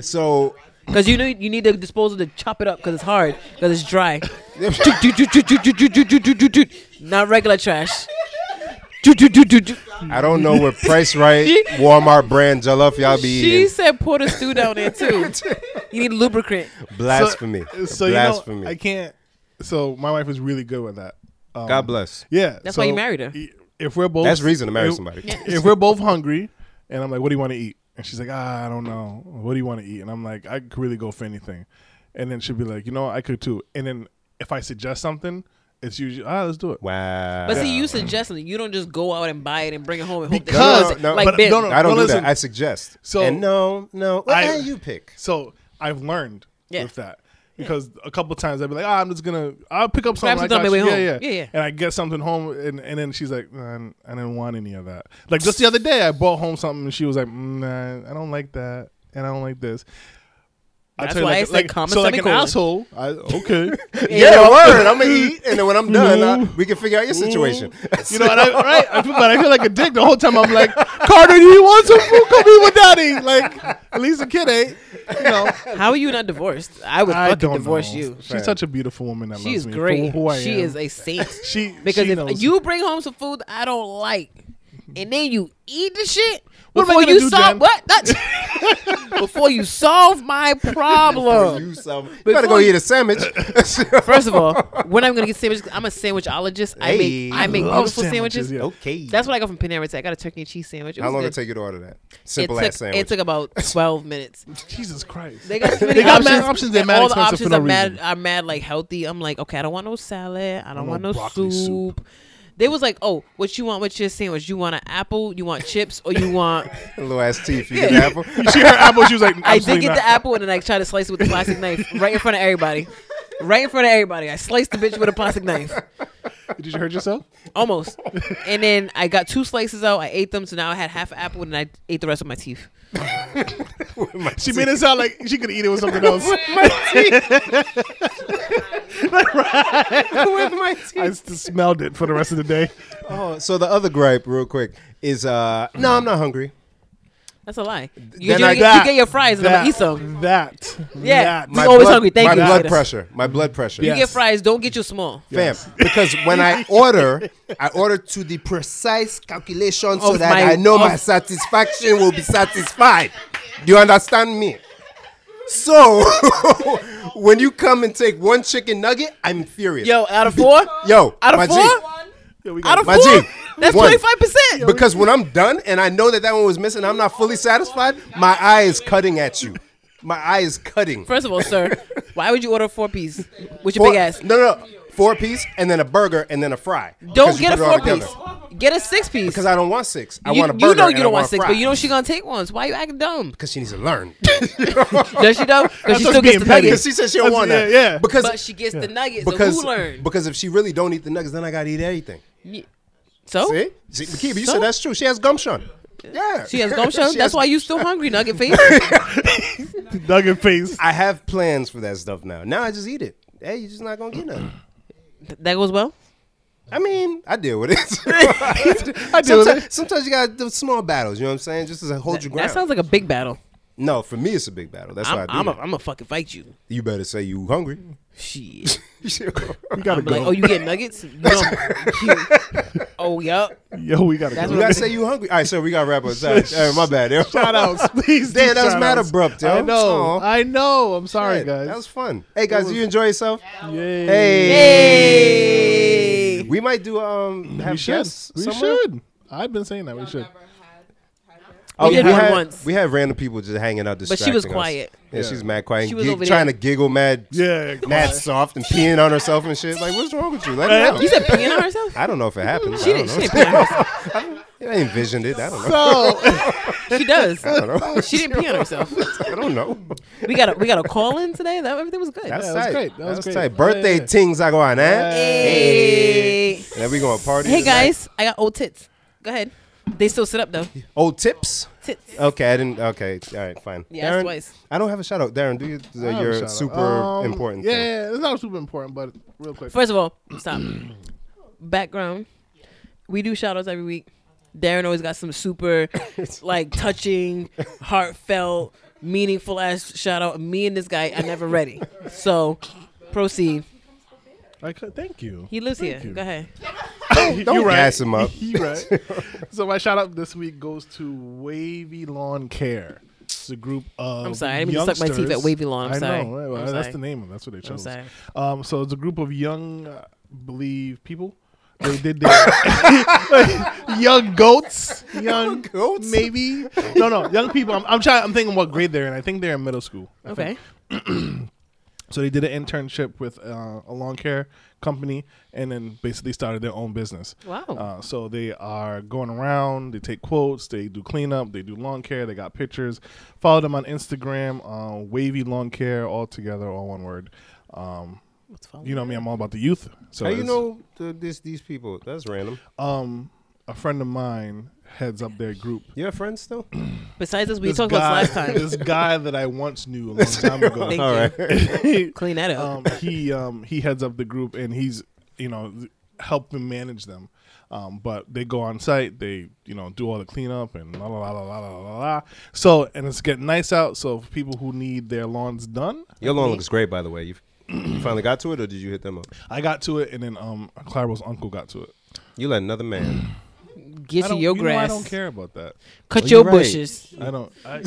Speaker 2: So
Speaker 3: Cause you know you need the disposal to chop it up because it's hard because it's dry. Not regular trash.
Speaker 2: I don't know what Price Right Walmart brand jollof y'all be
Speaker 3: She
Speaker 2: eating.
Speaker 3: said pour the stew down there too. You need lubricant.
Speaker 2: Blasphemy.
Speaker 1: So you know,
Speaker 2: Blasphemy.
Speaker 1: I can't. So my wife is really good with that. Um,
Speaker 2: God bless.
Speaker 1: Yeah.
Speaker 3: That's why you married her.
Speaker 1: i- If we're both,
Speaker 2: That's reason to marry
Speaker 1: if-
Speaker 2: somebody.
Speaker 1: If we're both hungry, and I'm like, "What do you want to eat?" and she's like, ah, "I don't know. What do you want to eat?" and I'm like, "I could really go for anything," and then she'll be like, "You know, what? I could too." And then if I suggest something, it's usually, "Ah, let's do it."
Speaker 2: Wow.
Speaker 3: But see, you suggest something. You don't just go out and buy it and bring it home and hope
Speaker 1: Because-
Speaker 3: that it does it.
Speaker 2: No, no,
Speaker 3: like
Speaker 1: but
Speaker 3: Ben.
Speaker 1: no, no.
Speaker 2: I don't
Speaker 1: Well,
Speaker 2: do
Speaker 1: listen.
Speaker 2: that. I suggest. So
Speaker 1: So-
Speaker 2: and no, no. Well,
Speaker 1: I-
Speaker 2: eh, you pick.
Speaker 1: So I've learned
Speaker 3: Yeah.
Speaker 1: with that because a couple times I'd be like, oh, I'm just gonna, I'll pick up something.
Speaker 3: something
Speaker 1: I
Speaker 3: on
Speaker 1: got
Speaker 3: my
Speaker 1: you."
Speaker 3: way
Speaker 1: yeah,
Speaker 3: home.
Speaker 1: yeah,
Speaker 3: Yeah, yeah.
Speaker 1: And I get something home, and, and then she's like, "Mm, I didn't want any of that. Like just the other day, I bought home something, and she was like, "Mm, nah, I don't like that, and I don't like this. I
Speaker 3: That's
Speaker 1: tell you,
Speaker 3: why
Speaker 1: like,
Speaker 3: I said
Speaker 1: like,
Speaker 3: comma
Speaker 1: so like an
Speaker 3: semicolon.
Speaker 1: asshole. I, okay,
Speaker 2: Yeah, word. I'm gonna eat, and then when I'm done, I, we can figure out your situation.
Speaker 1: you know, and I, right? I feel, but I feel like a dick the whole time. I'm like, Carter, do you want some food? Come eat with daddy. Like at least the kid ain't. You know,
Speaker 3: How are you not divorced? I would
Speaker 1: I
Speaker 3: fucking
Speaker 1: don't
Speaker 3: divorce
Speaker 1: know.
Speaker 3: you.
Speaker 1: She's such a beautiful woman. That
Speaker 3: She
Speaker 1: loves
Speaker 3: is
Speaker 1: me For
Speaker 3: great.
Speaker 1: who I
Speaker 3: she
Speaker 1: am.
Speaker 3: is a saint.
Speaker 1: She
Speaker 3: Because
Speaker 1: she
Speaker 3: if
Speaker 1: knows.
Speaker 3: you bring home some food I don't like, and then you eat the shit
Speaker 1: What am I
Speaker 3: before
Speaker 1: gonna
Speaker 3: you
Speaker 1: do,
Speaker 3: solve
Speaker 1: Jen?
Speaker 3: what? That- before you solve my problem.
Speaker 2: you, some, you better go
Speaker 3: Before you-
Speaker 2: eat a sandwich.
Speaker 3: First of all, when I'm gonna get sandwiches, I'm a sandwichologist. I
Speaker 2: Hey.
Speaker 3: make I make
Speaker 1: love
Speaker 3: beautiful sandwiches.
Speaker 1: yeah.
Speaker 2: okay.
Speaker 3: That's what I got from Panera. Today. I got a turkey and cheese sandwich.
Speaker 2: How
Speaker 3: was
Speaker 2: long did
Speaker 3: good.
Speaker 2: it take you to order that?
Speaker 3: It
Speaker 2: Simple
Speaker 3: took,
Speaker 2: ass sandwich.
Speaker 3: it took about twelve minutes.
Speaker 1: Jesus Christ.
Speaker 3: They got too many
Speaker 1: They got
Speaker 3: options.
Speaker 1: mad options. They're
Speaker 3: and
Speaker 1: mad
Speaker 3: all
Speaker 1: expensive
Speaker 3: the options
Speaker 1: for no
Speaker 3: are mad.
Speaker 1: reason.
Speaker 3: Are mad like healthy. I'm like, okay, I don't want no salad. I don't,
Speaker 1: want
Speaker 3: want, no
Speaker 1: broccoli
Speaker 3: soup.
Speaker 1: soup.
Speaker 3: They was like, "Oh, what you want with your sandwich? You want an apple? You want chips? Or you want?"
Speaker 2: Little ass teeth. You get an apple.
Speaker 1: She heard apple. She was like,
Speaker 3: I did
Speaker 1: absolutely
Speaker 3: get
Speaker 1: not.
Speaker 3: the apple and then I tried to slice it with a plastic knife right in front of everybody, right in front of everybody. I sliced the bitch with a plastic knife,
Speaker 1: Did you hurt yourself?
Speaker 3: almost. And then I got two slices out. I ate them, so now I had half an apple and I ate the rest with my teeth.
Speaker 1: She made it sound like she could eat it with something else.
Speaker 2: With my
Speaker 1: I
Speaker 2: teeth.
Speaker 1: just smelled it for the rest of the day.
Speaker 2: Oh, so the other gripe, real quick, is uh, no, I'm not hungry.
Speaker 3: That's a lie. You, you,
Speaker 2: Then I- Mm-hmm.
Speaker 3: get, you get your fries and I'm gonna eat some.
Speaker 1: That.
Speaker 3: Yeah.
Speaker 1: That.
Speaker 3: You always hungry. Thank
Speaker 2: my
Speaker 3: you.
Speaker 2: blood
Speaker 3: Yes.
Speaker 2: pressure. My blood pressure.
Speaker 1: Yeah.
Speaker 3: You get fries. Don't get you small.
Speaker 2: Fam, because when I order, I order to the precise calculation so
Speaker 3: Of
Speaker 2: that
Speaker 3: my-
Speaker 2: I know my
Speaker 3: of-
Speaker 2: satisfaction will be satisfied. Do you understand me? So, when you come and take one chicken nugget, I'm furious.
Speaker 3: Yo, out of four.
Speaker 2: Yo,
Speaker 3: out
Speaker 2: my
Speaker 3: of
Speaker 2: G,
Speaker 3: four.
Speaker 1: Yeah, we
Speaker 3: Out
Speaker 1: got
Speaker 3: of
Speaker 2: My
Speaker 3: four.
Speaker 2: G,
Speaker 3: That's
Speaker 2: one.
Speaker 3: twenty five percent.
Speaker 2: Because when I'm done and I know that that one was missing, I'm not fully satisfied. My eye is cutting at you. My eye is cutting.
Speaker 3: First of all, sir, why would you order a four piece with your
Speaker 2: Four-
Speaker 3: big ass?
Speaker 2: No, no, no. Four piece and then a burger and then a fry. 'Cause
Speaker 3: Don't
Speaker 2: you
Speaker 3: get a
Speaker 2: put it all
Speaker 3: four
Speaker 2: together.
Speaker 3: piece. Get a six piece.
Speaker 2: Because I don't want six. I
Speaker 3: you,
Speaker 2: want a
Speaker 3: you
Speaker 2: burger.
Speaker 3: know
Speaker 2: and
Speaker 3: you
Speaker 2: I
Speaker 3: don't
Speaker 2: want
Speaker 3: want six,
Speaker 2: fries.
Speaker 3: but you know she gonna take ones. Why you acting dumb?
Speaker 2: Because she needs to learn.
Speaker 3: Does she though? Because she
Speaker 1: thought
Speaker 3: still
Speaker 1: being
Speaker 3: gets
Speaker 1: petty.
Speaker 3: the
Speaker 2: Because
Speaker 3: nuggets.
Speaker 2: she said she don't
Speaker 1: That's-
Speaker 2: want that.
Speaker 1: yeah, yeah.
Speaker 2: Because
Speaker 3: But she gets the nuggets.
Speaker 2: because
Speaker 3: so who learned?
Speaker 2: because if she really don't eat the nuggets, then I gotta eat everything.
Speaker 3: Ye- so
Speaker 2: See, See Makiba, you
Speaker 3: Oh. So?
Speaker 2: said that's true. She has gumption. Yeah,
Speaker 3: she has gumption.
Speaker 2: She
Speaker 3: That's
Speaker 2: has-
Speaker 3: why you still hungry, nugget face.
Speaker 1: the nugget face.
Speaker 2: I have plans for that stuff now. Now I just eat it. Hey, you're just not gonna get nothing.
Speaker 3: that goes well.
Speaker 2: I mean, I deal with it. I
Speaker 1: deal with
Speaker 2: sometimes, sometimes you gotta do small battles. You know what I'm saying? Just to hold your ground.
Speaker 3: That sounds like a big battle.
Speaker 2: no, for me it's a big battle. That's why I
Speaker 3: I'm, I'm,
Speaker 2: do.
Speaker 3: a,
Speaker 2: it.
Speaker 3: I'm a fucking fight you.
Speaker 2: you better say you hungry.
Speaker 3: Shit.
Speaker 1: We gotta
Speaker 3: I'm like,
Speaker 1: go.
Speaker 3: oh, you get nuggets? No. oh, yup.
Speaker 1: Yo, we gotta
Speaker 3: That's
Speaker 1: go.
Speaker 2: You gotta say you hungry. All right, so we gotta wrap up. Sorry, Hey, my bad. yo.
Speaker 1: shout outs, please. do
Speaker 2: Damn, that was
Speaker 1: shout
Speaker 2: mad
Speaker 1: outs.
Speaker 2: abrupt, yo.
Speaker 1: I know.
Speaker 2: Aw.
Speaker 1: I know. I'm sorry,
Speaker 2: Shit,
Speaker 1: guys.
Speaker 2: That was fun. Hey guys, did you enjoy yourself?
Speaker 1: Yay.
Speaker 2: Hey. We might do um have
Speaker 1: we should.
Speaker 2: guests
Speaker 1: We
Speaker 2: somewhere.
Speaker 1: should. I've been saying that we should.
Speaker 2: Oh,
Speaker 3: We did one
Speaker 2: had,
Speaker 3: once.
Speaker 2: We had random people just hanging out
Speaker 3: But she was
Speaker 2: distracting us.
Speaker 3: quiet.
Speaker 2: Yeah, she's mad quiet.
Speaker 3: She
Speaker 2: She
Speaker 3: was over there.
Speaker 2: trying to giggle mad
Speaker 1: Yeah.
Speaker 2: mad soft and peeing on herself and shit. Like, what's wrong with you? Let me know.
Speaker 3: You said peeing on herself?
Speaker 2: I don't know if it happened.
Speaker 3: She
Speaker 2: I don't
Speaker 3: didn't, she
Speaker 2: know.
Speaker 3: didn't pee on herself.
Speaker 2: I envisioned it. I don't know.
Speaker 1: So
Speaker 3: She does.
Speaker 2: I don't know.
Speaker 3: She didn't pee on herself.
Speaker 2: I don't know.
Speaker 3: We got a we got a call in today. That everything was good.
Speaker 2: That's
Speaker 1: that was
Speaker 2: tight.
Speaker 1: great. That was great.
Speaker 2: tight. Birthday
Speaker 1: Yeah, yeah.
Speaker 2: tings I go on, eh?
Speaker 3: hey. hey.
Speaker 2: And then we going to party. tonight.
Speaker 3: guys, I got old tits. Go ahead. They still sit up though.
Speaker 2: Old Oh, tips.
Speaker 3: Tits.
Speaker 2: Okay, I didn't. Okay, all right, fine.
Speaker 3: Yeah, that's twice.
Speaker 2: I don't have a shout out. Darren, do you, uh,
Speaker 1: I have a shout
Speaker 2: your
Speaker 1: out.
Speaker 2: super
Speaker 1: Um,
Speaker 2: important
Speaker 1: Yeah,
Speaker 2: thing.
Speaker 1: yeah, it's not super important, but real quick.
Speaker 3: First of all, stop. Background. We do shout outs every week. Darren always got some super like touching, heartfelt, meaningful ass shout out. Me and this guy are never ready. So proceed.
Speaker 1: I could, thank you.
Speaker 3: He lives
Speaker 1: Thank
Speaker 3: here.
Speaker 1: you.
Speaker 3: Go ahead.
Speaker 2: Don't
Speaker 1: You right.
Speaker 2: gas him up.
Speaker 1: You right. so my shout out this week goes to Wavy Lawn Care. It's a group of.
Speaker 3: I'm sorry, I didn't mean to suck my teeth at
Speaker 1: youngsters.
Speaker 3: Wavy Lawn. I'm
Speaker 1: I
Speaker 3: sorry.
Speaker 1: know. right,
Speaker 3: I'm
Speaker 1: well, that's
Speaker 3: sorry.
Speaker 1: the name of. That's what they chose.
Speaker 3: sorry.
Speaker 1: Um, so it's a group of young, uh, believe people. They did their young goats, young
Speaker 2: goats?
Speaker 1: maybe. No, no, young people. I'm, I'm trying. I'm thinking what grade they're in. I think they're in middle school. I think.
Speaker 3: Okay.
Speaker 1: So they did an internship with uh, a lawn care company, and then basically started their own business.
Speaker 3: Wow.
Speaker 1: Uh, so they are going around. They take quotes. They do cleanup. They do lawn care. They got pictures. Follow them on Instagram. Uh, wavy lawn care, all together, all one word. Um,
Speaker 3: What's wrong?
Speaker 1: you know me. I'm all about the youth. So
Speaker 2: How you
Speaker 1: it's-
Speaker 2: know the, this, these people? That's random.
Speaker 1: Um, a friend of mine heads up their group.
Speaker 2: You have friends still?
Speaker 3: Besides this, we
Speaker 1: This
Speaker 3: talked
Speaker 1: guy-
Speaker 3: about this last time.
Speaker 1: This guy that I once knew a long time ago.
Speaker 3: Thank
Speaker 2: All
Speaker 3: you.
Speaker 2: right.
Speaker 3: Clean that up.
Speaker 1: um, he um, he heads up the group and he's you know help them manage them. Um, but they go on site, they you know do all the cleanup and la la la la la la la. la. So and it's getting nice out. So for people who need their lawns done,
Speaker 2: Your lawn looks great, by the way. You you finally got to it, or did you hit them up?
Speaker 1: I got to it, and then um, Clara's uncle got to it.
Speaker 2: You let another man.
Speaker 1: I
Speaker 3: Get you
Speaker 1: don't, you
Speaker 3: your
Speaker 1: know,
Speaker 3: grass.
Speaker 1: I don't care about that.
Speaker 3: Cut
Speaker 2: Well,
Speaker 3: your
Speaker 2: you're right.
Speaker 3: bushes.
Speaker 1: I don't. I,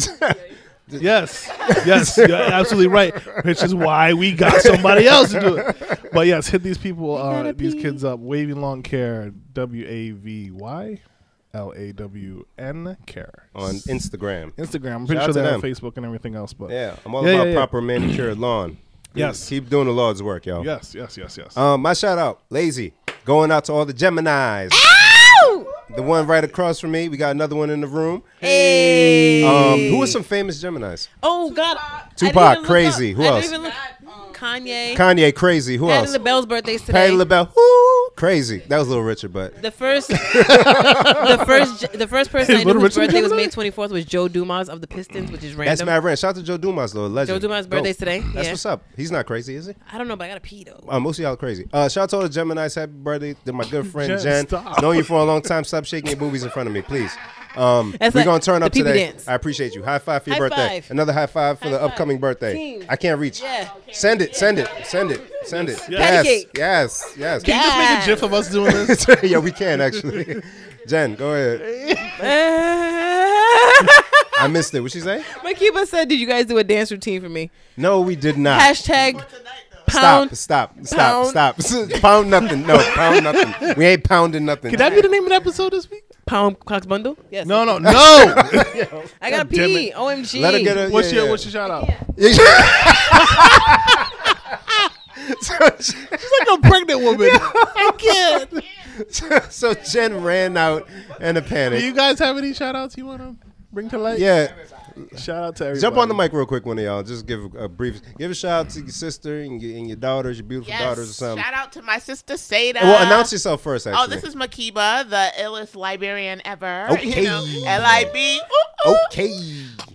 Speaker 1: yes, yes, you're absolutely right. Which is why we got somebody else to do it. But yes, hit these people, uh, these kids up. Wavy Lawn Care, W A V Y L A W N Care
Speaker 2: on Instagram.
Speaker 1: Instagram. I'm
Speaker 2: Shout
Speaker 1: pretty
Speaker 2: out
Speaker 1: sure
Speaker 2: to
Speaker 1: they're on
Speaker 2: them.
Speaker 1: Facebook and everything else. But
Speaker 2: Yeah, I'm all
Speaker 1: Yeah,
Speaker 2: about
Speaker 1: yeah, yeah.
Speaker 2: proper manicured lawn.
Speaker 1: Yes.
Speaker 2: Keep doing the Lord's work, y'all. Uh,
Speaker 1: yes, yes, yes, yes.
Speaker 2: Um, my shout out, Lazy. Going out to all the Geminis. The one right across from me. We got another one in the room. Hey. Um, who are some famous Geminis?
Speaker 3: Oh God,
Speaker 2: Tupac, crazy. Who else?
Speaker 3: Kanye.
Speaker 2: Kanye, crazy. Who
Speaker 3: Patty
Speaker 2: else?
Speaker 3: LaBelle's birthday's today.
Speaker 2: Patti LaBelle. Woo! Crazy. That was Little Richard, but
Speaker 3: The first, the first, the first person
Speaker 1: Hey,
Speaker 3: I knew
Speaker 1: Little
Speaker 3: whose
Speaker 1: Richard
Speaker 3: birthday was May
Speaker 1: Gemini?
Speaker 3: twenty fourth was Joe Dumas of the Pistons, which is
Speaker 2: that's
Speaker 3: random.
Speaker 2: Mad Ranch. Shout out to Joe Dumas, though. a Legend.
Speaker 3: Joe Dumas'
Speaker 2: Dope.
Speaker 3: birthday's today.
Speaker 2: That's
Speaker 3: Yeah.
Speaker 2: what's up. He's not crazy, is he?
Speaker 3: I don't know, but I gotta pee though.
Speaker 2: Uh, most of y'all are crazy. Uh, shout out to all the Geminis. Happy birthday to my good friend
Speaker 1: Jen,
Speaker 2: Jen.
Speaker 1: stop.
Speaker 2: Known you for a long time. Stop shaking your boobies in front of me, please. Um, we're
Speaker 3: That's like
Speaker 2: gonna turn
Speaker 3: the
Speaker 2: up
Speaker 3: pee-pee
Speaker 2: today.
Speaker 3: dance.
Speaker 2: I appreciate you. High five for your
Speaker 3: High
Speaker 2: birthday.
Speaker 3: five.
Speaker 2: Another high five for the
Speaker 3: five.
Speaker 2: upcoming birthday.
Speaker 3: Team.
Speaker 2: I can't reach.
Speaker 3: Yeah.
Speaker 2: Send it. Send it. Send it. Send it. Yes.
Speaker 3: Pancake.
Speaker 2: Yes. Yes.
Speaker 1: Can you just make
Speaker 3: Yes.
Speaker 1: a gif of us doing this?
Speaker 2: yeah, we can actually. Jen, go ahead. I missed it. What she say?
Speaker 3: Makiba said, "Did you guys do a dance routine for me?"
Speaker 2: No, we did not.
Speaker 3: Hashtag
Speaker 2: Stop,
Speaker 3: pound.
Speaker 2: stop, stop, stop. pound nothing. No, pound nothing. We ain't pounding nothing.
Speaker 1: Can that be the name of the episode this week?
Speaker 3: Pound Cox Bundle? Yes.
Speaker 1: No, no, no.
Speaker 3: I gotta
Speaker 1: God damn
Speaker 3: pee.
Speaker 1: it.
Speaker 3: OMG.
Speaker 2: Let her get her.
Speaker 1: what's
Speaker 2: yeah,
Speaker 1: your
Speaker 2: yeah.
Speaker 1: what's your shout out?
Speaker 2: She's
Speaker 1: Like a pregnant woman. I can't.
Speaker 2: so Jen ran out in a
Speaker 1: Do
Speaker 2: panic.
Speaker 1: you guys have any shout outs you want to bring to light?
Speaker 2: yeah.
Speaker 1: Shout out to everybody.
Speaker 2: Jump on the mic real quick, one of y'all. Just give a brief, give a shout out to your sister and your, and your daughters, your beautiful daughters or
Speaker 6: Yes.
Speaker 2: something.
Speaker 6: Shout out to my sister Seda.
Speaker 2: well, announce yourself first. Actually.
Speaker 6: Oh, this is Makiba, the illest Liberian ever.
Speaker 2: Okay.
Speaker 6: You know, L-I-B. Ooh, ooh.
Speaker 2: okay.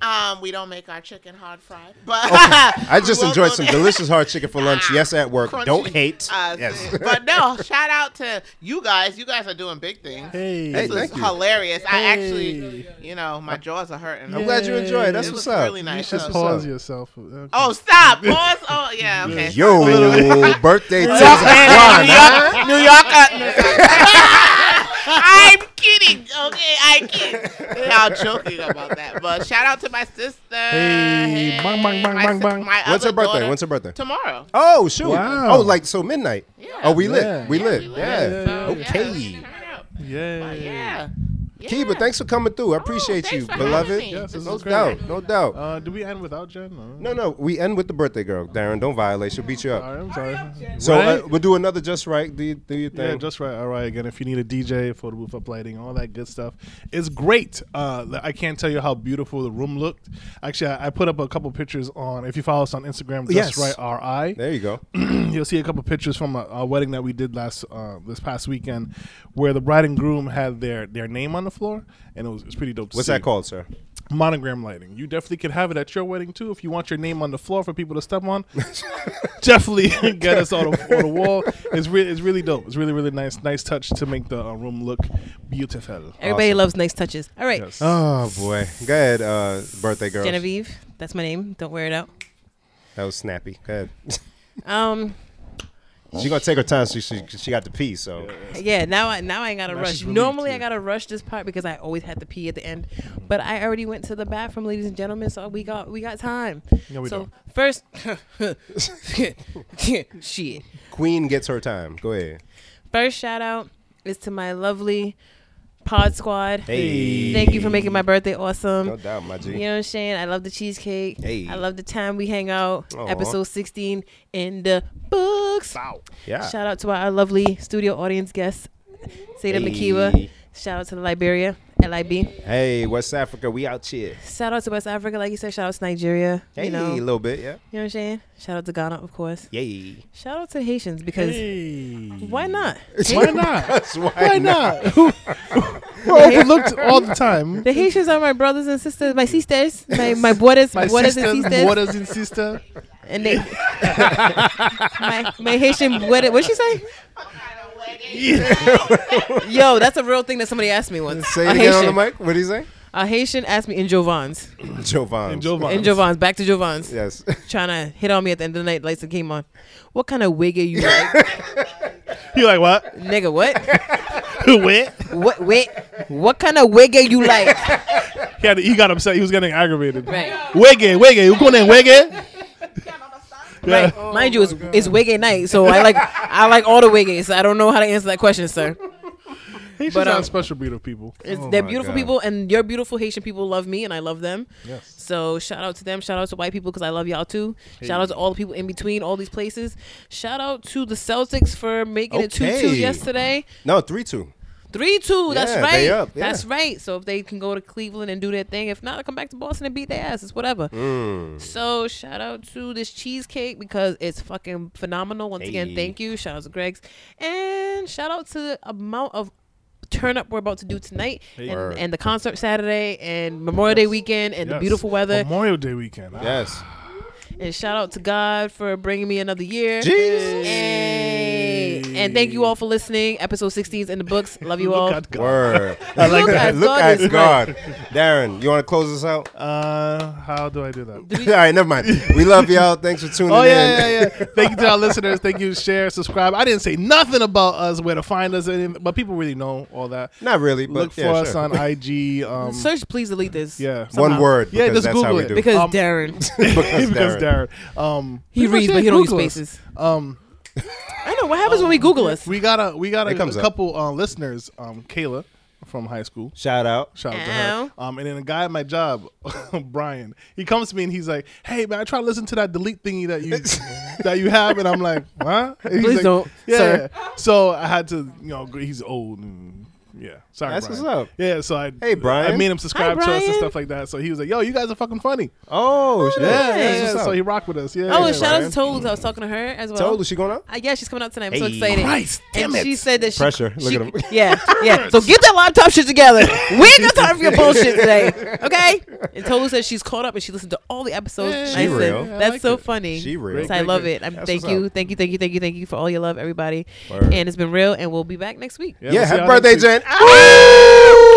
Speaker 6: Um, we don't make our chicken hard fried, but
Speaker 2: I just
Speaker 6: we will
Speaker 2: enjoyed
Speaker 6: go
Speaker 2: some
Speaker 6: there.
Speaker 2: delicious hard chicken for lunch.
Speaker 6: Ah,
Speaker 2: Yes, at work.
Speaker 6: crunchy.
Speaker 2: Don't hate.
Speaker 6: Uh,
Speaker 2: yes.
Speaker 6: but no, shout out to you guys. You guys are doing big things.
Speaker 1: Hey.
Speaker 2: Hey,
Speaker 6: This was
Speaker 2: thank you.
Speaker 6: hilarious. I actually,
Speaker 1: Hey.
Speaker 6: you know, my jaws are hurting.
Speaker 2: I'm glad you enjoyed. That's
Speaker 6: It
Speaker 2: what's
Speaker 6: was
Speaker 2: up.
Speaker 6: really
Speaker 1: You
Speaker 6: nice.
Speaker 1: should
Speaker 6: That's
Speaker 1: pause
Speaker 2: up.
Speaker 1: yourself. Okay.
Speaker 6: Oh, stop. Pause. Oh, yeah. Okay.
Speaker 2: Yo, birthday to
Speaker 6: New
Speaker 2: Juan, huh?
Speaker 6: York, New Yorker. New Yorker. I'm kidding. Okay, I kid. They all joking about that. But shout out to my sister.
Speaker 1: Hey, bang, bang, bang,
Speaker 6: my
Speaker 1: bang,
Speaker 6: sis-
Speaker 1: bang.
Speaker 6: my
Speaker 2: When's her
Speaker 6: other
Speaker 2: birthday?
Speaker 6: daughter-
Speaker 2: When's her birthday?
Speaker 6: Tomorrow.
Speaker 2: Oh shoot!
Speaker 1: Wow.
Speaker 2: Oh, like so midnight.
Speaker 6: Yeah.
Speaker 2: Oh, we
Speaker 1: Yeah.
Speaker 2: lit. We
Speaker 1: Yeah,
Speaker 2: lit.
Speaker 6: We
Speaker 2: Yeah.
Speaker 6: will. So, yeah,
Speaker 2: Okay.
Speaker 6: we can turn up.
Speaker 1: yeah.
Speaker 6: But yeah. yeah.
Speaker 2: Kiba, thanks for coming through. I appreciate
Speaker 6: thanks
Speaker 2: you,
Speaker 6: for having
Speaker 2: beloved.
Speaker 6: me.
Speaker 1: Yes, this
Speaker 2: no
Speaker 1: was great.
Speaker 2: doubt. No doubt.
Speaker 1: Uh, do we end without Jen? Or-
Speaker 2: no, no. We end with the birthday girl, Darren. Don't violate. She'll beat you
Speaker 1: All
Speaker 2: up.
Speaker 1: right, I'm sorry.
Speaker 2: So uh,
Speaker 1: Right?
Speaker 2: we'll do another just right. Do, you, do your
Speaker 1: Yeah,
Speaker 2: thing.
Speaker 1: just right. All right, again, if you need a DJ, photo booth up lighting, all that good stuff, it's great. Uh, th- I can't tell you how beautiful the room looked. Actually, I, I put up a couple pictures on. If you follow us on Instagram, just
Speaker 2: Yes.
Speaker 1: right ri.
Speaker 2: there you go.
Speaker 1: you'll see a couple pictures from a, a wedding that we did last uh, this past weekend, where the bride and groom had their their name on the floor, and it was, it was pretty dope. To
Speaker 2: What's
Speaker 1: see.
Speaker 2: that called, sir?
Speaker 1: Monogram lighting. You definitely could have it at your wedding too if you want your name on the floor for people to step on. definitely get us on the, on the wall. It's really it's really dope. It's really really nice nice touch to make the uh, room look beautiful.
Speaker 3: Everybody loves nice touches. All right,
Speaker 1: Yes.
Speaker 2: Oh boy. Go ahead, uh, birthday girl.
Speaker 3: Genevieve, that's my name. Don't wear it out.
Speaker 2: That was snappy. Go ahead.
Speaker 3: Um,
Speaker 2: She's gonna take her time. She she, she got the pee. So
Speaker 3: yeah. Now I now I ain't gotta rush.
Speaker 1: she's relieved,
Speaker 3: Normally
Speaker 1: yeah.
Speaker 3: I gotta rush this part because I always had to pee at the end, but I already went to the bathroom, ladies and gentlemen. So we got we got time.
Speaker 1: No, we
Speaker 3: so first, shit.
Speaker 2: Queen gets her time. Go ahead.
Speaker 3: First shout out is to my lovely pod squad.
Speaker 2: Hey.
Speaker 3: Thank you for making my birthday awesome.
Speaker 2: No doubt, my G.
Speaker 3: You know what I'm saying? I love the cheesecake.
Speaker 2: Hey.
Speaker 3: I love the time we hang out.
Speaker 2: Aw.
Speaker 3: Episode 16 in the books.
Speaker 2: Yeah.
Speaker 3: Shout out to our lovely studio audience guests, Seda
Speaker 2: Hey.
Speaker 3: Makiba. Shout out to Liberia, LIB.
Speaker 2: Hey, West Africa, we out here.
Speaker 3: Shout out to West Africa, like you said. Shout out to Nigeria.
Speaker 2: Hey,
Speaker 3: You know,
Speaker 2: a
Speaker 3: you know
Speaker 2: little bit, yeah.
Speaker 3: what I'm saying? Shout out to Ghana, of course.
Speaker 2: Yay.
Speaker 3: Shout out to Haitians because why not?
Speaker 1: Why not?
Speaker 2: That's why,
Speaker 1: Why not? We're overlooked all the time.
Speaker 3: The Haitians are my brothers and sisters, my sisters, my my brothers,
Speaker 1: My
Speaker 3: brothers
Speaker 1: sisters,
Speaker 3: and sisters,
Speaker 1: brothers and sister.
Speaker 3: and they my my Haitian brother. What'd she say? Yo, that's a real thing that somebody asked me once.
Speaker 2: Say
Speaker 3: a
Speaker 2: it again
Speaker 3: Haitian,
Speaker 2: on the mic. What do you say?
Speaker 3: a Haitian asked me in Jovan's,
Speaker 2: Jovan.
Speaker 1: And Jovan.
Speaker 3: in Jovan's, back to Jovan's,
Speaker 2: Yes.
Speaker 3: trying to hit on me at the end of the night. Lights that came on. What kind of wig are you, like?
Speaker 1: You like what?
Speaker 3: nigga? What?
Speaker 1: Wet?
Speaker 3: What? Wait. What kind of wig are you like?
Speaker 1: He, had, he got upset. He was getting aggravated.
Speaker 3: Right.
Speaker 1: Wege, wege. You going in wege?
Speaker 3: Right.
Speaker 2: Oh
Speaker 3: Mind you, it's, it's wig night, so I like I like all the wig so I don't know how to answer that question, sir.
Speaker 1: Haitians
Speaker 3: But,
Speaker 1: are
Speaker 3: um,
Speaker 1: a special breed of people.
Speaker 3: It's,
Speaker 2: Oh
Speaker 3: they're
Speaker 2: my
Speaker 3: beautiful
Speaker 2: God.
Speaker 3: people, and your beautiful Haitian people love me, and I love them.
Speaker 1: Yes.
Speaker 3: So shout out to them. Shout out to white people because I love y'all too. Shout out to all the people in between, all these places. Shout out to the Celtics for making it two two
Speaker 2: Okay.
Speaker 3: yesterday,
Speaker 2: No, three two.
Speaker 3: three two. That's
Speaker 2: Yeah,
Speaker 3: right.
Speaker 2: they up, yeah.
Speaker 3: That's right. So if they can go to Cleveland and do their thing, if not, come back to Boston and beat their ass. It's whatever.
Speaker 2: Mm.
Speaker 3: So shout out to this cheesecake because it's fucking phenomenal. Once again,
Speaker 2: Hey.
Speaker 3: thank you. Shout out to Greg's and shout out to the amount of turn up we're about to do tonight and,
Speaker 2: Word.
Speaker 3: and the concert Saturday and Memorial Day weekend and the
Speaker 1: Yes.
Speaker 3: beautiful weather.
Speaker 1: Memorial Day weekend. Ah,
Speaker 2: Yes. Mm-hmm.
Speaker 3: And shout out to God for bringing me another year.
Speaker 2: Jesus.
Speaker 3: Hey. And thank you all for listening. Episode 16 is in the books. Love you all.
Speaker 1: Look at God.
Speaker 2: Word.
Speaker 1: I like
Speaker 3: Look
Speaker 1: that.
Speaker 3: at
Speaker 2: Look
Speaker 3: God
Speaker 2: at
Speaker 3: is
Speaker 2: God. Darren, you want to close us out?
Speaker 1: Uh, how do I do that?
Speaker 2: All right, never mind. We love y'all. Thanks for tuning
Speaker 1: Oh
Speaker 2: in.
Speaker 1: yeah, yeah, yeah. Thank you to our listeners. Thank you, share, subscribe. I didn't say nothing about us, where to find us, and- but people really know all that.
Speaker 2: Not really, but
Speaker 1: Look for
Speaker 2: yeah,
Speaker 1: us
Speaker 2: sure.
Speaker 1: on IG. Um,
Speaker 3: Search, please delete this.
Speaker 1: yeah,
Speaker 2: one
Speaker 3: somehow.
Speaker 2: word.
Speaker 1: Yeah,
Speaker 2: because
Speaker 1: just
Speaker 2: that's how
Speaker 1: Google
Speaker 2: we
Speaker 1: it.
Speaker 2: do.
Speaker 3: Because
Speaker 1: Um,
Speaker 3: Darren,
Speaker 2: Because
Speaker 1: because
Speaker 2: Darren.
Speaker 1: Darren. Um,
Speaker 3: he
Speaker 1: pretty
Speaker 3: reads,
Speaker 1: much,
Speaker 3: but
Speaker 1: yeah,
Speaker 3: he don't use
Speaker 1: Google us.
Speaker 3: spaces.
Speaker 1: Um,
Speaker 3: I know. What happens
Speaker 2: Oh,
Speaker 3: when we Google us?
Speaker 1: we got a we got
Speaker 2: It
Speaker 1: a,
Speaker 2: comes
Speaker 1: a
Speaker 2: up.
Speaker 1: couple uh, listeners. Um, Kayla from high school.
Speaker 2: Shout out.
Speaker 1: Shout out to her. Um, and then a guy at my job, Brian, he comes to me and he's like, "Hey man, I try to listen to that delete thingy that you that you have," and I'm like, "Huh?" And he's
Speaker 3: Please
Speaker 1: like,
Speaker 3: don't,
Speaker 1: yeah,
Speaker 3: sir."
Speaker 1: yeah." So I had to, you know, agree- he's old and. Yeah, sorry.
Speaker 2: That's
Speaker 1: Brian.
Speaker 2: what's up.
Speaker 1: Yeah, so I
Speaker 2: Hey, Brian.
Speaker 1: I made him subscribe
Speaker 3: Hi,
Speaker 1: to us and
Speaker 3: Brian.
Speaker 1: stuff like that. So he was like, "Yo, you guys are fucking funny."
Speaker 2: Oh, shit.
Speaker 1: Yeah, yeah,
Speaker 2: That's
Speaker 1: yeah.
Speaker 2: what's
Speaker 1: So
Speaker 2: up.
Speaker 1: he rocked with us. Yeah.
Speaker 3: Oh,
Speaker 1: yeah.
Speaker 3: and shout out
Speaker 2: Brian.
Speaker 3: to Tolu. 'cause I was talking to her as well.
Speaker 2: Tolu, she going out?
Speaker 3: Uh, yeah, she's coming out tonight. I'm so
Speaker 2: Hey.
Speaker 3: excited.
Speaker 1: Christ, damn
Speaker 3: and
Speaker 1: it.
Speaker 3: she said that she,
Speaker 2: Pressure. Look
Speaker 3: she-
Speaker 2: at him.
Speaker 3: Yeah, yeah. So get that laptop shit together. We ain't got time for your bullshit today, okay? And Tolu says she's caught up and she listened to all the episodes.
Speaker 1: Yeah,
Speaker 3: And
Speaker 2: She
Speaker 3: I said,
Speaker 2: real.
Speaker 1: Yeah, I
Speaker 3: That's
Speaker 1: like
Speaker 3: so
Speaker 1: it.
Speaker 3: funny.
Speaker 2: She real.
Speaker 1: Great,
Speaker 3: So I
Speaker 1: great,
Speaker 3: love
Speaker 1: great.
Speaker 3: it. I'm,
Speaker 2: That's
Speaker 3: thank
Speaker 2: what's
Speaker 3: you,
Speaker 2: up.
Speaker 3: thank you, thank you, thank you, thank you for all your love, everybody.
Speaker 2: Word.
Speaker 3: And it's been real. And we'll be back next week.
Speaker 2: Yeah,
Speaker 1: we'll see
Speaker 2: happy
Speaker 1: y'all
Speaker 2: birthday,
Speaker 1: next week.
Speaker 2: Jen. Ah!